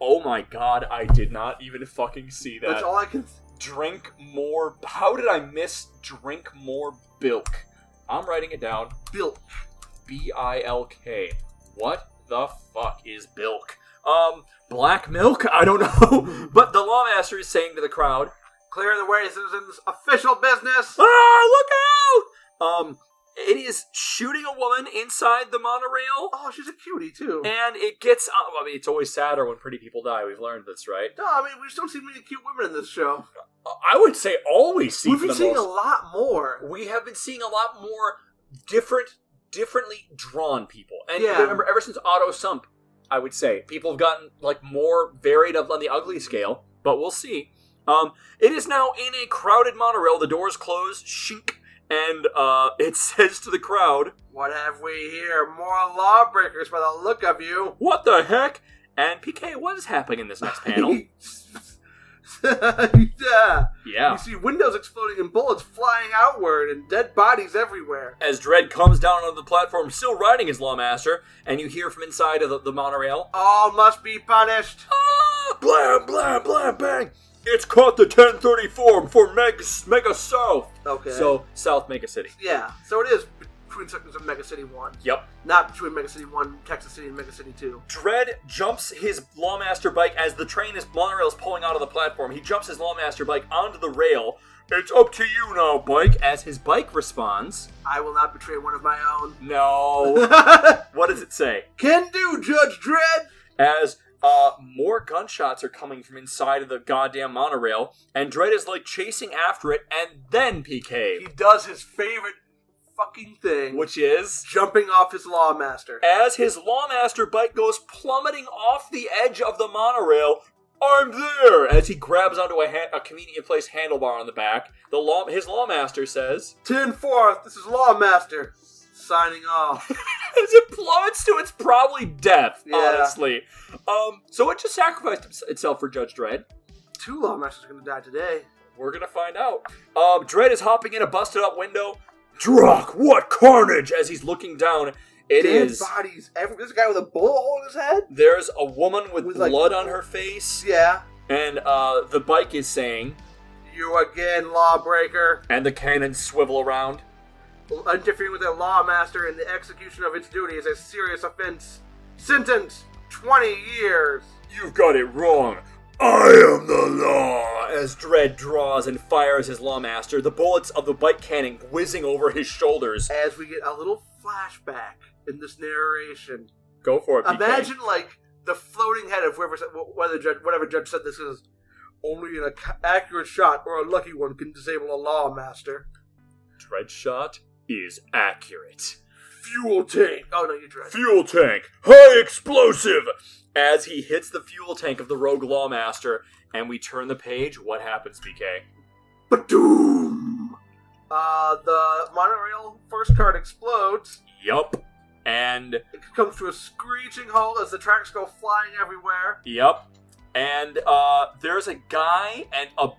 C: Oh my god, I did not even fucking see that.
D: That's all I can.
C: drink more. How did I miss drink more bilk? I'm writing it down.
D: Bilk.
C: B I L K. What the fuck is bilk? Um, black milk? I don't know. but the lawmaster is saying to the crowd,
D: Clear the way, citizens. Official
C: Oh.
D: business.
C: Ah, look out! Um, it is shooting a woman inside the monorail.
D: Oh, she's a cutie too.
C: And it gets. Uh, I mean, it's always sadder when pretty people die. We've learned this, right?
D: no, I mean we just don't see many cute women in this show.
C: I would say always see.
D: We've
C: for
D: been
C: the
D: seeing a
C: most-
D: lot more.
C: We have been seeing a lot more different, differently drawn people. And
D: Yeah.
C: remember, ever since Auto Sump, I would say people have gotten like more varied up on the ugly scale. But we'll see. Um, it is now in a crowded monorail. The doors close. Shink. And uh, it says to the crowd,
D: What have we here? More lawbreakers by the look of you.
C: "What the heck?" And PK, what is happening in this next panel?
D: yeah.
C: yeah.
D: You see windows exploding and bullets flying outward and dead bodies everywhere.
C: As Dredd comes down onto the platform, still riding his lawmaster, and you hear from inside of the, the monorail,
D: All must be punished.
C: "Ah, blam, blam, blam, bang! It's caught the 1034 for Meg, Mega South.
D: Okay.
C: So South Mega City.
D: yeah, so it is
F: between sections of Mega City 1,
C: Yep.
F: not between Mega City 1, Texas City, and Mega City 2.
C: Dread jumps his Lawmaster bike as the train is monorail is pulling onto the platform. He jumps his Lawmaster bike onto the rail. It's up to you now, bike. As his bike responds,
F: I will not betray one of my own.
C: no. what does it say?
F: Can do, Judge Dredd!
C: As uh, more gunshots are coming from inside of the goddamn monorail, and Dread is like chasing after it, and then
F: He
C: PK,
F: does his favorite fucking thing,
C: which is
F: jumping off his Lawmaster.
C: as his Lawmaster bike goes plummeting off the edge of the monorail. I'm there! As he grabs onto a, ha- a convenient place handlebar on the back, the law- his Lawmaster says,
F: Ten fourth, this is Lawmaster. Signing off.
C: as it plummets to its probably death,
F: Yeah.
C: honestly. Um, so it just sacrificed its- itself for Judge Dredd.
F: Two Lawmasters are gonna die today.
C: We're gonna find out. Um, Dredd is hopping in a busted up window. Drock, what carnage! As he's looking down, it
F: Dead
C: is.
F: bodies.
D: Every, this guy with a bullet hole in his head.
C: There's a woman with,
D: With, like-
C: blood on her face,
F: Yeah.
C: and uh, the bike is saying,
F: You again, Lawbreaker.
C: and the cannons swivel around.
F: Interfering with a Lawmaster in the execution of its duty is a serious offense. Sentence 20 years.
C: You've got it wrong. I am the law! As Dredd draws and fires his lawmaster, the bullets of the bike cannon whizzing over his shoulders.
F: As we get a little flashback in this narration.
C: Go for it, PK.
F: Imagine, like, the floating head of whoever said, wh- whether judge, whatever judge said this is. Only an ac- accurate shot or a lucky one can disable a Lawmaster.
C: Dread shot is accurate.
F: Fuel tank. Oh, no, you dread.
C: Fuel tank, high explosive! As he hits the fuel tank of the rogue lawmaster, and we turn the page, what happens, PK?
F: Badoom! Uh, the monorail first card explodes.
C: Yup. And
F: It comes to a screeching halt as the tracks go flying everywhere.
C: Yep. And uh, there's a guy and a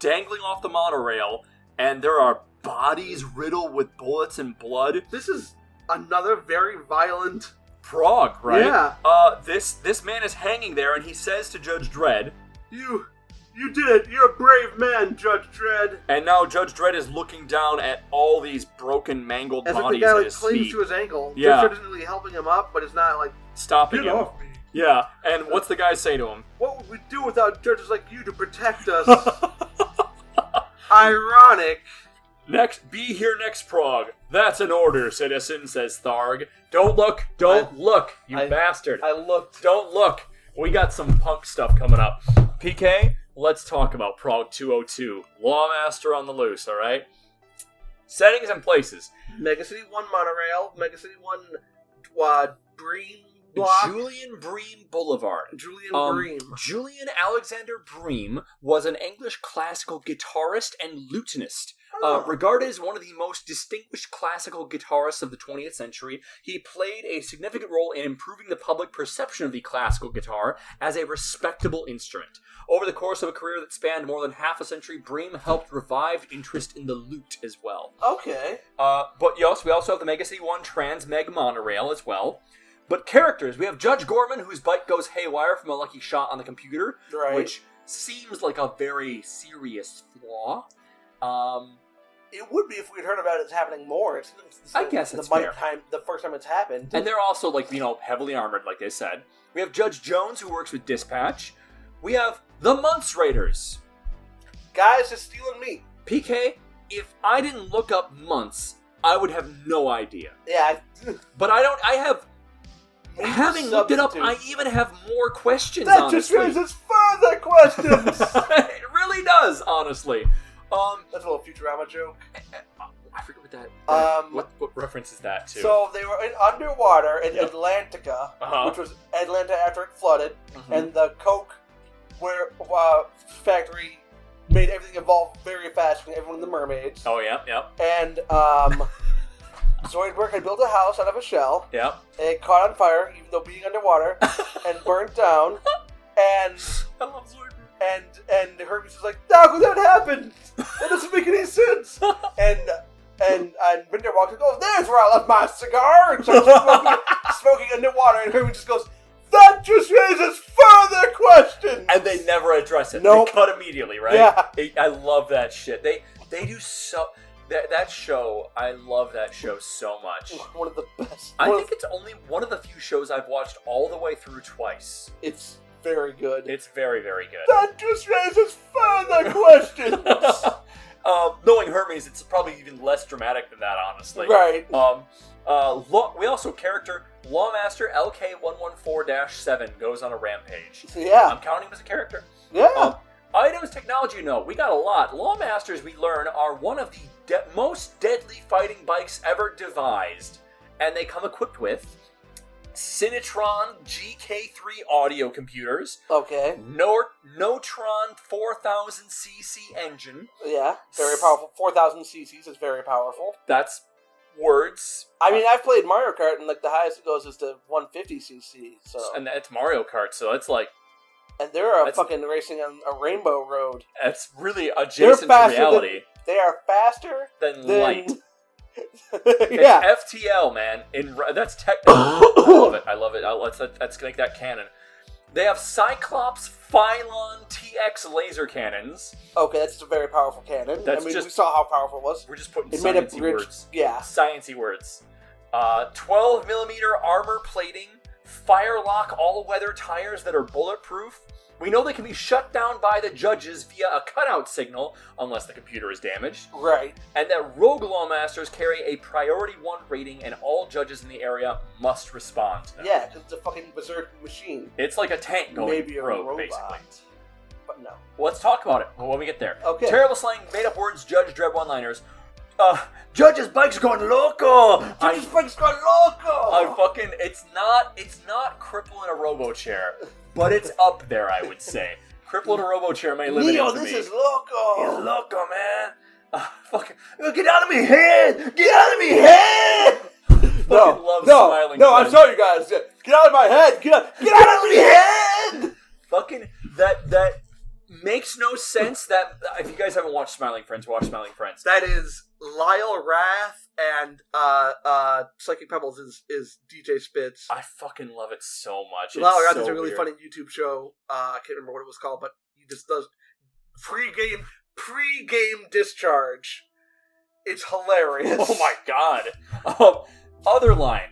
C: dangling off the monorail, and there are bodies riddled with bullets and blood.
F: This is another very violent.
C: Prague, right?
F: Yeah.
C: Uh, this this man is hanging there, and he says to Judge Dredd,
F: You, you did it. You're a brave man, Judge Dredd.
C: and now Judge Dredd is looking down at all these broken, mangled
F: As if the
C: bodies
F: guy
C: at
F: like
C: his
F: clings
C: feet,
F: to his ankle.
C: Yeah.
F: Judge Dredd isn't really helping him up, but it's not like
C: stopping
F: get
C: him.
F: off me.
C: Yeah. And what's the guy say to him?
F: What would we do without judges like you to protect us? Ironic.
C: Next, be here next, Prague. That's an order, citizen, says Tharg. Don't look, don't
F: I-
C: look, you
F: I-
C: bastard.
F: I looked.
C: Don't look. We got some punk stuff coming up. PK, let's talk about Prague 202. Lawmaster on the loose, all right? Settings and places.
F: Mega City One monorail, Mega City One uh, Bream block,
C: Julian Bream Boulevard.
F: Julian
C: Um,
F: Bream.
C: Julian Alexander Bream was an English classical guitarist and lutenist. Uh, regarded as one of the most distinguished classical guitarists of the 20th century, he played a significant role in improving the public perception of the classical guitar as a respectable instrument. Over the course of a career that spanned more than half a century, Bream helped revive interest in the lute as well.
F: Okay.
C: Uh, but yes, we also have the Mega City 1 Trans Meg monorail as well. But characters, we have Judge Gorman, whose bike goes haywire from a lucky shot on the computer,
F: Right.
C: which seems like a very serious flaw. Um,
D: It would be if we'd heard about it happening more. It's, it's-
C: I guess
D: the
C: it's
D: mic
C: fair.
D: time the first time it's happened.
C: and they're also like you know heavily armored, like they said. We have Judge Jones, who works with dispatch. We have the Munce Raiders.
D: guys is stealing meat.
C: PK, if I didn't look up Munce, I would have no idea.
D: Yeah, I,
C: But I don't. I have having looked it up. I
D: Substitute.
C: even have more questions.
D: that just
C: honestly.
D: raises further questions. That's
C: it really does, honestly. Um,
D: a little Futurama joke.
C: I forget what that.
D: Um,
C: what, what reference is that to?
D: So they were in underwater in
C: Yep.
D: Atlantica,
C: Uh-huh.
D: which was Atlanta after it flooded,
C: Mhm.
D: and the Coke where uh, factory made everything evolve very fast from everyone the mermaids.
C: oh yeah, yep,
D: And um, Zoidberg had built a house out of a shell.
C: yep.
D: It caught on fire, even though being underwater, and burnt down. And
C: I love Zoidberg.
D: and and Hermes is like, "How could that happen? That doesn't make any sense." And and and Binder walks and goes, "There's where I left my cigar." And starts smoking, smoking underwater, and Hermes just goes, "That just raises further questions."
C: and they never address it.
D: Nope.
C: They cut immediately, right?
D: Yeah.
C: It- I love that shit. They they do so. That that show, I love that show so much.
D: One of the best.
C: I
D: one
C: think
D: of,
C: it's only one of the few shows I've watched all the way through twice.
D: it's very good.
C: It's very, very good.
D: that just raises further questions.
C: um, knowing Hermes, it's probably even less dramatic than that, honestly.
D: right.
C: Um, uh, law, we also character Lawmaster LK114-7 goes on a rampage.
D: Yeah.
C: I'm counting him as a character.
D: Yeah.
C: Um, items technology note: we got a lot. Lawmasters we learn are one of the de- most deadly fighting bikes ever devised, and they come equipped with Cinetron GK3 audio computers,
D: okay.
C: Nor- Notron 4000cc engine.
D: Yeah. Very powerful. 4,000 cc's is very powerful.
C: That's words.
D: I mean, I've played Mario Kart, and like the highest it goes is to 150 cc. So,
C: and
D: and,
C: that's Mario Kart, so it's like
D: they're a
C: that's-
D: fucking racing on a rainbow road.
C: that's really adjacent to
D: faster than-
C: reality
D: They are faster
C: than,
D: than
C: light. It's
D: yeah.
C: FTL, man. In re- that's tech. I love it. I love it. I, let's let's make that canon. They have Cyclops Phylon TX laser cannons.
D: Okay, that's a very powerful cannon.
C: That's
D: I mean,
C: just-
D: we saw how powerful it was.
C: We're just putting
D: It made a
C: sciencey
D: bridge.
C: words.
D: Yeah.
C: Sciencey words. Uh, 12 millimeter armor plating, firelock all-weather tires that are bulletproof. We know they can be shut down by the judges via a cutout signal, unless the computer is damaged.
D: Right.
C: and that rogue lawmasters carry a priority one rating and all judges in the area must respond to them.
D: Yeah, 'cause it's a fucking berserk machine.
C: It's like a tank going
D: Maybe a
C: rogue,
D: robot.
C: basically.
D: But no.
C: Well, let's talk about it when we get there.
D: Okay.
C: Terrible slang, made up words, judge, dread one liners. Uh, judge's bike's going loco! I,
D: Judge's Bike's gone loco!
C: I fucking, it's not, it's not cripple in a robo chair, but it's up there, I would say. cripple in a robo chair may limit
D: Neo,
C: it to
D: this
C: me.
D: is loco!
C: He's loco, man. Uh, fucking, get out of me head! Get out of me head! Fucking love smiling Glenn.
D: sorry, guys. Get out of my head. Get out, get out of my head.
C: fucking that that makes no sense. That if you guys haven't watched Smiling Friends, watch Smiling Friends.
F: That is Lyle Rath and uh uh Psychic Pebbles is is DJ Spitz.
C: I fucking love it so much. It's
F: Lyle Rath
C: Ah, so
F: is a really
C: weird.
F: funny YouTube show. Uh, I can't remember what it was called, but he just does pre-game pre-game discharge. It's hilarious.
C: Oh my god. Um, other line.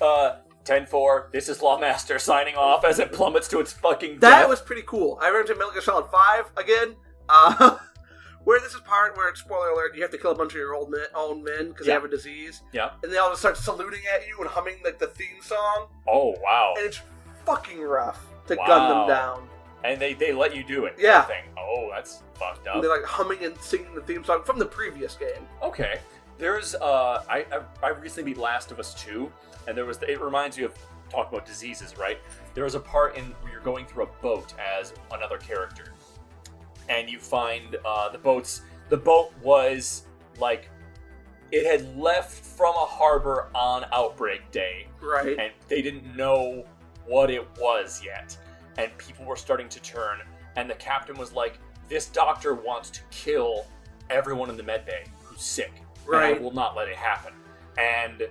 C: Uh, 10-4, This is Lawmaster signing off as it plummets to its fucking
F: That
C: death.
F: was pretty cool. I ran into Metal Gear Solid Five again. Uh, where this is part where it's spoiler alert, you have to kill a bunch of your old men, own men because they
C: Yeah.
F: have a disease,
C: yeah.
F: and they all just start saluting at you and humming like the theme song,
C: Oh wow.
F: and it's fucking rough to gun
C: Wow.
F: them down.
C: And they they let you do it.
F: Yeah.
C: Thing. Oh, that's fucked
F: And
C: up.
F: they're like humming and singing the theme song from the previous game.
C: Okay. There's uh I, I I recently beat Last of Us 2 and there was it reminds you of talk about diseases, right? There is a part in where you're going through a boat as another character. And you find uh the boats the boat was like it had left from a harbor on outbreak day
F: Right.
C: and they didn't know what it was yet. And people were starting to turn, and the captain was like, This doctor wants to kill everyone in the med bay who's sick. and I
F: Right.
C: will not let it happen. And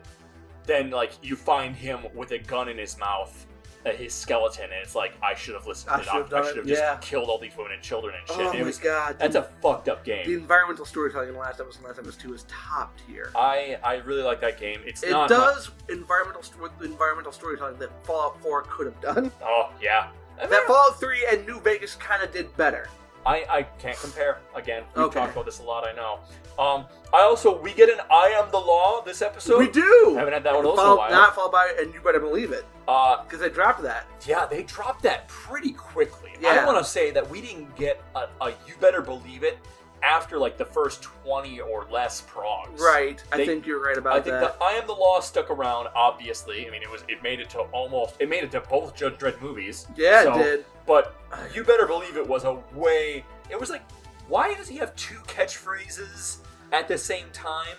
C: then, like, you find him with a gun in his mouth, uh, his skeleton, and it's like, I should have listened to
F: I
C: the
F: should've
C: doctor. I
F: done
C: should have
F: it,
C: just
F: yeah.
C: killed all these women and children and shit.
F: oh
C: it
F: my
C: was,
F: god.
C: That's a fucked up game.
F: the environmental storytelling in the last episode and last episode two is top tier.
C: I, I really like that game. Uh, It's
F: It
C: not my-
F: does environmental st- environmental storytelling that Fallout 4 could have done.
C: oh yeah. I mean,
F: That Fallout 3 and New Vegas kind of did better.
C: I, I can't compare. Again, we have
F: Okay.
C: talked about this a lot. I know. Um, I also we get an I am the law this episode.
F: we do.
C: haven't had that one
F: And
C: also in a
F: Fallout-
C: while.
F: Not Fallout by and you better believe it
C: Uh,
F: because they dropped that.
C: yeah, they dropped that pretty quickly. I
F: Yeah.
C: want to say that we didn't get a, a you better believe it after like the first twenty or less progs.
F: Right. I
C: They-
F: think you're right about
C: I think
F: that.
C: the I am the law stuck around. Obviously, I mean it was it made it to almost it made it to both Judge Dredd movies.
F: yeah,
C: so-
F: it did.
C: But you better believe it was a way. It was like, why does he have two catchphrases at the same time?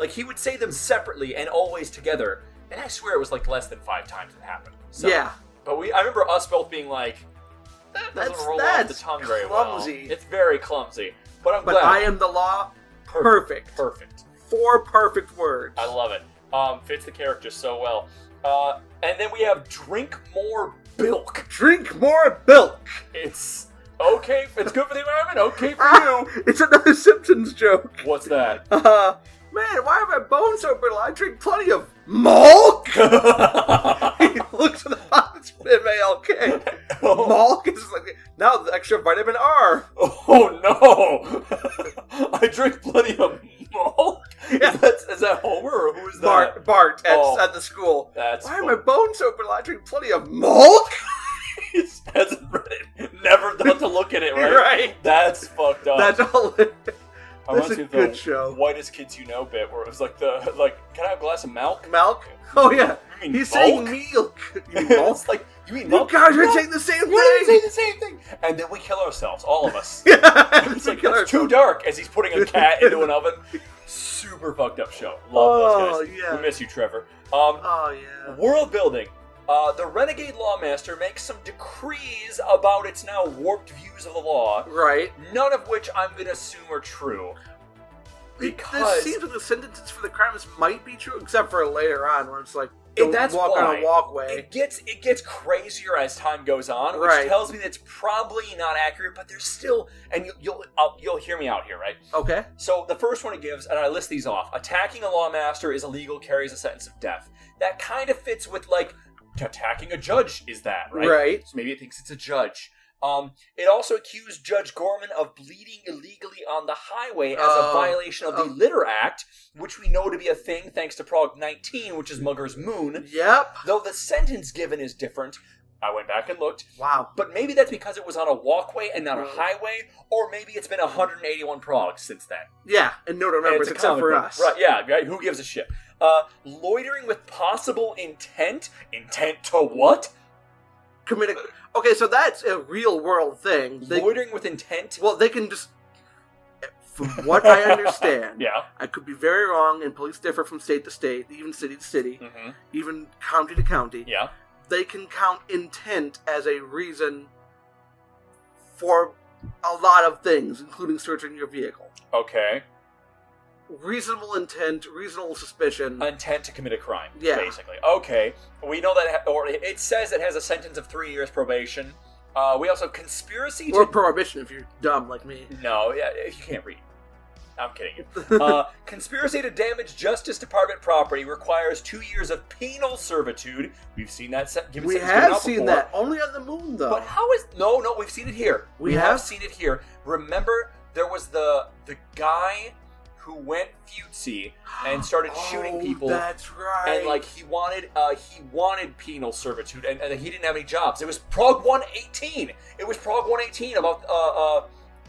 C: Like he would say them separately and always together. And I swear it was like less than five times it happened. So,
F: yeah.
C: But we, I remember us both being like, that doesn't
F: That's-
C: roll off the
F: that's
C: tongue very
F: clumsy.
C: well. It's very clumsy. But I'm
F: But
C: glad.
F: I am the law. Perfect.
C: Perfect.
F: Four perfect words.
C: I love it. Um, fits the character so well. Uh, and then we have drink more bilk.
F: Drink more milk.
C: It's Okay, it's good for the environment. Okay for
F: Ah!
C: you.
D: It's another Simpsons joke.
C: What's that?
D: Uh, man, why are my bones so brittle? I drink plenty of milk.
C: Oh,
D: he looks at the box, M A L K. Malk is like now the extra vitamin R.
C: Oh no! I drink plenty of malt. Is, that, is that Homer or who is that?
D: Bart, Bart at,
C: Oh.
D: at the school.
C: That's
D: Why are my bones so brittle? I drink plenty of milk.
C: He's- hasn't read it. Never thought to look at it. Right?
D: Right.
C: That's fucked up.
D: That's all. It,
C: I
D: that's
C: went
D: a
C: to
D: good
C: the
D: show.
C: whitest kids you know bit where it was like the like, can I have a glass of milk?
D: milk. Oh yeah.
C: You mean
D: He's saying
C: milk?
D: milk. You mean milk?
C: it's like you mean
D: You
C: milk?
D: guys are
C: No,
D: saying the same
C: you didn't
D: thing.
C: say the same thing. And then we kill ourselves, all of us.
D: Yeah,
C: It's like it's too dark as he's putting a cat into an oven. Super fucked up show. Love
D: Oh,
C: those guys.
D: yeah.
C: We miss you, Trevor. Um,
D: Oh yeah.
C: world building. Uh, the renegade lawmaster makes some decrees about its now warped views of the law,
D: Right.
C: none of which I'm gonna assume are true.
D: this
C: Because-
D: seems like the sentences for the crimes might be true, except for later on where it's like
C: And
D: don't
C: that's
D: walk on
C: why.
D: a walkway.
C: It gets it gets crazier as time goes on, which
D: Right.
C: tells me that it's probably not accurate. But there's still, and you, you'll I'll, you'll hear me out here, right?
D: Okay.
C: So the first one it gives, and I list these off. Attacking a lawmaster is illegal, carries a sentence of death. That kind of fits with like attacking a judge is that, right?
D: Right.
C: So maybe it thinks it's a judge. Um, it also accused Judge Gorman of bleeding illegally on the highway as
D: Oh.
C: a violation of the
D: Oh.
C: Litter Act, which we know to be a thing thanks to Prog 19, which is Mugger's Moon.
D: Yep.
C: Though the sentence given is different, I went back and looked.
D: Wow.
C: But maybe that's because it was on a walkway and not a
D: Right.
C: highway, or maybe it's been 181 progs since then.
D: Yeah, and no one
C: And
D: remembers
C: a
D: except
C: comic
D: for
C: book.
D: us.
C: Right, yeah, right? Who gives a shit? Uh, loitering with possible intent? Intent to what?
D: Committing. Okay, so that's a real world thing. They,
C: loitering with intent?
D: well, they can just. From what I understand,
C: Yeah.
D: I could be very wrong, and police differ from state to state, even city to city,
C: hmm
D: even county to county.
C: Yeah.
D: They can count intent as a reason for a lot of things, including searching your vehicle.
C: Okay.
D: Reasonable intent, reasonable suspicion.
C: Intent to commit a crime,
D: Mm-hmm. Yeah.
C: basically. Okay. We know that, it ha- or it- it says it has a sentence of three years probation. Uh, we also have conspiracy
D: or
C: to.
D: prohibition if you're dumb like me.
C: No, yeah, you can't read. I'm kidding you. uh, conspiracy to damage Justice Department property requires two years of penal servitude. We've seen that. Se- given
D: We
C: sentence given
D: have
C: out
D: seen
C: before.
D: that only on the moon, though.
C: But how is no, no? We've seen it here.
D: We
C: We, have?
D: have?
C: seen it here. Remember, there was the the guy who went futzy E and started shooting
D: Oh,
C: people.
D: That's right.
C: And like he wanted, uh, he wanted penal servitude, and, and he didn't have any jobs. It was Prague one eighteen. It was Prague one eighteen about uh, uh,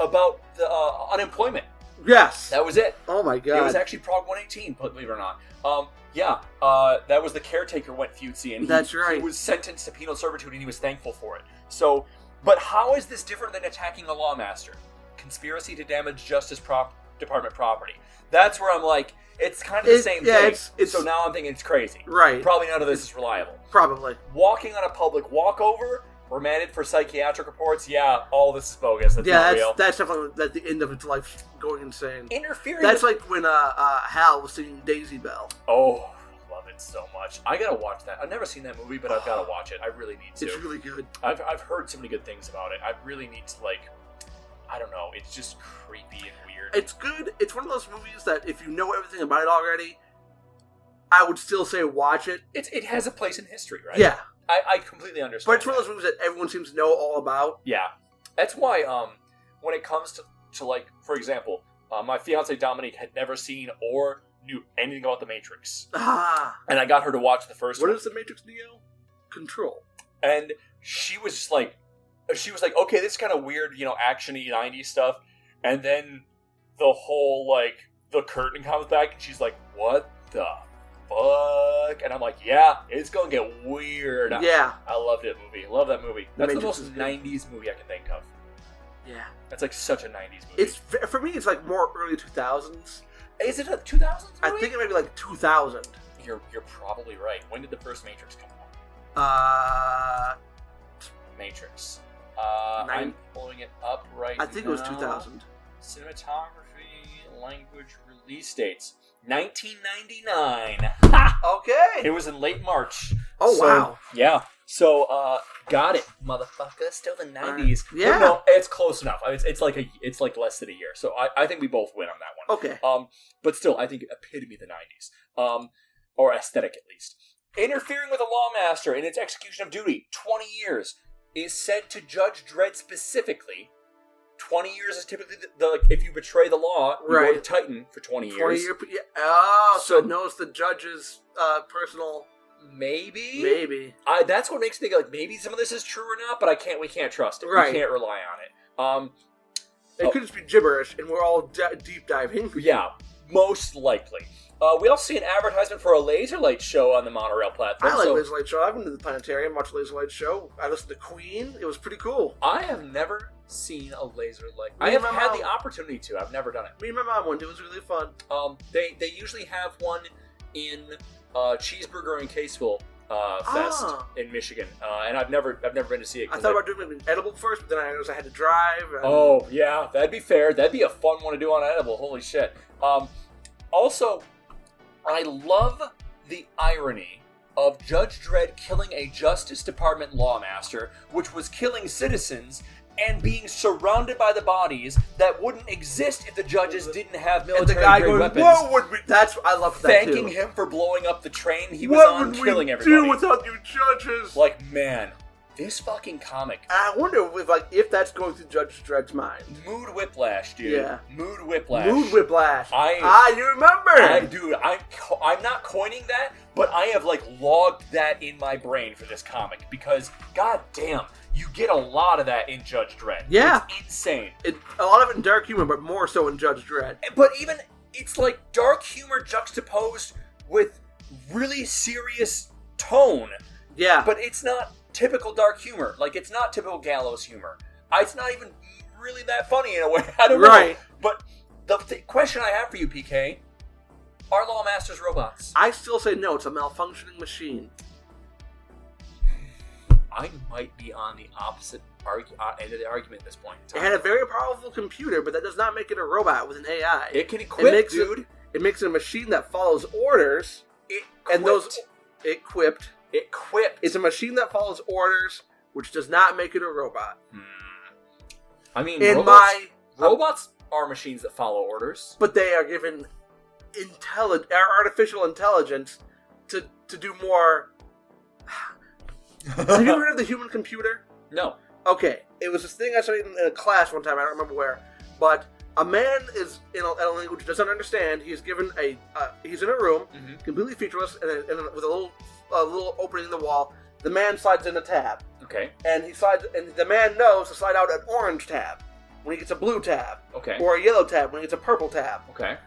C: about the uh, unemployment.
D: yes.
C: That was it.
D: oh my
C: It was
D: god.
C: actually Prague 118, believe it or not. Um, yeah, uh, that was the caretaker went futzy, and he,
D: That's right.
C: he was sentenced to penal servitude, and he was thankful for it. So, but how is this different than attacking a lawmaster? Conspiracy to damage justice prop department property. That's where I'm like, it's kind of the
D: It-
C: same
D: yeah,
C: thing.
D: it's- it's-
C: so now I'm thinking it's crazy.
D: Right.
C: Probably none of this is reliable.
D: Probably.
C: Walking on a public walkover, remanded for psychiatric reports. Yeah, all this is bogus. It's
D: yeah,
C: not
D: that's
C: real.
D: that's definitely at the end of its life going insane.
C: Interfering
D: That's
C: with
D: like when uh, uh, Hal was singing Daisy Bell.
C: Oh, love it so much. I gotta watch that. I've never seen that movie, but I've gotta watch it. I really need
D: It's
C: to.
D: really good.
C: I've, I've heard so many good things about it. I really need to, like, I don't know. It's just creepy and weird.
D: It's good. It's one of those movies that if you know everything about it already, I would still say watch it.
C: It, it has a place in history, right?
D: Yeah,
C: I, I completely understand.
D: but it's one of
C: that.
D: those movies that everyone seems to know all about.
C: Yeah. That's why, um, when it comes to, to like, for example, uh, my fiance Dominique had never seen or knew anything about The Matrix.
D: Ah,
C: And I got her to watch the first
D: what
C: one.
D: is the Matrix Neo? Control.
C: and she was just like she was like okay this is kind of weird you know actiony 90s stuff and then the whole like the curtain comes back and she's like what the fuck and i'm like yeah it's gonna get weird
D: Yeah,
C: i loved that movie love that movie that's the,
D: Matrix is
C: most
D: good.
C: 90s movie i can think of
D: yeah.
C: that's like such a 90s movie
D: It's for me. It's like more early two thousands.
C: is it a 2000s movie?
D: I think it might be like two thousand.
C: you're, you're probably right when did the first matrix come out
D: Uh,
C: matrix uh,
D: Nine-
C: i'm pulling it up right
D: I think it was
C: now.
D: two thousand.
C: Cinematography, language, release dates. 1999. Ha!
D: Okay.
C: It was in late March.
D: Oh
C: So,
D: wow.
C: Yeah. So, uh, got it, motherfucker. Still the nineties.
D: Yeah.
C: no, it's close enough. I mean, it's, it's like a, it's like less than a year. So I, I think we both win on that one.
D: Okay.
C: Um, but still, I think epitome the nineties. Um, or aesthetic at least. Interfering with a lawmaster in its execution of duty, twenty years is said to Judge Dredd specifically. Twenty years is typically the, the like, if you betray the law, you go to
D: Right.
C: Titan for twenty years.
D: Twenty year. Yeah. Oh, so,
C: So-
D: it knows the judge's uh, personal.
C: Maybe.
D: Maybe.
C: I, that's what makes me think like maybe some of this is true or not, but I can't. We can't trust it.
D: Right.
C: We can't rely on it. Um.
D: It
C: Oh.
D: could just be gibberish, and we're all d- deep diving.
C: Yeah. Most likely. Uh, we also see an advertisement for a laser light show on the monorail platform.
D: I like
C: so
D: Laser Light Show. I've been to the planetarium, watched Laser Light Show. I listened to Queen. It was pretty cool.
C: I have never seen a laser light.
D: Me
C: I have
D: and my
C: had
D: mom.
C: the opportunity to. I've never done it.
D: Me and my mom went. It was really fun.
C: Um. They they usually have one in uh, Cheeseburger and Caseville uh, Fest
D: Ah.
C: in Michigan, uh, and I've never I've never been to see it.
D: I
C: 'cause
D: thought about doing an edible first, but then I noticed I had to drive. and-
C: Oh yeah, that'd be fair. That'd be a fun one to do on edible. Holy shit! Um, also, I love the irony of Judge Dredd killing a Justice Department lawmaster, which was killing citizens and being surrounded by the bodies that wouldn't exist if the judges didn't have
D: and the
C: military
D: guy
C: grade
D: going,
C: weapons.
D: "What would we?" That's I love that
C: Thanking
D: too.
C: him for blowing up the train he was
D: what
C: on,
D: would
C: killing
D: we
C: everybody.
D: do without you judges?
C: like, man, this fucking comic
D: I wonder if like if that's going through Judge Dredd's mind.
C: mood whiplash, dude.
D: Yeah.
C: Mood whiplash.
D: Mood whiplash.
C: I-
D: ah, you remember?
C: I, dude, I'm co- I'm not coining that, but I have like logged that in my brain for this comic because goddamn, you get a lot of that in Judge Dredd.
D: Yeah.
C: it's insane.
D: It, a lot of it in dark humor, but more so in Judge Dredd.
C: And- But even it's like dark humor juxtaposed with really serious tone,
D: Yeah,
C: but it's not typical dark humor. Like it's not typical gallows humor. I- It's not even really that funny in a way. I don't
D: Right.
C: know. But the th- question I have for you, PK, are lawmasters robots?
D: I still say no. It's a malfunctioning machine.
C: I might be on the opposite argu- uh, end of the argument at this point. in
D: It
C: time.
D: had a very powerful computer, but that does not make it a robot with an AI.
C: It can equip,
D: makes it-
C: dude. It,
D: It makes it a machine that follows orders, and those
C: quipped.
D: it quipped.
C: it quipped.
D: It's a machine that follows orders, which does not make it a robot.
C: Hmm. I mean,
D: In
C: robots,
D: my, um,
C: robots are machines that follow orders.
D: but they are given intelli- ar- artificial intelligence to to do more. Have you ever heard of the human computer?
C: no,
D: Okay, it was this thing I studied in, in a class one time. I don't remember where, but a man is in a, in a language he doesn't understand. He's given a uh, he's in a room,
C: Mhm.
D: completely featureless, and, a- and a- with a little a little opening in the wall. The man slides in a tab.
C: okay,
D: and he slides, and the man knows to slide out an orange tab when he gets a blue tab
C: okay,
D: or a yellow tab when he gets a purple tab.
C: okay.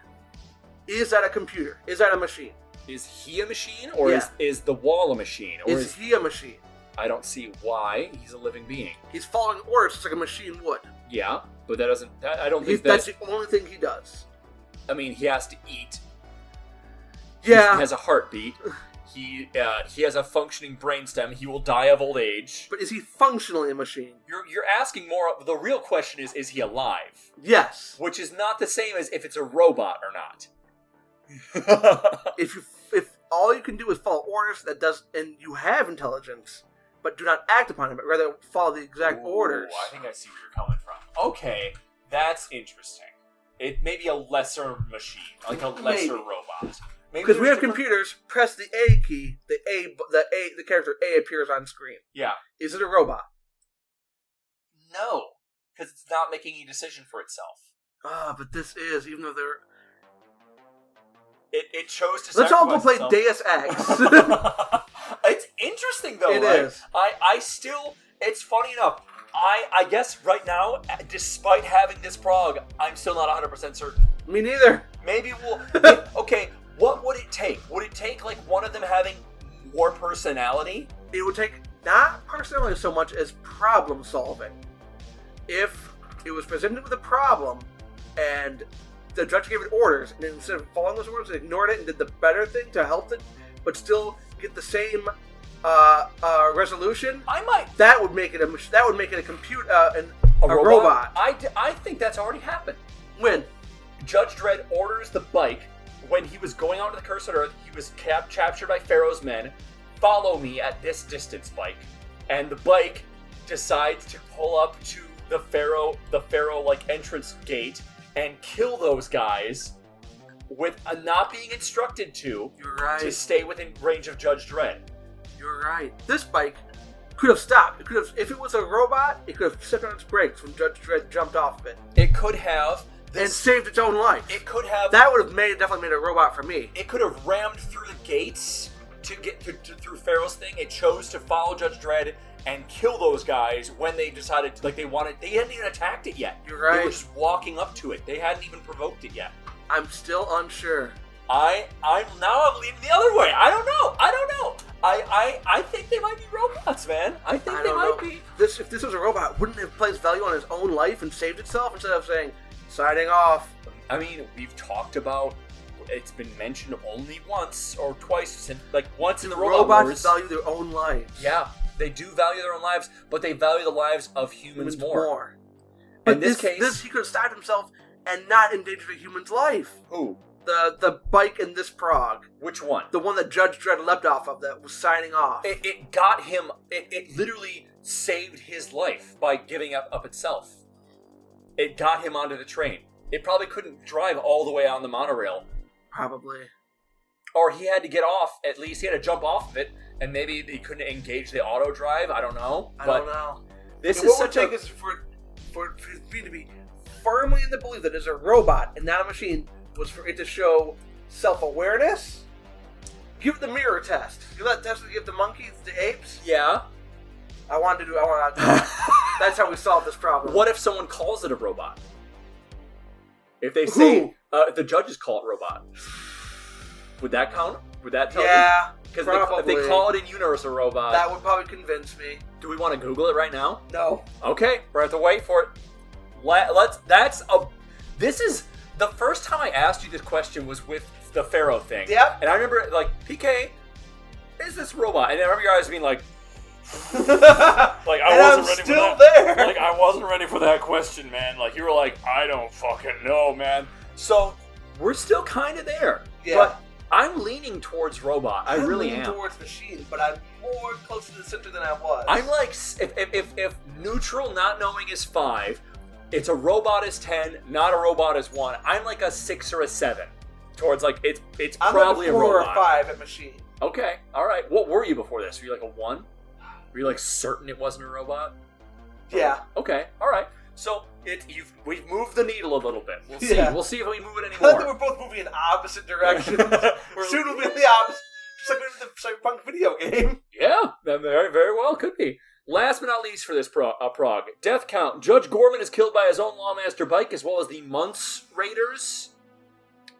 D: Is that a computer? Is that a machine?
C: Is he a machine, or
D: Yeah.
C: is is the wall a machine, or
D: Is
C: is,
D: he a machine?
C: I don't see why he's a living being.
D: He's following orders just like a machine would.
C: Yeah, but that doesn't. That, I don't
D: He's,
C: think
D: that's
C: that.
D: the only thing he does.
C: I mean, he has to eat. He
D: Yeah,
C: has a heartbeat. He uh, he has a functioning brainstem. He will die of old age.
D: but is he functionally a machine?
C: You're you're asking more. The real question is, is he alive?
D: Yes.
C: Which is not the same as if it's a robot or not.
D: If you if all you can do is follow orders, that does, and you have intelligence, but do not act upon it, but rather follow the exact
C: Ooh,
D: orders.
C: I think I see where you're coming from. Okay, that's interesting. It may be a lesser machine, like a lesser
D: Maybe.
C: robot. Maybe
D: Because we
C: there's
D: have
C: different-
D: computers, press the A key, the A, bu- the A, the character A appears on screen.
C: Yeah.
D: Is it a robot?
C: No, because it's not making any decision for itself.
D: Ah, but this is even though they're.
C: It, it chose to.
D: Let's all go
C: sacrifice
D: play
C: itself.
D: Deus Ex.
C: it's interesting though.
D: It
C: It is.
D: is.
C: I I still. It's funny enough. I I guess right now, despite having this prog, I'm still not 100 percent certain.
D: Me neither.
C: Maybe we'll. if- okay, what would it take? Would it take like one of them having more personality?
D: It would take not personally so much as problem solving. If it was presented with a problem, and the judge gave it orders, and instead of following those orders, it ignored it and did the better thing to help it, but still get the same uh, uh, resolution.
C: I might.
D: That would make it a mach- that would make it a compute uh, an,
C: A,
D: a robot.
C: I d- I think that's already happened.
D: When
C: Judge Dredd orders the bike when he was going out to the cursed earth. He was cap- captured by Pharaoh's men. follow me at this distance, bike. And the bike decides to pull up to the pharaoh, the pharaoh like entrance gate, and kill those guys with uh, not being instructed to
D: You're
C: to
D: right.
C: stay within range of Judge Dredd.
D: You're right. This bike could have stopped. It could have, if it was a robot, it could have set on its brakes when Judge Dredd jumped off of it
C: It could have
D: and
C: this.
D: saved its own life.
C: it could have
D: that would have made definitely made a robot for me.
C: It could have rammed through the gates to get to, to- through Pharaoh's thing. It chose to follow Judge Dredd and kill those guys when they decided, like they wanted. They hadn't even attacked it yet.
D: You're
C: They
D: right.
C: were just walking up to it. They hadn't even provoked it yet.
D: I'm still unsure.
C: I, I'm now. I'm leaning the other way. I don't know. I don't know. I, I, I think they might be robots, man. I think
D: I
C: they
D: don't
C: might
D: know.
C: be.
D: This if this was a robot, wouldn't it have placed value on its own life and saved itself instead of saying, signing off.
C: I mean, we've talked about. It's been mentioned only once or twice since, like once in the robot
D: Robots
C: wars.
D: value their own lives.
C: Yeah, they do value their own lives, but they value the lives of humans,
D: Humans
C: more.
D: But
C: In this
D: this,
C: case-
D: this he could have stabbed himself and not endangered a human's life.
C: Who?
D: The the bike in this Prague,
C: Which one?
D: the one that Judge Dredd leapt off of, that was signing off.
C: it, it got him. It, it literally saved his life by giving up up itself. It got him onto the train. It probably couldn't drive all the way on the monorail,
D: probably.
C: or he had to get off. At least he had to jump off of it, and maybe he couldn't engage the auto drive. I don't know.
D: I
C: but
D: don't know.
C: this
D: And
C: is
D: what would
C: such
D: take
C: a
D: is for for for me to be firmly in the belief that as a robot and not a machine was for it to show self awareness. Give it the mirror test. You know that test we give the monkeys, the apes.
C: yeah.
D: I wanted to do. I want to. That's how we solve this problem.
C: What if someone calls it a robot? If they say
D: Who?
C: uh, the judges call it robot, would that count? Would that tell you?
D: Yeah,
C: Because if they
D: Probably.
C: call it in universe a robot,
D: that would probably convince me.
C: do we want to Google it right now?
D: No,
C: Okay, we're gonna have to wait for it. Let, let's. That's a. This is the first time I asked you this question was with the Pharaoh thing.
D: Yep.
C: And I remember like PK, is this robot? And I remember you guys being like, like I
D: and
C: wasn't
D: I'm
C: ready for
D: still
C: that.
D: there.
C: Like I wasn't ready for that question, man. Like you were like, I don't fucking know, man. So we're still kind of there.
D: Yeah.
C: But I'm leaning towards robot. I
D: I'm
C: really
D: leaning
C: am.
D: towards machines, but I'm more close to the center than I was.
C: I'm like, s- if, if, if, if neutral not knowing is five, it's a robot is ten, not a robot is one. I'm like a six or a seven towards like it's it's
D: I'm like
C: probably
D: a four
C: robot.
D: or five at machine.
C: Okay, all right. What were you before this? Were you like a one? Were you like certain it wasn't a robot?
D: Yeah,
C: Okay, all right. So it you've we've moved the needle a little bit. We'll see.
D: Yeah.
C: We'll see if we move it
D: I like that we're
C: anymore.
D: both moving in opposite directions.
C: We're-
D: Soon we'll be in the opposite. Just like we did with the Cyberpunk video game.
C: Yeah, that very very well could be. Last but not least for this pro- uh, Prague, death count. Judge Gorman is killed by his own lawmaster bike, as well as the Munce Raiders,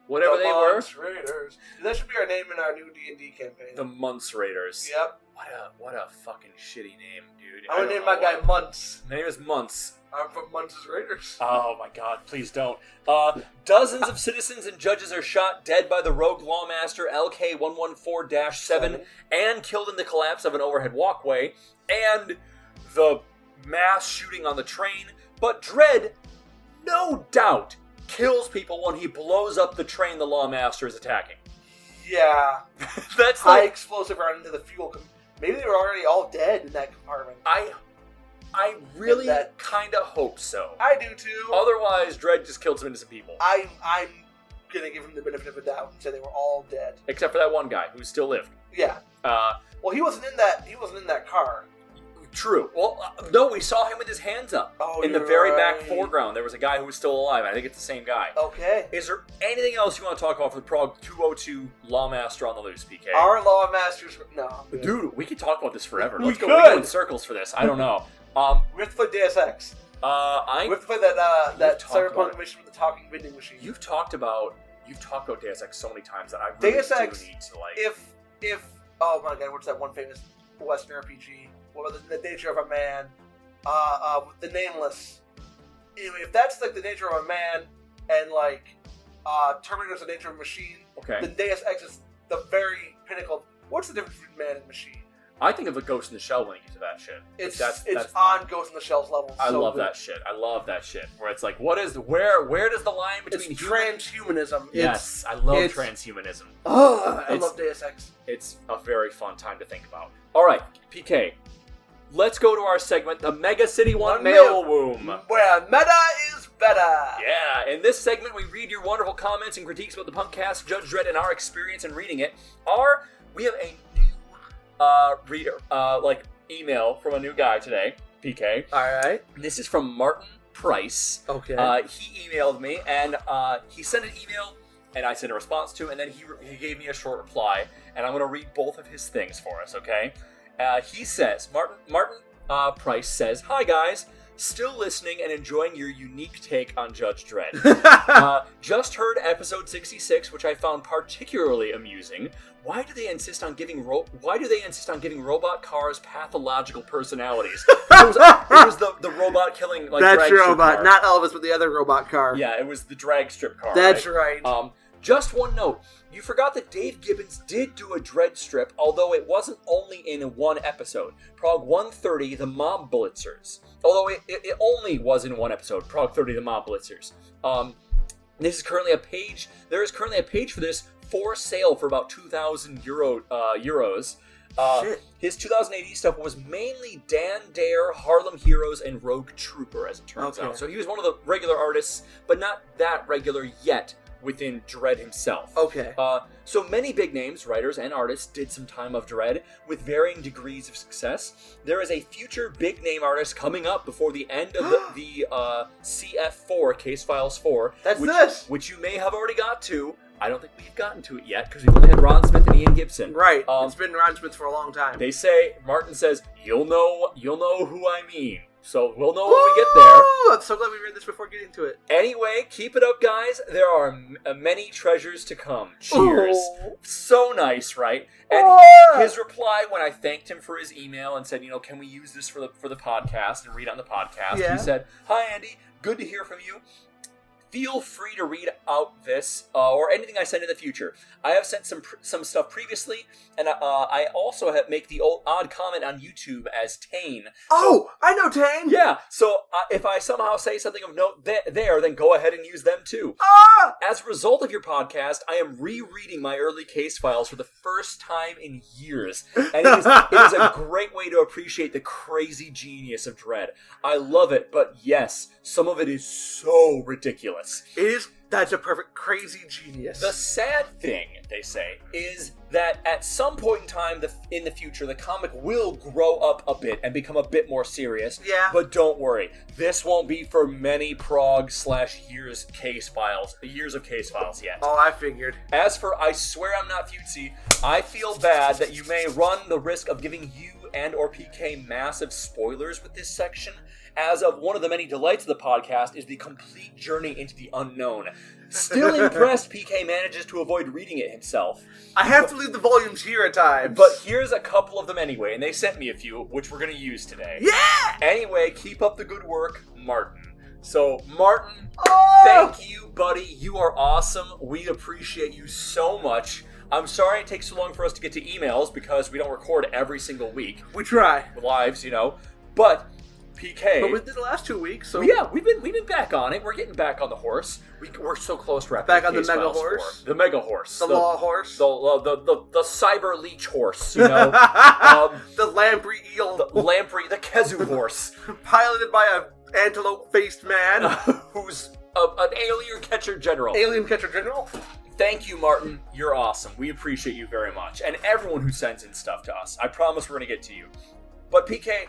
C: whatever
D: The
C: they were.
D: Mons Raiders. That should be our name in our new D and D campaign.
C: The Munce Raiders.
D: yep,
C: What a what a fucking shitty name, dude. I
D: I'm gonna
C: don't
D: name
C: know
D: my guy
C: why.
D: Munts.
C: His name is Munce.
D: I'm from Munts' Raiders.
C: Oh my god, please don't. Uh, dozens of citizens and judges are shot dead by the rogue lawmaster LK114 7 and killed in the collapse of an overhead walkway and the mass shooting on the train. But Dredd, no doubt, kills people when he blows up the train the lawmaster is attacking.
D: yeah,
C: That's
D: high
C: like.
D: explosive round into the fuel. Com- Maybe they were already all dead in that compartment.
C: I, I really
D: That-
C: kind of hope so.
D: I do too.
C: Otherwise, Dredd just killed some innocent people.
D: I'm I'm gonna give him the benefit of a doubt and say they were all dead.
C: Except for that one guy who still lived.
D: Yeah.
C: Uh,
D: Well, he wasn't in that. He wasn't in that car.
C: True. Well, uh, no, we saw him with his hands up
D: Oh,
C: in the
D: you're
C: very back
D: right. Oh.
C: foreground. There was a guy who was still alive. I think it's the same guy.
D: Okay.
C: Is there anything else you want to talk about for the Prague 202 Lawmaster on the Loose, PK?
D: Our law masters. No, I'm good.
C: Dude, we could talk about this forever.
D: We
C: Let's go. We can go in
D: could.
C: circles for this. I don't know. Um,
D: we have to play Deus Ex.
C: uh, I
D: We have to play that uh,
C: You've
D: that
C: talked about
D: cyberpunk
C: it.
D: mission with the talking vending machine.
C: you've talked about you've talked about Deus Ex so many times that I really
D: Deus
C: do
D: Ex,
C: need to like.
D: if if oh my god, what's that one famous Western RPG? What about the, the nature of a man? Uh, uh, with the nameless. Anyway, if that's like the nature of a man, and like uh, Terminator's the nature of a machine,
C: okay.
D: then Deus Ex is the very pinnacle. What's the difference between man and machine?
C: I think of a Ghost in the Shell when I get to that shit.
D: It's
C: that's,
D: it's
C: that's
D: on Ghost in the Shell's level.
C: I
D: so
C: love
D: good.
C: that shit. I love that shit. Where it's like, what is the where? Where does the line
D: It's
C: between human-
D: transhumanism. It's,
C: Yes, I love
D: it's-
C: transhumanism.
D: Ugh, Ah, I
C: It's-
D: love Deus Ex.
C: It's a very fun time to think about. All right, PK, let's go to our segment, the Mega City One,
D: One
C: Mail Womb.
D: Where meta is better.
C: Yeah, in this segment, we read your wonderful comments and critiques about the punk cast, Judge Dredd, and our experience in reading it. Our we have a new uh, reader, uh, like email from a new guy today, PK.
F: All right.
C: This is from Martin Price.
F: Okay.
C: Uh, he emailed me and uh, he sent an email and I sent a response to him and then he, he gave me a short reply and I'm going to read both of his things for us, okay? Uh, he says, Martin, Martin uh, Price says, Hi guys, still listening and enjoying your unique take on Judge Dredd. Uh, just heard episode 66 which i found particularly amusing why do they insist on giving ro- why do they insist on giving robot cars pathological personalities it was, it was the, the robot killing like
F: That's
C: drag
F: your
C: strip
F: robot,
C: car.
F: not Elvis, but the other robot car.
C: yeah it was the drag strip car
F: That's
C: right?
F: right.
C: um just one note you forgot that dave gibbons did do a dread strip although it wasn't only in one episode prague 130 the mob blitzers although it, it, it only was in one episode prague 30 the mob blitzers um this is currently a page. There is currently a page for this for sale for about two thousand euro uh, euros. Uh,
F: Shit.
C: His 2008 stuff was mainly Dan Dare, Harlem Heroes, and Rogue Trooper, as it turns
F: Okay.
C: out. So he was one of the regular artists, but not that regular yet within Dread himself.
F: okay.
C: Uh, so many big names, writers, and artists did some time of Dread with varying degrees of success. There is a future big name artist coming up before the end of the, the uh, CF4 Case Files 4.
F: That's
C: which,
F: this.
C: which you may have already got to. I don't think we've gotten to it yet because we've only had Ron Smith and Ian Gibson.
F: Right.
C: Um,
F: it's been Ron Smith for a long time.
C: They say Martin says you'll know you'll know who I mean. So we'll know when we get there.
F: Woo! I'm so glad we read this before getting to it.
C: Anyway, keep it up, guys. There are m- uh, many treasures to come. Cheers.
D: Oh.
F: Ooh.
C: So nice, right? And
F: Ah!
C: his reply when I thanked him for his email and said, you know, can we use this for the for the podcast and read on the podcast?
F: Yeah.
C: He said, "Hi, Andy. Good to hear from you." Feel free to read out this uh, or anything I send in the future. I have sent some pr- some stuff previously, and uh, I also have make the old odd comment on YouTube as Tane,
F: Oh, I know Tane.
C: yeah, so uh, if I somehow say something of note th- there, then go ahead and use them too.
F: Ah!
C: As a result of your podcast, I am rereading my early case files for the first time in years, and it is, it is a great way to appreciate the crazy genius of Dread. I love it, but yes, some of it is so ridiculous.
F: It is. That's a perfect crazy genius.
C: The sad thing, they say, is that at some point in time the, in the future, the comic will grow up a bit and become a bit more serious.
F: Yeah.
C: But don't worry, this won't be for many prog slash years case files, years of case files yet.
F: oh, I figured.
C: As for I swear I'm not futzy, I feel bad that you may run the risk of giving you and or PK massive spoilers with this section, as of one of the many delights of the podcast is the complete journey into the unknown. Still impressed, PK manages to avoid reading it himself.
F: I have to leave the volumes here at times.
C: But here's a couple of them anyway, and they sent me a few, which we're gonna use today.
F: yeah.
C: Anyway, keep up the good work, Martin. So, Martin,
F: Oh!
C: Thank you, buddy. You are awesome. We appreciate you so much. I'm sorry it takes so long for us to get to emails because we don't record every single week
F: We try.
C: with lives, you know. But PK,
F: But we did the last two weeks, so
C: yeah, we've been we've been back on it. We're getting back on the horse. We, we're so close to wrapping
F: Back on the
C: Case
F: mega
C: Files four.
F: horse?
C: the mega horse,
F: the, law horse,
C: the, the, the, the, the cyber leech horse, you know,
F: uh,
C: um,
F: the lamprey eel,
C: the lamprey, the kezu horse.
F: piloted by a antelope-faced man,
C: who's a, an alien catcher general.
F: alien catcher general.
C: Thank you, Martin. You're awesome. We appreciate you very much. And everyone who sends in stuff to us. I promise we're going to get to you. But PK,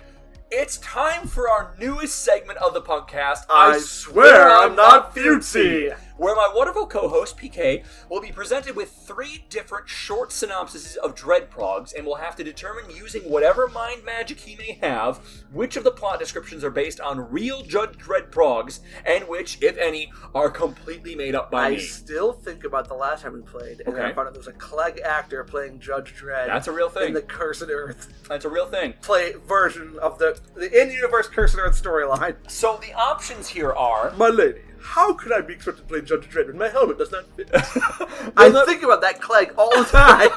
C: it's time for our newest segment of the podcast.
F: I swear I'm not futzy.
C: Where my wonderful co host PK will be presented with three different short synopses of Dread Progs and will have to determine using whatever mind magic he may have which of the plot descriptions are based on real Judge Dread Progs and which, if any, are completely made up by
F: I
C: me.
F: still think about the last time we played, and
C: Okay.
F: I found out there was a Clegg actor playing Judge Dredd.
C: That's a real
F: in
C: thing.
F: the Cursed Earth
C: That's a real thing.
F: play version of the the in-universe Cursed Earth storyline.
C: So the options here are.
F: My lady, how could I be expected to play Judge Dredd when my helmet does not fit? I
C: Well, the-
F: think about that Clegg all the time.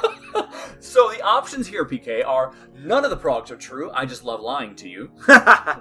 C: So the options here, PK, are none of the progs are true. I just love lying to you.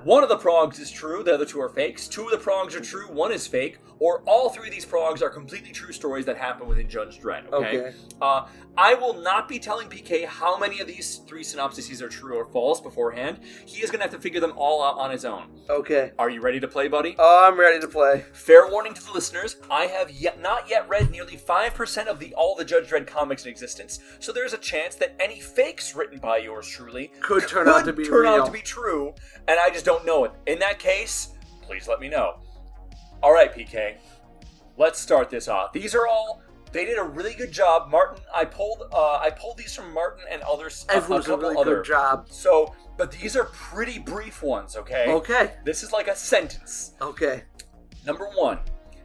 C: one of the progs is true. The other two are fakes. Two of the progs are true. One is fake. Or all three of these progs are completely true stories that happen within Judge Dredd. Okay.
D: Okay.
C: Uh, I will not be telling PK how many of these three synopses are true or false beforehand. He is going to have to figure them all out on his own.
D: Okay.
C: Are you ready to play, buddy?
D: Oh, I'm ready to play.
C: Fair warning to the listeners, I have yet not yet read nearly 5% of the all the Judge Dredd comics in existence, so there's a chance that any fakes written by yours truly
D: Could turn out to be
C: turn
D: real.
C: out to be true, and I just don't know it. In that case, please let me know. All right, PK, let's start this off. These are all they did a really good job, Martin. I pulled uh, I pulled these from Martin and others. a-
D: Everyone's
C: a
D: a
C: couple
D: really
C: other
D: good job.
C: So, but these are pretty brief ones, okay?
D: Okay.
C: This is like a sentence.
D: Okay.
C: Number one,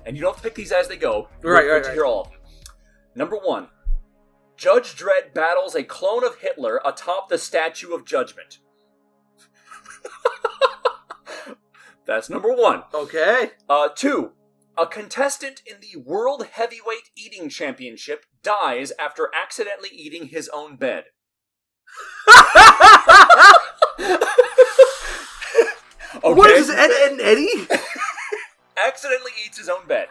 C: and you don't have to pick these as they go. You'll
D: Right,
C: get
D: right,
C: to
D: right.
C: hear all of them. Number one, Judge Dredd battles a clone of Hitler atop the Statue of Judgment. That's number one.
D: Okay.
C: Uh, two, a contestant in the World Heavyweight Eating Championship dies after accidentally eating his own bed. okay.
D: What is Ed, Ed and Eddie?
C: accidentally eats his own bed.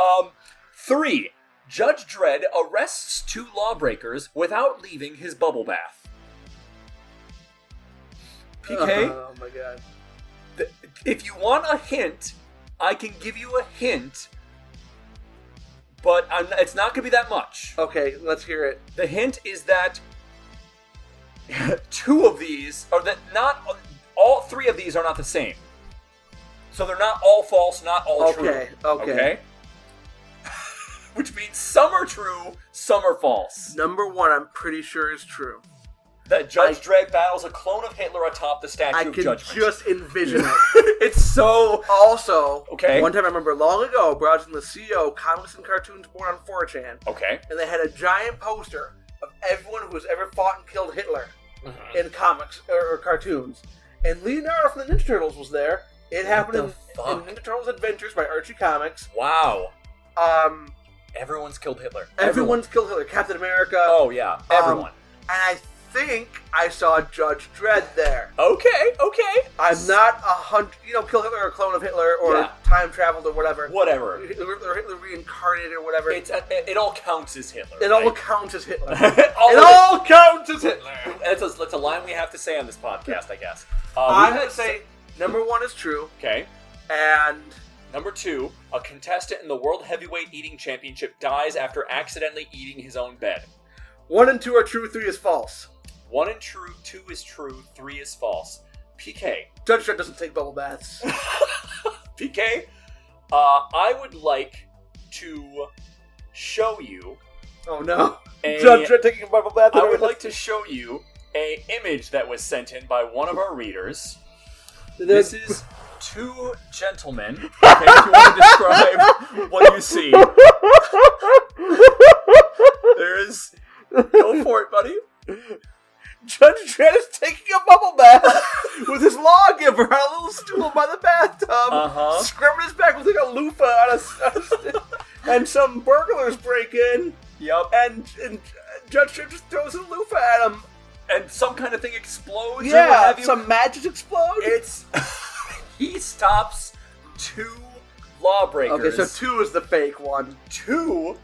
C: Um, three, Judge Dredd arrests two lawbreakers without leaving his bubble bath. PK,
D: Oh my god.
C: th- if you want a hint, I can give you a hint, but I'm, it's not going to be that much.
D: Okay, let's hear it.
C: The hint is that two of these, or that not all three of these are not the same. So they're not all false, not all true.
D: Okay, okay.
C: Which means some are true, some are false.
D: Number one, I'm pretty sure is true.
C: That Judge Dredd battles a clone of Hitler atop the Statue
D: I
C: of
D: can
C: Judgment.
D: just envision it.
C: it's so.
D: Also,
C: Okay.
D: one time I remember long ago browsing the CO comics and cartoons board on 4chan,
C: Okay.
D: and they had a giant poster of everyone who has ever fought and killed Hitler in comics or, or cartoons. And Leonardo from the Ninja Turtles was there. It happened
C: the
D: in, in
C: fuck?
D: Ninja Turtles Adventures by Archie Comics.
C: Wow.
D: Um,
C: Everyone's killed Hitler.
D: everyone's killed Hitler. Captain America.
C: Oh, yeah.
D: Um,
C: Everyone.
D: And I think I saw Judge Dredd there.
C: okay, okay.
D: I'm not a hundred, you know, kill Hitler or clone of Hitler or
C: Yeah.
D: time traveled or whatever.
C: Whatever.
D: Hitler, or Hitler reincarnated or whatever.
C: It's, uh, it all counts as Hitler.
D: it all
C: right?
D: counts as Hitler.
C: All
D: it
C: of it.
D: all counts as Hitler.
C: That's a, that's a line we have to say on this podcast, I guess. Uh,
D: I'm
C: we
D: gonna say number one is true,
C: Okay.
D: and
C: Number two, a contestant in the World Heavyweight Eating Championship dies after accidentally eating his own bed.
D: one and two are true, three is false.
C: One is true, two is true, three is false. PK.
D: Judge Dredd doesn't take bubble baths.
C: PK, uh, I would like to show you
D: Oh no,
C: a
D: Judge Dredd taking a bubble bath.
C: I would like to show you a image that was sent in by one of our readers. This is two gentlemen. Okay, if you want to describe what you see. There is Go for it, buddy.
D: Judge Dredd is taking a bubble bath with his lawgiver on a little stool by the bathtub,
C: Uh-huh.
D: scrubbing his back with like a loofah on a, on a st- and some burglars break in,
C: Yep.
D: and, and Judge Dredd just throws a loofah at him.
C: And some kind of thing explodes. or what
D: Yeah,
C: have you.
D: some matches explode.
C: It's he stops two lawbreakers.
D: okay, so two is the fake one.
C: two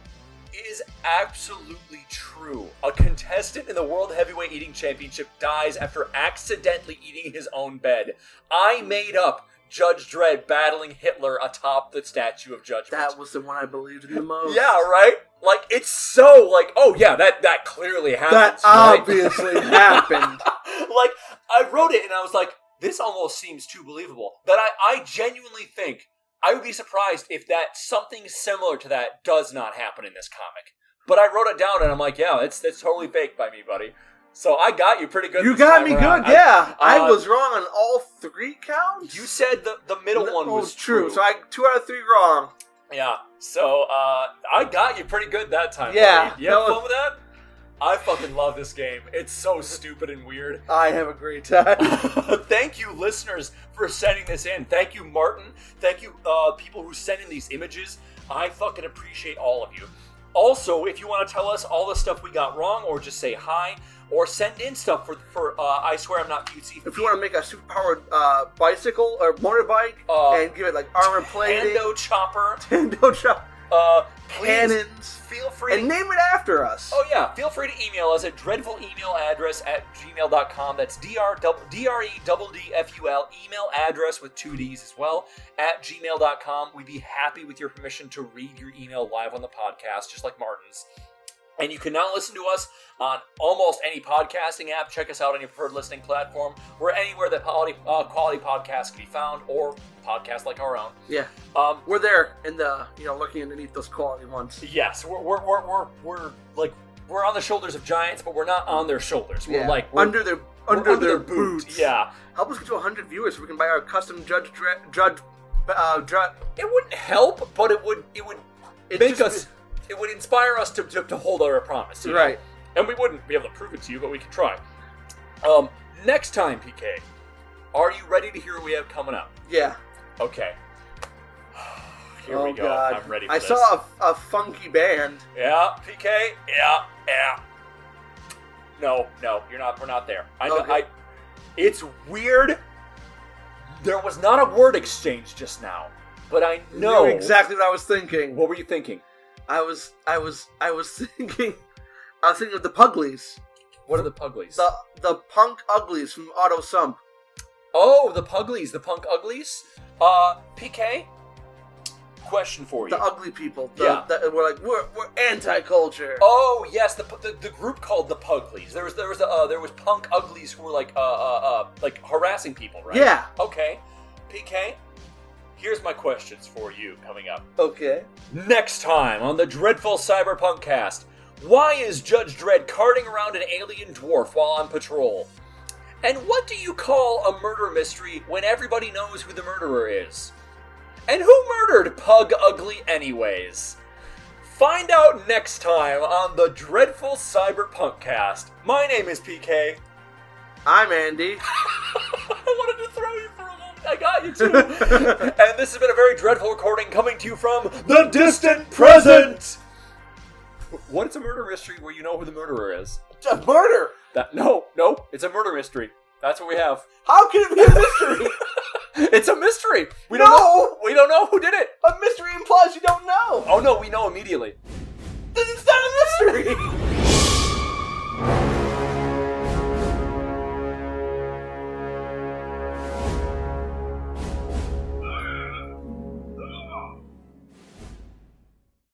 C: is absolutely true. A contestant in the World Heavyweight Eating Championship dies after accidentally eating his own bed. I made up Judge Dredd battling Hitler atop the Statue of Judgment.
D: That was the one I believed in the most.
C: yeah, right. Like it's so like oh yeah that that clearly
D: that
C: happens. right?
D: obviously happened.
C: like I wrote it and I was like, this almost seems too believable. That I, I genuinely think I would be surprised if that something similar to that does not happen in this comic. But I wrote it down and I'm like, yeah, that's that's totally fake by me, buddy. So I got you pretty good.
D: You
C: this
D: got
C: time
D: me good.
C: around. I-
D: yeah, I
C: uh,
D: was wrong on all three counts.
C: you said the the middle
D: No,
C: one was
D: Oh, true. So I two out of three wrong.
C: yeah. So uh, I got you pretty good that time.
D: Yeah,
C: buddy. You have
D: that
C: fun with that? I fucking love this game. It's so stupid and weird.
D: I have a great time.
C: Thank you, listeners, for sending this in. Thank you, Martin. Thank you, uh, people who send in these images. I fucking appreciate all of you. Also, if you want to tell us all the stuff we got wrong, or just say hi, or send in stuff for for uh, I swear I'm not cutesy.
D: If you want to make a superpowered uh, bicycle or motorbike
C: Uh,
D: and give it like armor plating,
C: Ando chopper,
D: Nintendo shop
C: uh, please
D: cannons,
C: feel free. to
D: and name it after us.
C: Oh, yeah. Feel free to email us at dreadful email address at gmail.com. That's E D-R-E-D-D-F-U-L email address with two D's as well at gmail.com. We'd be happy with your permission to read your email live on the podcast, just like Martin's. And you can now listen to us on almost any podcasting app. Check us out on your preferred listening platform. We're anywhere that quality, uh, quality podcasts can be found or podcasts like our own.
D: Yeah,
C: Um,
D: we're there in the you know looking underneath those quality ones.
C: Yes, we're we're we're we're, we're like we're on the shoulders of giants, but we're not on their shoulders. We're
D: yeah.
C: like we're,
D: under their
C: we're
D: under, their, boots.
C: Yeah,
D: help us get to 100 viewers so we can buy our custom judge dre- judge uh, dre-
C: it wouldn't help, but it would it would
D: It
C: make us.
D: just-
C: It would inspire us to, to, to hold our promise, you know?
D: right.
C: And we wouldn't be able to prove it to you, but we could try. Um, next time, PK, are you ready to hear what we have coming up?
D: Yeah.
C: Okay. Here
D: oh
C: we go.
D: God.
C: I'm ready. For
D: I
C: this.
D: saw a, a funky band.
C: Yeah, PK. Yeah, yeah. No, no, you're not. We're not there. I, know
D: Okay.
C: I. It's weird. There was not a word exchange just now, but I know
D: Knew exactly what I was thinking.
C: What were you thinking?
D: I was I was I was thinking I was thinking of the Puglies.
C: What are the Puglies?
D: The the punk uglies from Auto Sump.
C: oh, the Puglies, the Punk Uglies. Uh, PK. Question for you.
D: The ugly people. The,
C: Yeah.
D: the- we're like we're we're anti culture.
C: Oh yes, the, the the group called the Puglies. There was there was uh, there was punk uglies who were like uh, uh, uh like harassing people, right?
D: Yeah.
C: Okay, PK. Here's my questions for you coming up
D: Okay.
C: next time on the dreadful Cyberpunk Cast. Why is Judge Dredd carting around an alien dwarf while on patrol? And what do you call a murder mystery when everybody knows who the murderer is? And who murdered Pug Ugly, anyways? Find out next time on the Dreadful Cyberpunk Cast. My name is PK.
D: I'm Andy.
C: I wanted to throw you for a moment. I got you too. and this has been a very dreadful recording coming to you from the distant present. What is a murder mystery where you know who the murderer is?
G: It's a murder.
C: That no, no, it's a murder mystery. That's what we have.
G: How can it be a mystery?
C: It's a mystery. We don't know.
G: no,
C: We don't know who did it.
G: a mystery implies you don't know.
C: Oh no, we know immediately.
G: Then it's not a mystery.